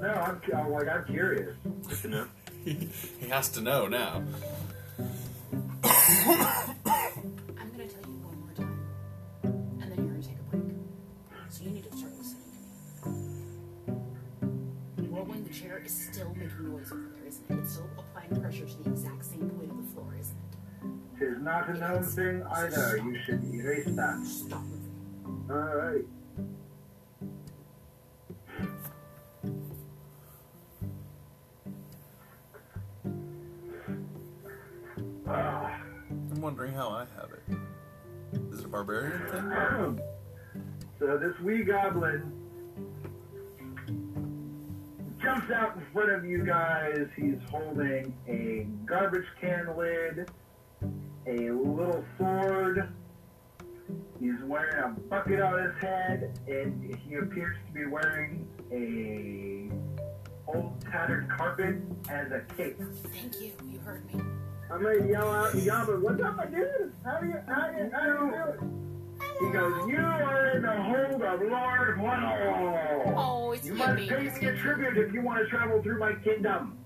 G: No, I'm, I'm like I'm curious.
L: Good enough.
D: He has to know now.
J: I'm gonna tell you one more time, and then you're gonna take a break. So you need to start listening to me. Rolling the chair is still making noise over there, isn't it? It's still applying pressure to the exact same point of the floor, isn't it?
G: Tis not a known thing either. You should erase that.
J: Stop with it.
G: Alright.
D: I'm wondering how I have it. Is it a barbarian thing?
G: So this wee goblin jumps out in front of you guys. He's holding a garbage can lid, a little sword. He's wearing a bucket on his head, and he appears to be wearing a old tattered carpet as a cape.
J: Thank you. You heard me.
C: I'm gonna yell out and yell, but what's up, my dude? How do you, how do you, how do you do it?
G: He goes, "You are in the hold of Lord One."
J: Oh, it's
G: You
J: you,
G: must pay me a tribute if you want to travel through my kingdom.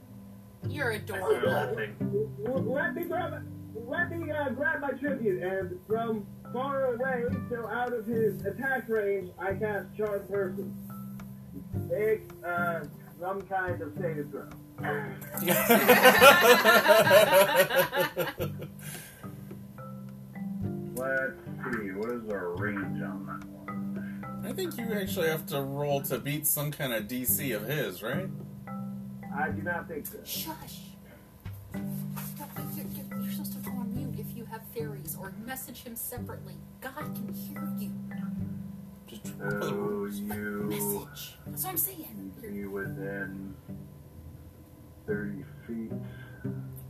J: You're
L: I
J: adorable.
L: know that thing.
C: Well, let me grab it. Let me uh, grab my tribute, and from far away, so out of his attack range, I cast Charm Person. Make uh, some kind of saving throw.
G: Let's see, what is our range on that one?
D: I think you actually have to roll to beat some kind of DC of his, right?
C: I do not think so.
J: Shush. Don't- You're, you're- you're supposed to go on mute if you have theories or message him separately. God can hear you.
D: Just roll
C: Uh,
D: for the
G: So you
J: Message. That's what I'm saying.
G: need to
J: You're-
G: be within 30 feet.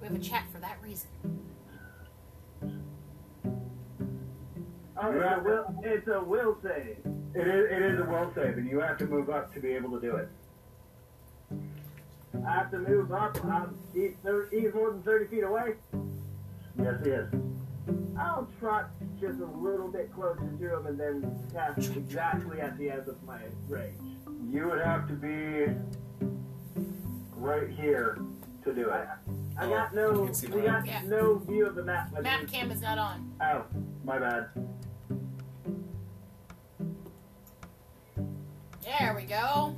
J: we have a chat for that reason.
C: All
G: You
C: right,
G: have to-
C: will, Oh, it's a will save.
G: It is, it is a will save, and you have to move up to be able to do it.
C: I have to move up. I'm, he, there, he's more than 30 feet away.
G: Yes, it is.
C: I'll trot just a little bit closer to him and then cast exactly at the end of my range.
G: You would have to be right here to do it.
C: I got no, we got
J: Yeah.
C: no view of the map. but
J: Map cam is not on.
G: Oh, my bad.
J: There we go.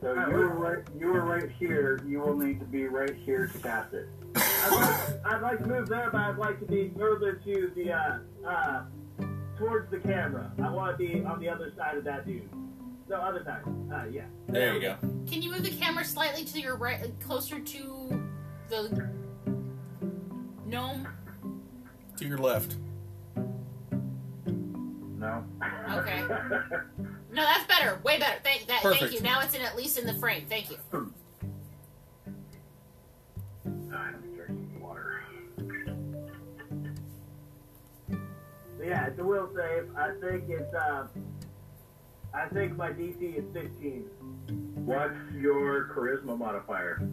G: So you were right. You were right here. You will need to be right here to cast it.
C: I'd like to move there, but I'd like to be further to the, uh, uh, towards the camera. I want to be on the other side of that dude. No, other side. Uh, yeah.
D: There you go.
J: Can you move the camera slightly to your right, like, closer to the gnome?
D: To your left.
G: No.
J: Okay. No, that's better. Way better. Thank that. Thank
D: Perfect.
J: you. Now it's in at least in the frame. Thank you.
R: I'm drinking water.
C: Yeah, it's a will save. I think it's, uh, I think my DC is 15.
G: What's your charisma modifier?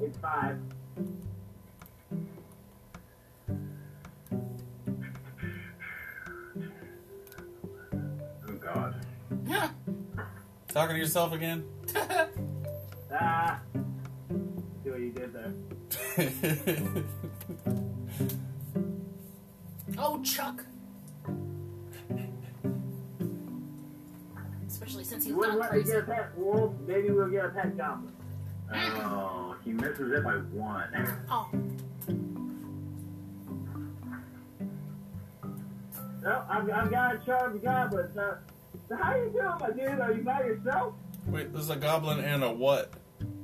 C: It's 5.
R: Oh God.
D: Talking to yourself again?
C: Ah. See what you did there.
J: Oh, Chuck. Especially since he's
C: You wouldn't
J: not
C: let me
J: crazy.
C: get a pet wolf, maybe we'll get a pet goblin.
G: Oh, he misses it by one.
J: Oh.
C: No, I've, I've got a charmed goblin. So, uh, so how you doing, my dude? Are you by yourself?
D: Wait, there's a goblin and a what?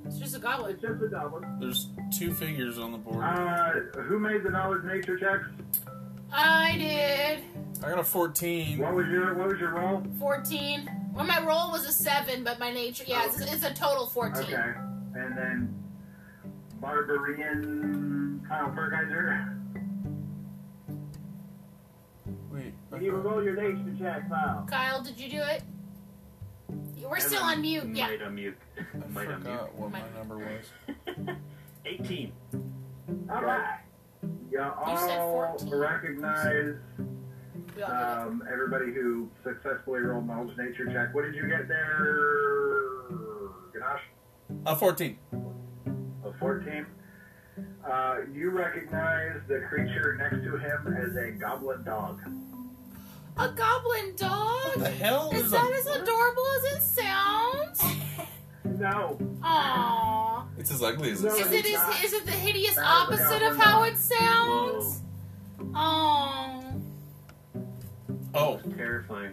J: It's just a goblin.
C: It's just a goblin.
D: There's two figures on the board.
C: Um,
G: Uh, who made the knowledge nature checks?
J: I did
D: I got a 14.
G: What was your What was your roll?
J: 14. Well, my roll was a 7, but my nature, yeah, it's, it's a total 14.
G: Okay, and then Barbarian Kyle Perkaiser.
D: Wait.
C: You roll your nature check, pal.
J: Kyle, did you do it? We're still on mute. Yeah.
L: Might unmute.
D: I
L: Might
D: forgot
L: unmute.
D: what my number was.
L: 18.
C: All right.
G: Yeah,
J: You said
G: all
J: 14.
G: recognize
J: We all did it.
G: um, everybody who successfully rolled knowledge nature check. What did you get there, Ganache?
D: A 14.
G: of 14. Uh, you recognize the creature next to him as a goblin dog.
J: A goblin dog?
D: The hell
J: Is
D: is
J: that
D: a.
J: as adorable as it sounds?
C: No.
J: Aww.
D: It's as ugly as
C: No,
D: it
J: Is
D: sounds.
J: it,
C: it's
J: is,
C: not.
J: is it the hideous
G: That is a
J: opposite of
G: goblin
J: how
G: dog.
J: it sounds? Aww.
D: Oh,
L: Terrifying.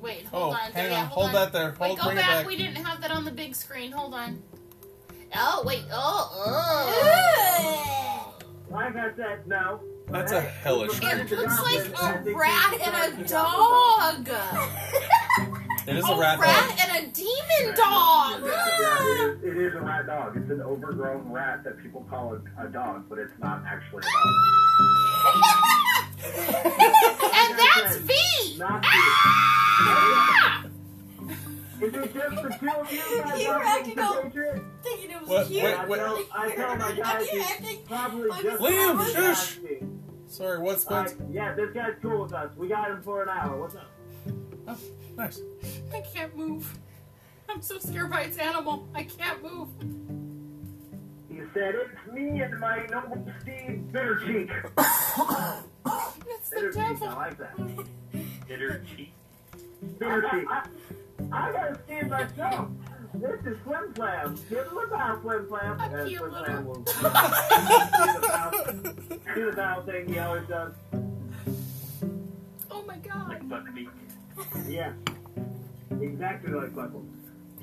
J: Wait,
D: Oh,
J: hold on.
D: hang
J: yeah,
D: on. Hold
J: on.
D: that there.
J: Wait,
D: Hold-
J: go
D: bring it
J: back.
D: back.
J: We didn't have that on the big screen. Hold on. Oh, wait. Oh. oh.
C: Like I said, no.
D: that's a hellish
J: It
D: creature.
J: looks like
C: I
J: a
C: think
J: rat
C: it's
J: and a
C: a
J: dog.
C: goblin
D: It is
J: a
D: a rat dog.
J: rat and a demon dog.
G: Yeah, it, is, it is a rat dog. It's an overgrown rat that people call a, a dog, but it's not actually a dog.
J: And that's V.
C: Not you. Is it just the two of you guys
K: You
C: watching
K: practical.
C: the Patriot?
K: Thinking it was
D: What-
K: cute.
D: what-
C: I
D: what-
C: tell, I tell Oh my guys
K: you acting?
C: he's probably
K: I'm
C: just...
D: Liam,
C: probably
D: shush.
C: guys do.
D: Sorry, what's
C: All right,
D: what's
C: yeah, this guy's cool with us. We got him for an hour. What's up?
D: Oh, nice.
J: I can't move. I'm so scared by its animal. I can't move.
G: He said, It's me and my noble steed, Bittercheek.
J: It's the
C: Energy, I
J: devil.
C: like that.
L: Bitter cheek.
G: Bittercheek.
C: I, I gotta see it myself. This is Flim Flam. Give him a bow, Flim Flam.
J: A
C: And
J: cute
C: Flim
J: little-
C: Flam will do the bow, do the bow thing he always does.
J: Oh my god.
L: Like buckbeak.
C: Yeah. Exactly like Buckle.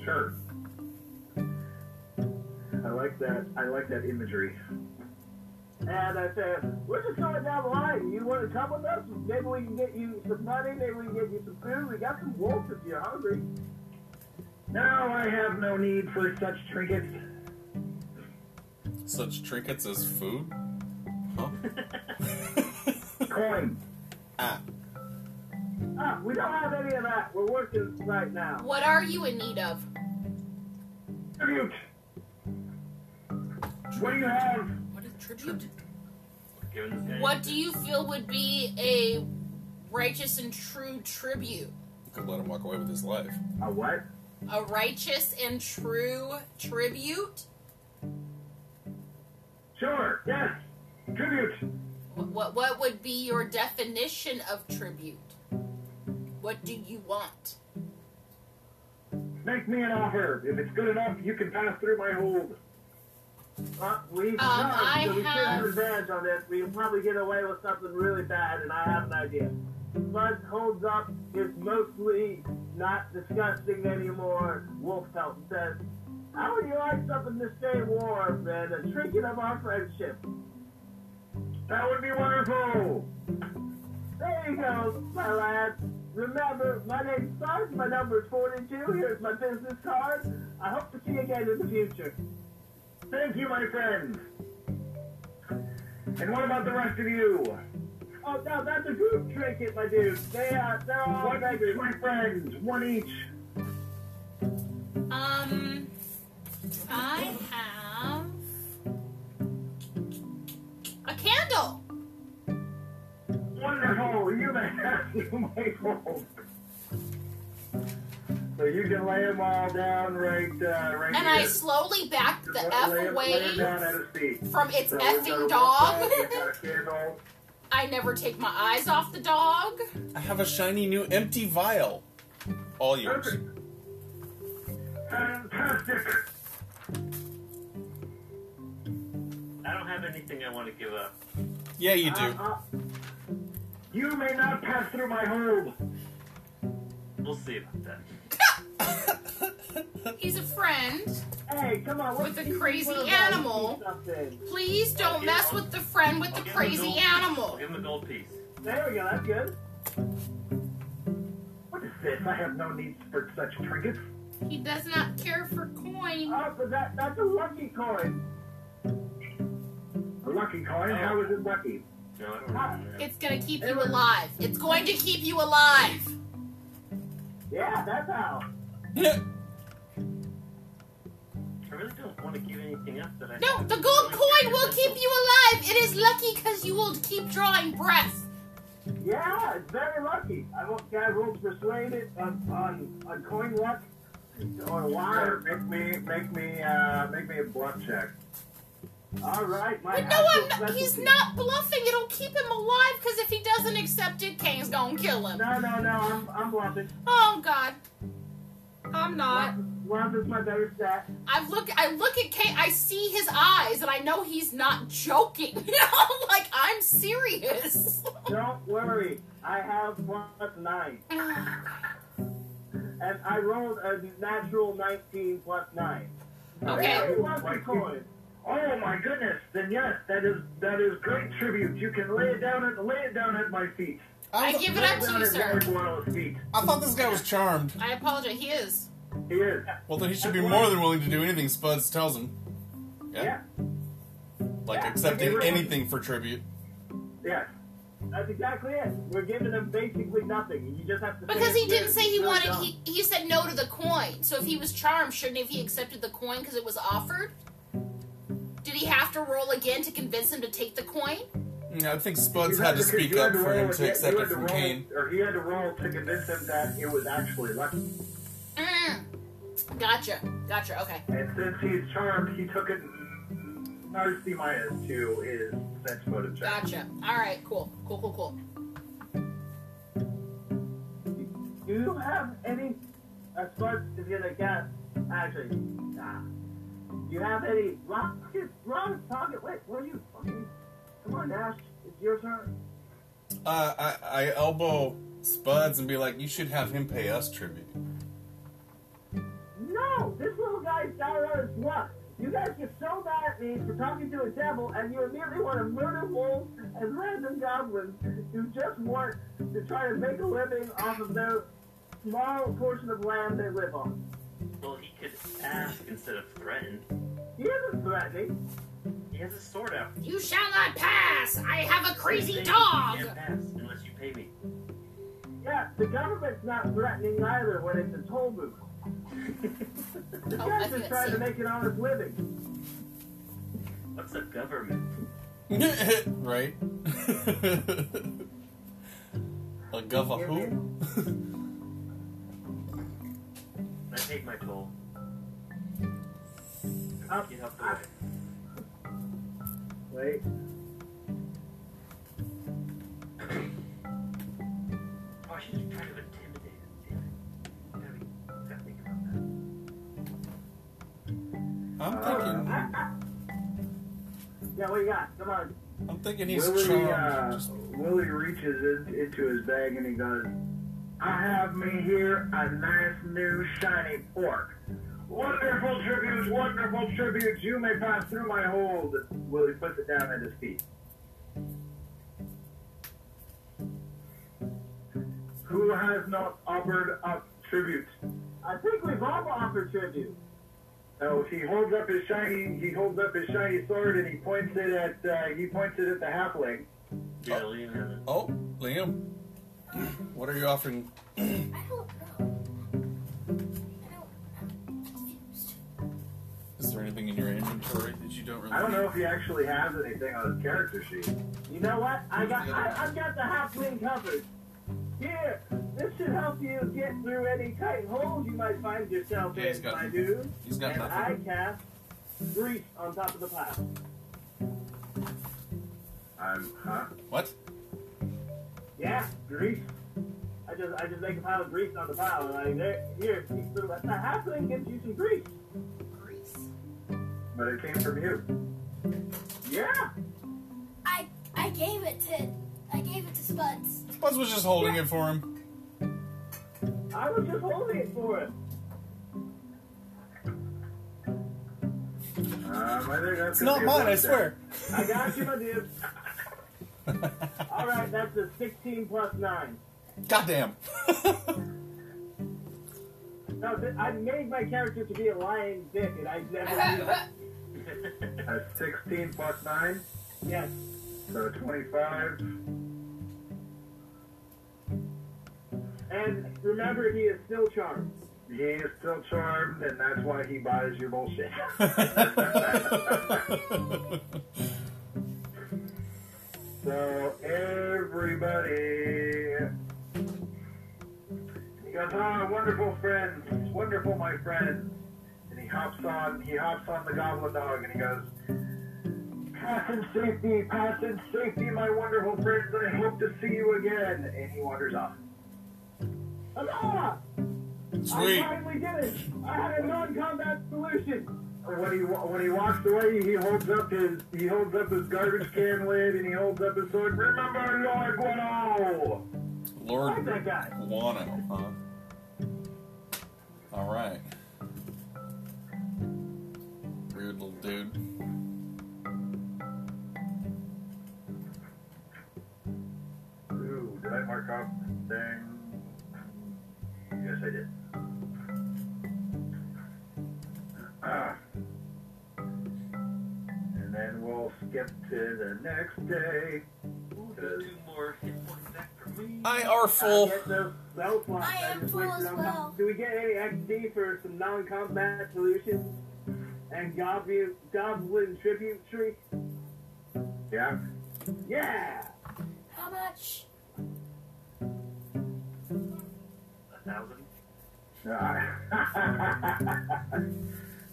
G: Sure. I like that. I like that imagery.
C: And I said, we're just going down the line. You want to come with us? Maybe we can get you some money. Maybe we can get you some food. We got some wolf if you're hungry.
G: No, I have no need for such trinkets.
D: Such trinkets as food? Huh?
J: coin.
D: Ah.
G: Ah, we don't have any of that. We're working right now.
B: What are you in need of?
J: Tribute. What do you have?
B: What is tribute?
L: Given the
B: What do you feel would be a righteous and true tribute?
D: You could let him walk away with his life.
J: A what?
B: A righteous and true tribute?
J: Sure. Yes. Tribute.
B: What, what, what would be your definition of tribute? What do you want?
J: Make me an offer. If it's good enough, you can pass through my hold.
G: Uh, we've
B: I
G: so we
B: have-
G: have... revenge on this. We'll probably get away with something really bad, and I have an idea. Blood holds up is mostly not disgusting anymore. Wolf Pelton says, How would you like something to stay warm and a trinket of our friendship?
J: That would be wonderful.
G: There you go, my lad. Remember, my name's Sarge, my number is 42, here's my business card. I hope to see you again in the future.
J: Thank you, my friend. And what about the rest of you?
G: Oh, no, that's a group trinket, my dude. They, uh, they're all
J: One each,
G: beggars.
J: my friends. One each.
B: Um, I have a candle.
J: Wonderful. You may have you, Michael. So you can lay them all down right, uh, right
B: And
J: here.
B: I slowly backed the
J: Lay
B: F
J: 'em- lay 'em down at
B: away
J: his feet.
B: from its
J: So we've got a
B: effing dog.
J: wolf dog, we've got a candle.
B: I never take my eyes off the dog.
D: I have a shiny new empty vial. All yours.
J: Perfect. Fantastic.
L: I don't have anything I want to give up.
D: Yeah, you do.
J: Uh, uh, you may not pass through my hold.
L: We'll see about that.
B: He's a friend.
G: Hey, come on,
B: With
G: we're-
B: a crazy
G: we're-
B: animal.
G: Something.
B: Please don't mess with the friend with the
L: Give him a
B: crazy
L: gold-
B: animal.
L: Give him a gold piece.
G: There we go, that's good.
J: What is this? I have no need for such trinkets.
B: He does not care for coin.
G: Oh, but that, that's a lucky coin.
J: A lucky coin? How is it lucky?
L: No, I don't remember.
B: It's gonna keep you alive. It's going to keep you alive.
G: Yeah, that's how.
J: uh.
L: I really don't want to give anything up that I
B: No,
L: have.
B: the gold coin will keep you alive. It is lucky because you will keep drawing breath.
G: Yeah, it's very lucky. I won't, I will persuade it on, on, on coin luck or why.
J: Sure, Make me, make me, uh, make me a bluff check.
G: All right, my
B: But no, I'm
G: actual
B: not, he's
G: specialty.
B: not bluffing. It'll keep him alive because if he doesn't accept it, Kane's gonna kill him.
G: No, no, no, I'm, I'm bluffing.
B: Oh God, I'm not.
G: Bluff is my better stat.
B: I look, I look at Kane. I see his eyes, and I know he's not joking. You know, like I'm serious.
G: Don't worry, I have plus nine. And I rolled a natural 19 plus nine.
B: Okay.
G: Very lucky coin.
J: Oh my goodness! Then yes, that is that is great tribute. You can lay it down at lay it down at my feet.
B: I give it up
J: Down
B: to you,
J: at
B: sir.
J: Gary Boyle's feet.
D: I thought this guy was charmed.
B: I apologize. He is.
J: He is.
D: Well, then he should be more than willing to do anything Spuds tells him. Yeah?
J: Yeah.
D: Like
J: Yeah.
D: accepting anything for tribute.
J: Yes.
G: That's exactly it. We're giving him basically nothing. You just have to.
B: Because he didn't say he
G: Really
B: wanted.
G: dumb.
B: He he said no to the coin. So if he was charmed, shouldn't have he accepted the coin because it was offered? Did he have to roll again to convince him to take the coin?
D: Yeah, I think Spuds
J: You
D: had to
J: because
D: speak
J: you had
D: up for
J: roll
D: him
J: it-
D: to accept
J: you had
D: it
J: to
D: from
J: roll-
D: Kane.
J: or he had to roll to convince him that it was actually lucky.
B: Mm. Gotcha. Gotcha. Okay.
J: And since he's charmed, he took it Narsty minus to his sense motive check.
B: Gotcha. All right. Cool. Cool. Cool. Cool.
G: Do you have any? As far as gonna guess, actually, nah. Do you have any rocket, rocket, pocket? Wait, what are you? Fucking, come on, Nash. It's your turn.
D: Uh, I, I elbow Spuds and be like, you should have him pay us tribute.
G: No, this little guy's down on his luck. You guys get so mad at me for talking to a devil, and you immediately want to murder wolves and random goblins who just want to try to make a living off of their small portion of land they live on.
L: Well, he could ask instead of threaten.
G: He isn't threatening.
L: Yeah, has a sword out.
J: You shall not pass! I have a crazy
L: Say,
J: dog!
L: You can't pass unless you pay me.
C: Yeah, the government's not threatening either when it's a toll booth. The
J: Oh,
C: guy's
J: I
C: just
J: can't
C: trying to
J: see.
C: make an honest living.
L: What's the government?
D: right? a guffa who?
L: I take my toll.
C: Up,
L: Get out the way.
C: Wait.
L: Oh, she's kind of intimidated. Damn it. Gotta be- gotta think about that.
D: I'm
J: Uh,
D: thinking.
C: Yeah, what you got? Come on.
D: I'm thinking he's
G: Willie,
D: charmed.
G: uh, Willie reaches in, into his bag and he goes, I have me here a nice new shiny pork. Wonderful tributes, wonderful tributes. You may pass through my hold. Willie puts it down at his feet. Who has not offered up tribute?
C: I think we've all offered tribute.
G: Oh, he holds up his shiny. He holds up his shiny sword and he points it at. Uh, he points it at the halfling.
L: Yeah, Liam has it.
D: Oh, Liam. What are you offering?
E: I don't know. I don't. I'm confused.
D: Is there anything in your inventory that you don't really
G: I don't know if he actually has anything on his character sheet.
C: You know what? I got I, I've got the halfling covered. Here, this should help you get through any tight holes you might find yourself
D: Yeah, he's
C: in,
D: got-
C: my dude.
D: he's got
C: and
D: nothing.
C: I cast grease on top of the pile.
G: I'm, huh?
D: What?
C: Yeah, grease. I just I just make a pile of grease on the pile. And like there, here, you threw it. the halfling gives you some grease.
G: But it came from you.
C: Yeah.
E: I I gave it to I gave it to Spuds.
D: Buzz was just holding it for him.
C: I was just holding it for him. Uh,
G: Um, I think that's
D: It's not mine, I swear.
C: I got you, my dude. All right, that's a 16 plus nine.
D: Goddamn.
C: No, th- I made my character to be a lying dick, and I never do that.
G: That's 16 plus 9,
C: Yes.
G: so 25.
C: And remember, he is still charmed.
G: He is still charmed, and that's why he buys your bullshit. so, everybody. He goes, ah, wonderful friends, wonderful my friends. And he hops on, he hops on the goblin dog, and he goes, Pass in safety, pass in safety, my wonderful friends, I hope to see you again. And he wanders off.
C: Alora!
D: Sweet.
C: I finally did it! I had a non-combat solution!
G: When he wa- when he walks away, he holds up his he holds up his garbage can lid and he holds up his sword. Remember, Lord Guano.
D: Lord
C: Fuck that guy.
D: Guano, huh? All right. Weird little dude.
G: Ooh, did I mark off thing? Yes, I did. Ah. And then we'll skip to the next day.
L: Ooh, two more hit points back for me.
D: I are
C: I
G: Uh,
D: full.
C: get those spell slots.
E: I am
C: just
E: full
C: wasted
E: as
C: them.
E: well.
C: Do we get any XD for some non-combat solutions? And goblin, goblin tribute tree?
G: Yeah.
C: Yeah!
E: How much?
L: A thousand.
G: Ah.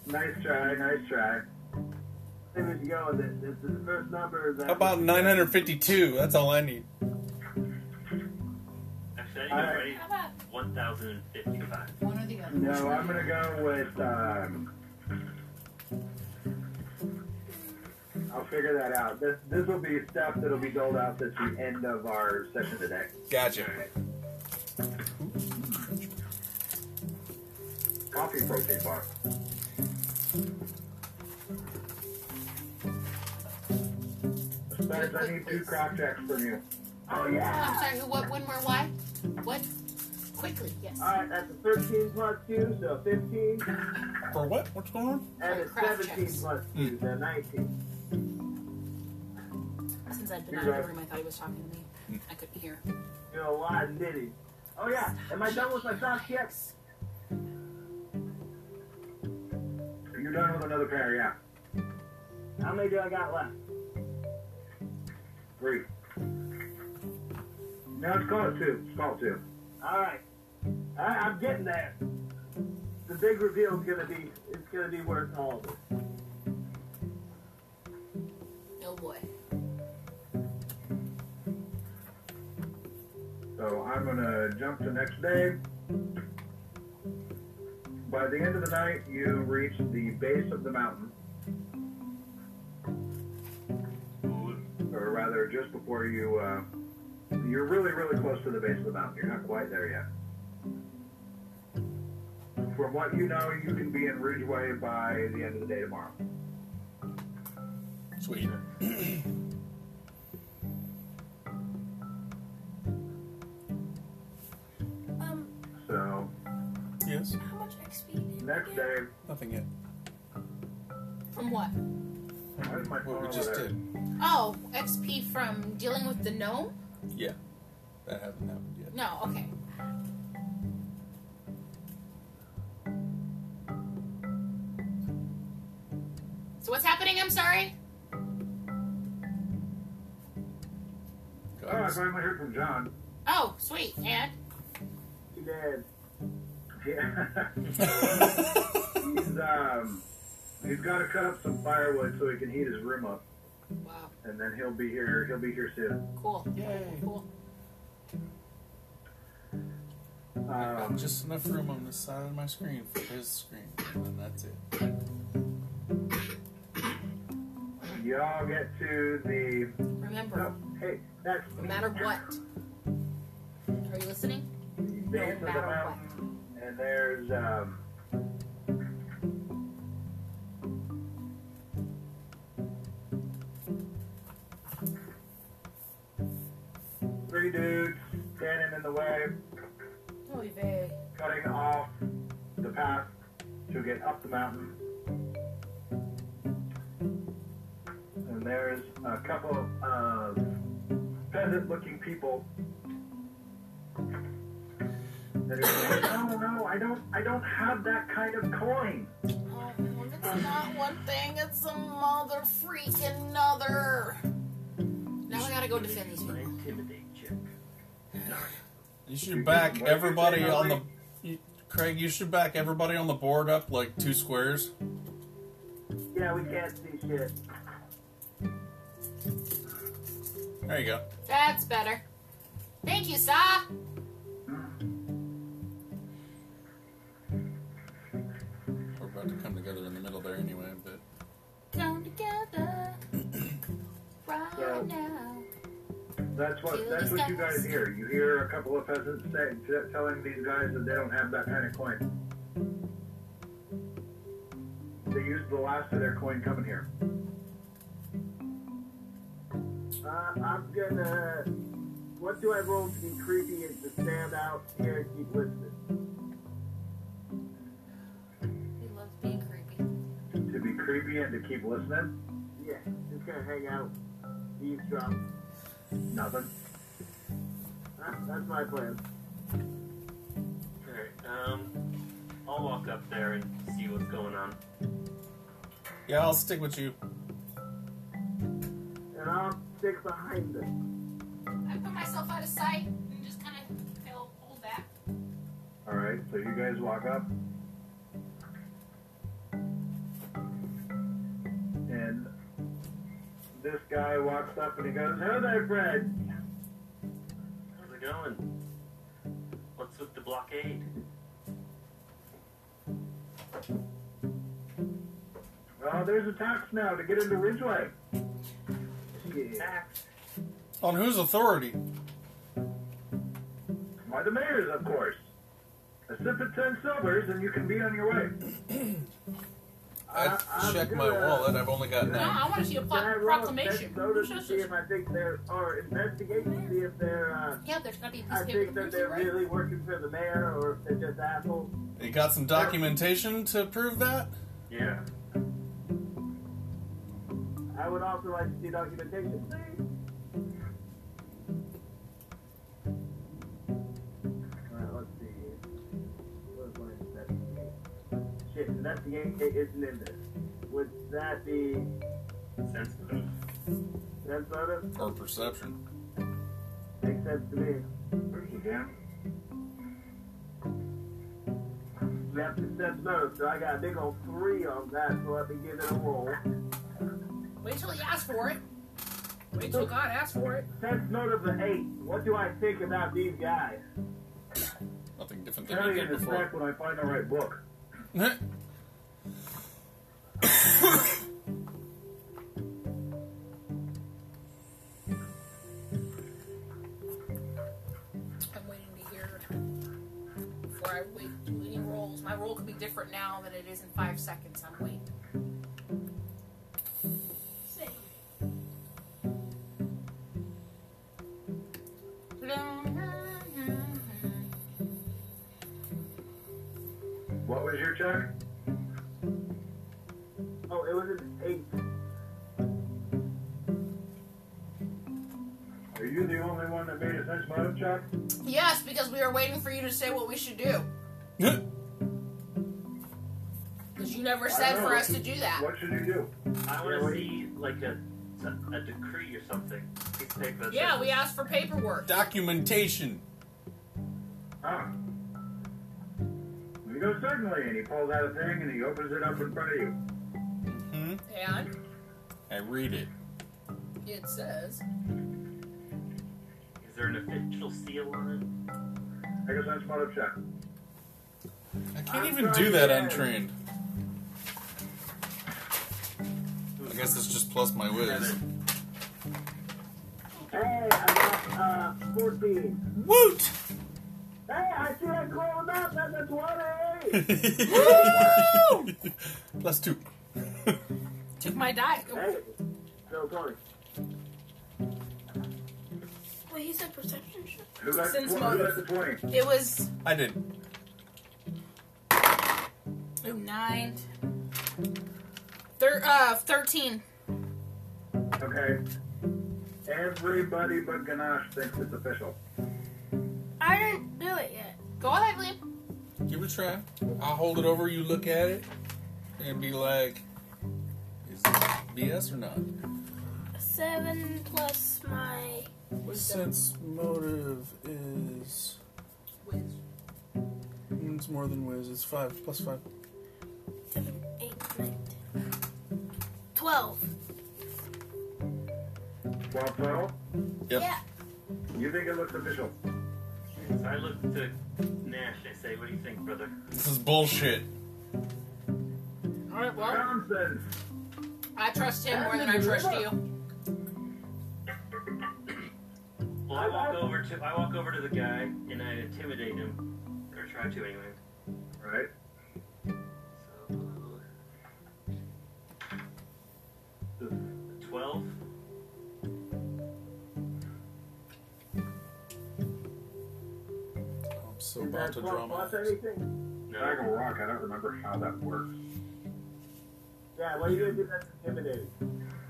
G: nice try. Nice try.
C: See where you go with it. This is the first number that...
D: How about 952? That's all I need.
L: Actually,
G: All
L: I
G: right.
L: think
K: How
L: I'm
K: about
L: ready. 1,055.
K: one or the other?
G: No, I'm gonna go with. Um, I'll figure that out. This this will be stuff that'll be doled out at the end of our session today.
D: Gotcha.
G: Coffee protein bar. Besides, I need two crop checks from you.
C: Oh, yeah!
J: I'm sorry, who, what, when, where, why? What? Quickly, yes.
C: Alright, that's a 13 plus 2, so 15.
D: For what? What's going on?
C: And a
J: Craft
C: 17
J: checks.
C: plus 2, so 19.
J: Since I've been out of the room, I thought he was talking to me. I couldn't hear.
C: You're a lying nitty. Oh yeah, am I done with my socks yet?
G: You're done with another pair, yeah.
C: How many do I got left?
G: Three. Now it's called two. It's called two.
C: All right, I, I'm getting there. The big reveal is gonna be it's gonna be worth all of it.
J: Oh boy.
G: So I'm gonna jump to next day. By the end of the night, you reach the base of the mountain. Or rather, just before you, uh, you're really, really close to the base of the mountain. You're not quite there yet. From what you know, you can be in Ridgeway by the end of the day tomorrow.
D: Sweet.
E: Um,
G: So
D: Yes.
E: how much XP do you
G: next day,
D: Nothing yet.
J: From what?
G: why is my
D: What
G: phone
D: we
G: over
D: just
G: there?
D: did.
J: Oh, XP from dealing with the gnome?
D: Yeah. That hasn't happened yet.
J: No, okay. So what's happening? I'm sorry.
G: Oh, I finally heard from John.
J: Oh, sweet. And
C: She did.
G: Yeah. he's um, he's got to cut up some firewood so he can heat his room up,
J: wow,
G: and then he'll be here. He'll be here soon.
J: cool. Cool.
G: Um,
D: Just enough room on the side of my screen for his screen, and then that's it.
G: y'all get to the.
J: Remember,
G: Hey, that's
J: no matter what. Are you listening?
G: base of the mountain, and there's um. Three dudes standing in the way, cutting off the path to get up the mountain. And there's a couple of peasant looking people that are saying, No, no, I don't I don't have that kind of coin.
J: Oh, it's not one thing, it's a mother freaking other. Now I gotta go defend these people.
L: Intimidate check.
D: You should back
G: What'd you say,
D: everybody on the.
G: Holly?
D: You, Craig, you should back everybody on the board up like two squares.
C: Yeah, we can't see shit.
D: There you go.
J: That's better. Thank you, Sa.
D: We're about to come together in the middle there anyway, but
J: Come together right
G: So-
J: now.
G: That's what that's what you guys hear. You hear a couple of peasants saying t- telling these guys that they don't have that kind of coin. They used the last of their coin coming here.
C: Uh, I'm gonna. What do I roll to be creepy and to stand out here and keep listening?
J: He loves being creepy.
G: To be creepy and to keep listening.
C: Yeah, just gonna hang out, eavesdrop.
G: Nothing.
C: Huh? That's my plan.
L: Alright, um, I'll walk up there and see what's going on.
D: yeah, I'll stick with you.
C: And I'll stick behind them.
J: I put myself out of sight and just kind of hold back.
G: All right, so you guys walk up. And this guy walks up and he goes, Hello there, Fred.
L: How's it going? What's with the blockade?
G: Well, "Oh, there's a tax now to get into Ridgeway. Yeah.
L: Tax.
D: On whose authority?
G: Why, the mayor's, of course. A sip of 10 silvers and you can be on your way.
D: I checked my wallet. I've only got
J: No,
D: nine.
J: I want to see a
C: Can I
J: pro-
C: roll
J: proclamation.
C: a notice to see if I think they're, or investigate to see if they're, uh,
J: Yeah, there's gotta be a piece
C: I
J: of paper
C: think
J: to
C: that
J: prove it,
C: they're
J: right?
C: really working for the mayor or if they're just assholes.
D: You got some documentation to prove that?
L: Yeah.
C: I I would also like to see documentation, please. Alright, let's see. What is my investigate? Shit, investigate isn't in there. Would that be
L: Sense motive.
C: sense motive?
D: Or perception.
C: Makes sense to me. That's the sense motive, so I got a big old three on that, so let me give it a roll.
J: Wait till he asks for it. Wait till God asks for it.
C: Sense motive the eight. What do I think about these guys?
D: Nothing different than
G: Tell
D: we
G: you
D: did
G: this back
D: before.
G: when I find the right book.
J: I'm waiting to hear before I wait do any rolls. My roll could be different now than it is in five seconds. I'm waiting.
G: What was your check?
C: Oh, it was an eight.
G: Are you the only one that made a sense motive check?
J: Yes, because we were waiting for you to say what we should do. Because you never said for us to do that.
G: What should you do?
L: I want to see like a, a, a decree or something. Piece of paper that
J: Yeah,
L: says-
J: we asked for paperwork.
D: Documentation.
G: Ah. He goes, certainly, and he pulls out a thing and he opens it up in front of you.
J: And
D: I read it.
J: it says,
L: Is there an official seal on
G: Make a sense motive check.
D: I can't even do that untrained. I guess it's just plus my whiz.
C: Hey, I got uh, 14.
D: Woot!
C: Hey, I see that growing up. That's a 20.
D: plus two.
J: took my die.
C: hey, so 20.
E: Wait, you said perception check?
G: Who got,
J: Sense
G: the, tw- who
J: motive.
G: got the 20?
J: It was
D: I did.
J: ooh, nine, thir- uh, 13.
G: Okay. Everybody but Ganache thinks it's official.
E: I didn't do it yet.
J: Go ahead, Liam.
D: Give it a try. I'll hold it over, you look at it, and be like, is this BS or not?
E: Seven plus my
D: Sense motive is. It's more than whiz. It's five plus five.
E: seven, eight, nine, ten. Twelve.
G: 12 total?
D: Yep.
E: Yeah.
G: You think it looks official?
L: it? So I look to Nash. I say, "What do you think, brother?"
D: This is bullshit.
J: Alright, well,
G: Nonsense.
J: I trust him more than I trust you.
L: Well, I walk over to I walk over to the guy and I intimidate him, or try to anyway.
G: Right?
L: So twelve.
D: I'm so about to
C: Plus-
D: draw my.
C: plus anything?
L: No,
G: Back of rock, I don't remember how that works.
C: Yeah, what are you going to do that's intimidating?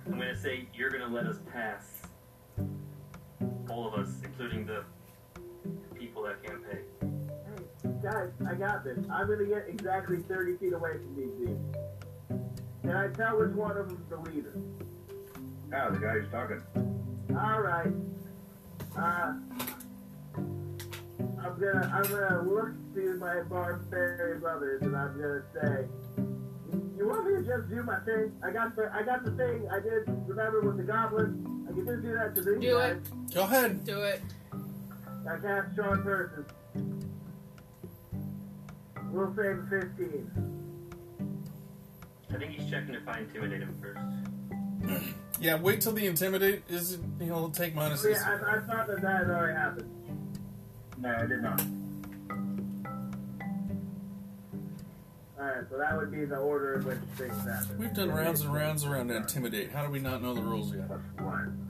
L: I'm gonna say you're gonna let us pass. All of us, including the people that can't pay.
C: Hey, guys, I got this. I'm going to get exactly 30 feet away from these dudes. Can I tell which one of them's the leader?
G: Yeah, the guy who's talking.
C: All right. Uh, I'm gonna I'm gonna look to my barbarian brothers and I'm gonna say, you want me to just do my thing? I got the I got the thing I did. Remember with the goblin? I can just do that to these
J: Do
C: guys.
J: it.
D: Go ahead.
J: Do it.
C: I cast Sean Person. We'll save 15.
L: I think he's checking if I intimidate him first.
D: Yeah, wait till the intimidate is. He'll take
C: Oh,
D: minuses.
C: yeah, I, I thought that that had already happened.
G: No, I did not.
C: All right, so that would be the order in which things happen.
D: We've done rounds and rounds around intimidate. How do we not know the rules yet?
G: That's one.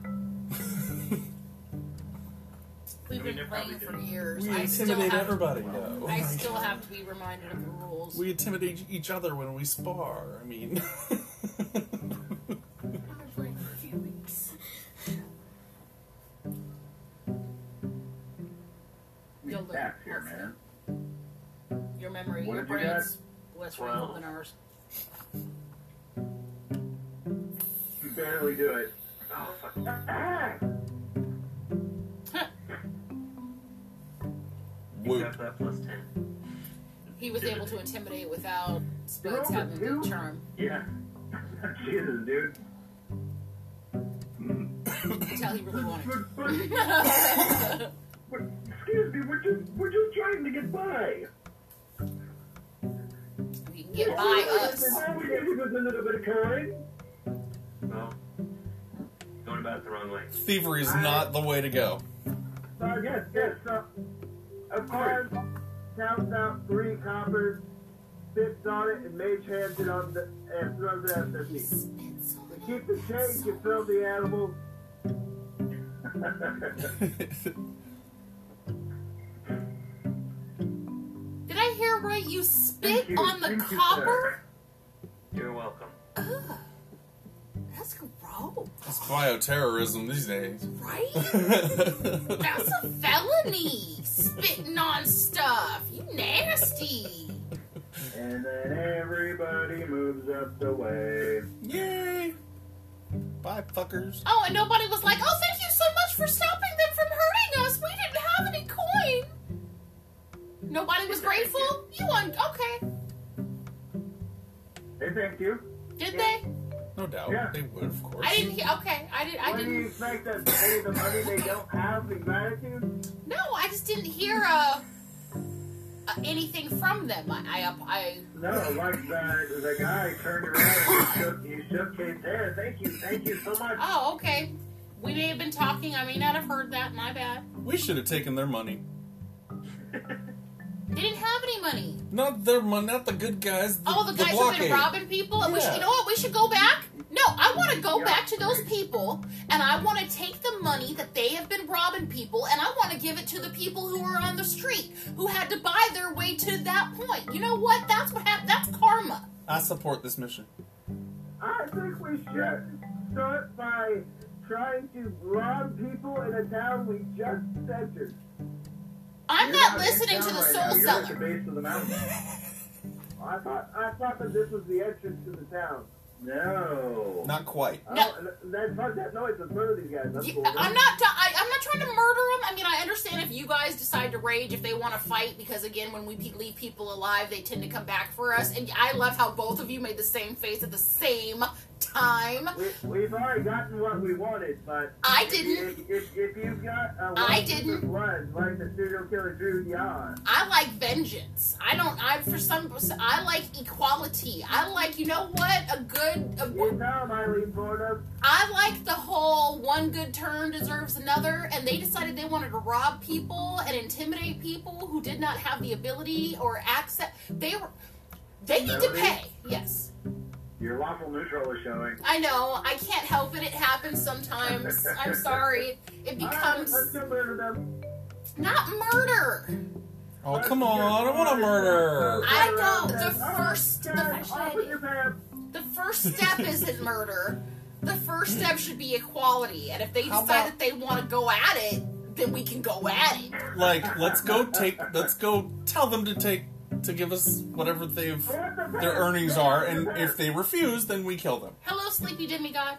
J: We've
L: I mean,
J: been
L: they
J: playing
L: probably
J: for
L: didn't.
J: years.
D: We
J: I still
D: intimidate
J: have,
D: everybody though.
J: I still have to be reminded of the rules.
D: We intimidate each other when we spar. I mean,
E: I'm playing
L: barely do it. Oh, fuck.
J: Except
S: that plus 10.
J: He was able to intimidate without Spence
L: Roll a
J: having the charm.
L: Yeah. Jesus, dude.
J: You could tell he really wanted to.
L: But, but- excuse me, we're just we're just trying to get by.
J: We can get by us.
L: All we need was a little bit of courage.
S: Well, going about it the wrong way.
D: Thievery is not the way to go.
C: Uh, yes, yes. Uh, of course. Counts out three coppers, spits on it, and mage hands it on the and throws it at their feet. To keep the change, you fill the animals.
J: Did I hear right? You spit on the copper?
S: You're welcome.
J: Ugh. That's gross,
D: It's bioterrorism these days.
J: right? That's a felony. Spitting on stuff. You nasty.
L: And then everybody moves up the way.
D: Yay! Bye, fuckers.
J: Oh, and nobody was like, oh, thank you so much for stopping them from hurting us. We didn't have any coin. Nobody was grateful? You un- okay.
L: They thank you.
J: Did they?
D: No doubt. They would, of course.
J: I didn't hear. Okay, I did. I
C: Why do you
J: didn't.
C: expect them to pay the money they don't have in gratitude?
J: No, I just didn't hear uh, uh anything from them. I, I, up- I.
L: No, like the, the guy turned around and shook, he shook his head. Thank you, thank you so much.
J: Oh, okay. We may have been talking. I may not have heard that. My bad.
D: We should have taken their money.
J: They didn't have any money.
D: Not their money, not the good guys. The,
J: All the guys who've
D: blockade.
J: been robbing people. And we should,
D: Yeah.
J: you know what? We should go back. No, I want to go back to those people, and I want to take the money that they have been robbing people, and I want to give it to the people who are on the street who had to buy their way to that point. You know what? That's what happened. That's karma.
D: I support this mission.
C: I think we should start by trying to rob people in a town we just entered.
J: I'm
C: You're not
J: not listening
C: in
J: to the
C: town right
J: soul
C: now. You're at
J: seller.
C: the base of the mountain. I thought I thought that this was the entrance to the town. Oh,
L: No.
D: Not quite.
C: No. That, fuck that noise in front of these guys. That's
J: You-
C: cool.
J: I'm not. ta- I, I'm not trying to murder them. I mean, I understand if you guys decide to rage if they want to fight because again, when we pe- leave people alive, they tend to come back for us. And I love how both of you made the same face at the same time.
C: We, we've already gotten what we wanted, but
J: I
C: if-
J: didn't.
C: If, if, if you've got a
J: I
C: one piece of
J: didn't.
C: blood like the serial killer Drew Yard,
J: I like vengeance. I don't. I for some. I like equality. I like. You know what? A good.
C: you
J: A,
C: know Eileen Porter.
J: I like the whole one good turn deserves another, and they decided they wanted to rob people and intimidate people who did not have the ability or access. They were. They need to
L: Melody?
J: pay. Yes,
L: Your lawful neutral is showing.
J: I know. I can't help it. It happens sometimes. I'm sorry. It becomes
C: Let's get rid of them.
J: not murder.
D: Oh, come on. I don't want to murder.
J: I don't. The first.
C: Guys,
J: The,
C: open your pants.
J: the first step isn't murder. The first step should be equality. And if they decide that they want to go at it, then we can go at it.
D: Like, let's go take. Let's go tell them to take. To give us whatever they've their earnings are, and if they refuse, then we kill them.
J: Hello, sleepy demigod.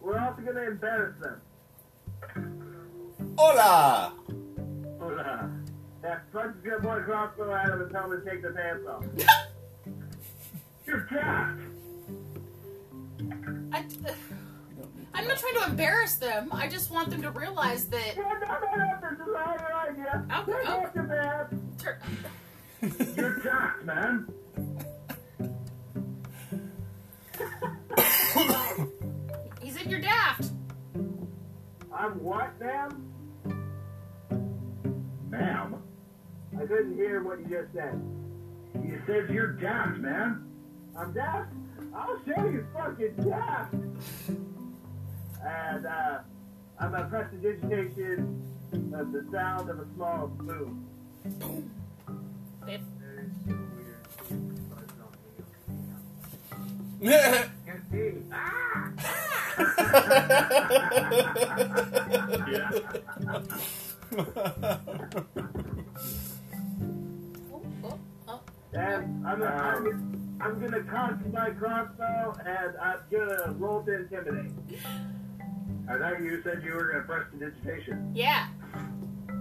C: We're also gonna embarrass them.
D: Hola.
C: Hold on. That fucking good boy crossed the line and tell him to take the pants off. You're trapped.
J: I, I'm not trying to embarrass them. I just want them to realize that.
C: Yeah, no, no, no, this is all your idea.
J: Oh,
C: Take
J: oh.
C: off your pants.
J: Tur-
L: You're trapped, man.
J: He's in your daft.
C: I'm what, ma'am?
L: Ma'am,
C: I couldn't hear what you just said.
L: you said you're daft, man.
C: I'm deaf? I'll show you fucking deaf! And, uh, I'm a prestidigitation of the sound of a small boom.
J: If-
D: yeah.
J: oh,
C: And I'm a, I'm I'm gonna cock my crossbow and I'm gonna roll to intimidate.
G: I thought you said you were going to press the digitation.
J: Yeah.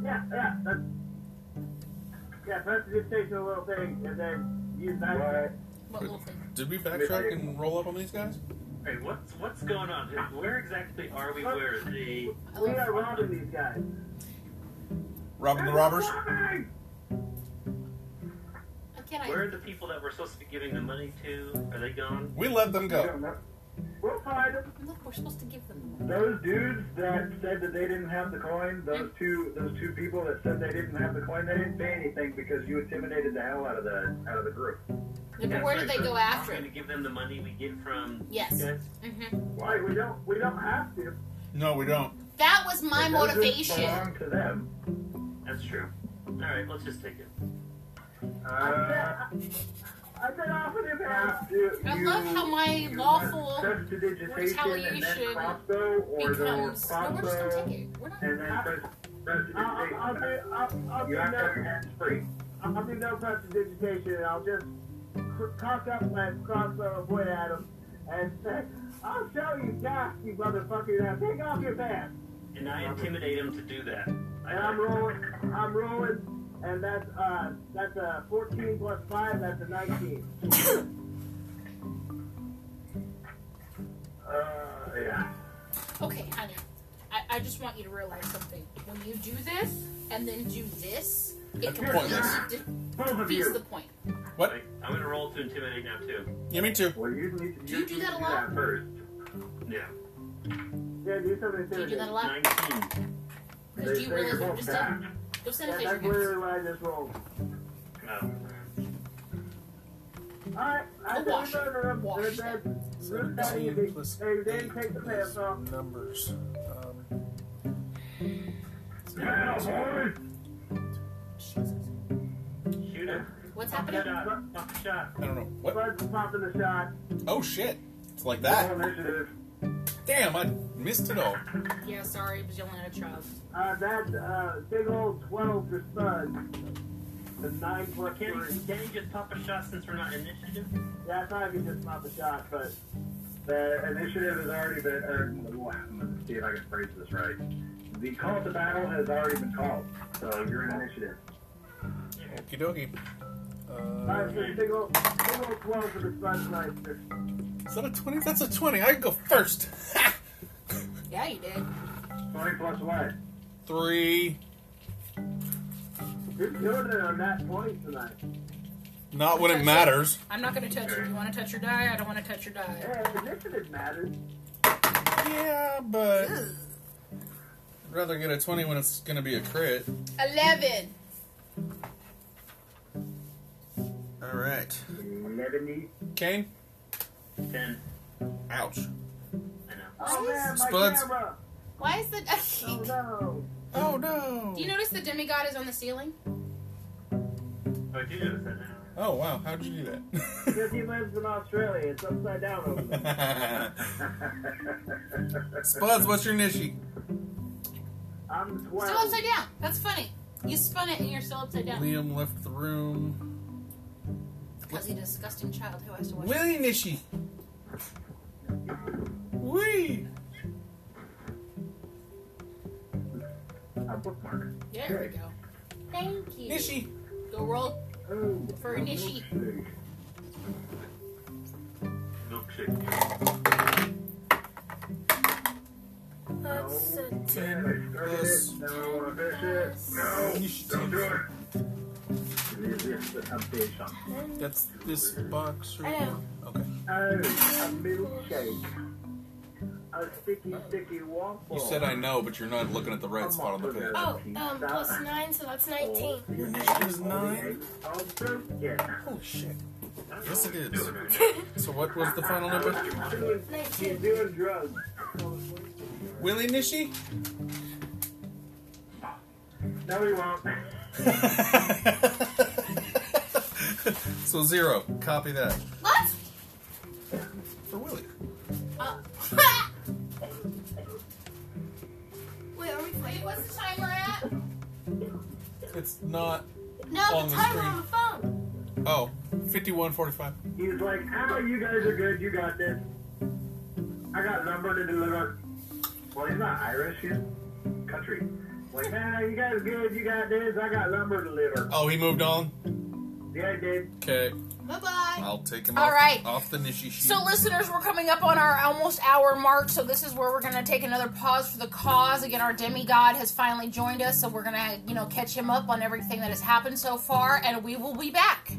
C: Yeah, yeah. That's, yeah, press the digitation a little thing and then use that. Right.
D: Did we backtrack and roll up on these guys?
L: Hey, what's what's going on? Where exactly are we? Where is the?
C: We are robbing these guys.
D: Robbing the robbers?
J: Can I?
L: Where are the people that we're supposed to be giving the money to? Are they gone?
D: We let them go.
G: We'll find them.
J: Look, we're supposed to give them.
G: Those dudes that said that they didn't have the coin, those two, those two people that said they didn't have the coin, they didn't say anything because you intimidated the hell out of the out of the group.
J: Yeah, but where do they go after?
L: Going to give them the money we get from.
J: Yes. Mm-hmm.
C: Why we don't we don't have to.
D: No, we don't.
J: That was my
G: It doesn't
J: motivation.
G: belong to them.
L: That's true. All right, let's just take it.
G: Uh,
C: I've been offered him half.
J: I love how my lawful retaliation becomes. No, we're just gonna take it. We're not.
G: And then press, press the
C: I'll, I'll, I'll do I'll, I'll do
G: You have to have your
C: no
G: hands free.
C: I'll do no press the digitation. and I'll just cr- cock up my crossbow and point at him and say, "I'll show you, Jack, you motherfucker! Now take off your pants."
L: And I intimidate him to do that.
C: And I'm rolling. I'm rolling, and that's uh that's a 14 plus five. That's a 19.
G: Uh, yeah.
J: Okay, honey. I, I just want you to realize something. When you do this and then do this, it
D: That's
J: completely
D: pointless.
J: de- defeats the point.
D: What?
L: I'm gonna roll to intimidate now too.
D: Yeah, me too.
G: Well, you need to
J: Do you do that a lot?
G: first.
L: Yeah.
C: Yeah, do something
J: Do you do that a lot?
L: Nineteen.
J: Because do you
G: They- they
J: realize
G: both
J: what you just
G: back.
J: done? Go send a
C: Yeah,
J: fish
C: that's
J: again.
C: literally what I just rolled.
L: Oh.
C: Alright, I
J: Go wash
C: said
J: it. Wash
C: remember
J: it.
C: Ruth Betty and they- they didn't take the pants off.
T: numbers. Um,
G: Yeah, boy.
L: Shoot him.
J: What's happening?
L: Shot. Fuck shot.
D: I don't know. What?
C: Bud's popping the shot.
D: Oh shit! It's like that.
G: Roll initiative.
D: Damn, I missed it all.
J: Yeah, sorry, I was yelling at a child.
C: Uh, that uh, big old 12 for Spud. The 9 plus
L: Can
C: 3.
L: he, can he just pop a shot since we're not initiative?
C: Yeah, I thought I could just pop a shot, but
G: The initiative has already been. Or, well, I'm going to see if I can phrase this right. The call to battle has already been called, so you're in initiative.
T: Okie dokie.
C: I
T: Uh,
C: said big old, big old 12 for the Spud Meister.
D: Is that a twenty? That's a twenty. I can go first. Ha!
J: Yeah, you did.
G: 20 plus what?
D: Three.
C: You're doing it on that point tonight.
D: Not when it matters.
U: I'm not gonna touch you. You wanna touch your die? I don't wanna touch your die.
C: Hey, initiative matters.
D: Yeah, but I'd rather get a twenty when it's gonna be a crit.
U: Eleven.
D: All right.
G: 11
D: Kane.
L: Ten.
D: Ouch.
L: I know.
C: Oh man, my
D: Spuds.
C: camera!
U: Why is the
C: Oh no!
D: Oh no.
U: Do you notice the demigod is on the ceiling?
L: Oh, I do notice that now.
D: Oh wow! How'd you do
C: Because he lives in Australia, it's upside down over there.
D: that?
G: That's
D: Spuds, what's your nishi?
C: I'm
J: Still
C: 12.
J: upside down. That's funny. You spun it and you're still upside down.
D: Liam left the room.
J: Because he's a disgusting child who has to watch.
D: Willie nishi. Wee.
G: a bookmark.
J: There we go. Thank you.
D: Nishi.
J: Go roll
G: Oh,
J: for Nishi.
G: shoot.
L: Milkshake.
G: Ten plus. No, I fish it.
E: Oh,
G: No, don't do it. It is the temptation.
D: That's this box. Or...
E: I know.
D: Okay.
G: Oh, a milkshake.
C: A sticky, sticky waffle.
D: You said I know, but you're not looking at the right
G: Come
D: spot on the
G: on,
D: page.
E: Oh,
G: Pizza.
E: um, plus nine, so that's nineteen.
D: Your initiative is nine.
C: Oh, so- yeah.
D: Holy shit.
L: That's
D: Yes,
L: what
D: it
L: we're
D: is.
L: doing right now.
D: So what was the final number?
C: He's doing drugs.
D: Willie Nishi?
C: No, he won't.
D: so zero. Copy that.
J: What?
D: For Willie.
E: Wait, are we
J: Wait,
E: playing?
J: what's the timer at?
D: It's not
E: No,
D: On
E: the
D: the
E: timer on the phone.
D: oh. 5145.
G: He's like, ah, you guys are good. You got this. I got number to deliver. Well, he's not Irish. He's country. Like, nah, you guys good. You got this. I got lumber to deliver.
D: Oh, he moved on?
G: Yeah, I did.
D: Okay.
J: Bye bye.
D: I'll take him
J: All
D: off,
J: right.
D: off the nishi sheet.
J: So, listeners, we're coming up on our almost hour mark, so this is where we're going to take another pause for the cause. Again, our demigod has finally joined us, so we're going to, you know, catch him up on everything that has happened so far, and we will be back.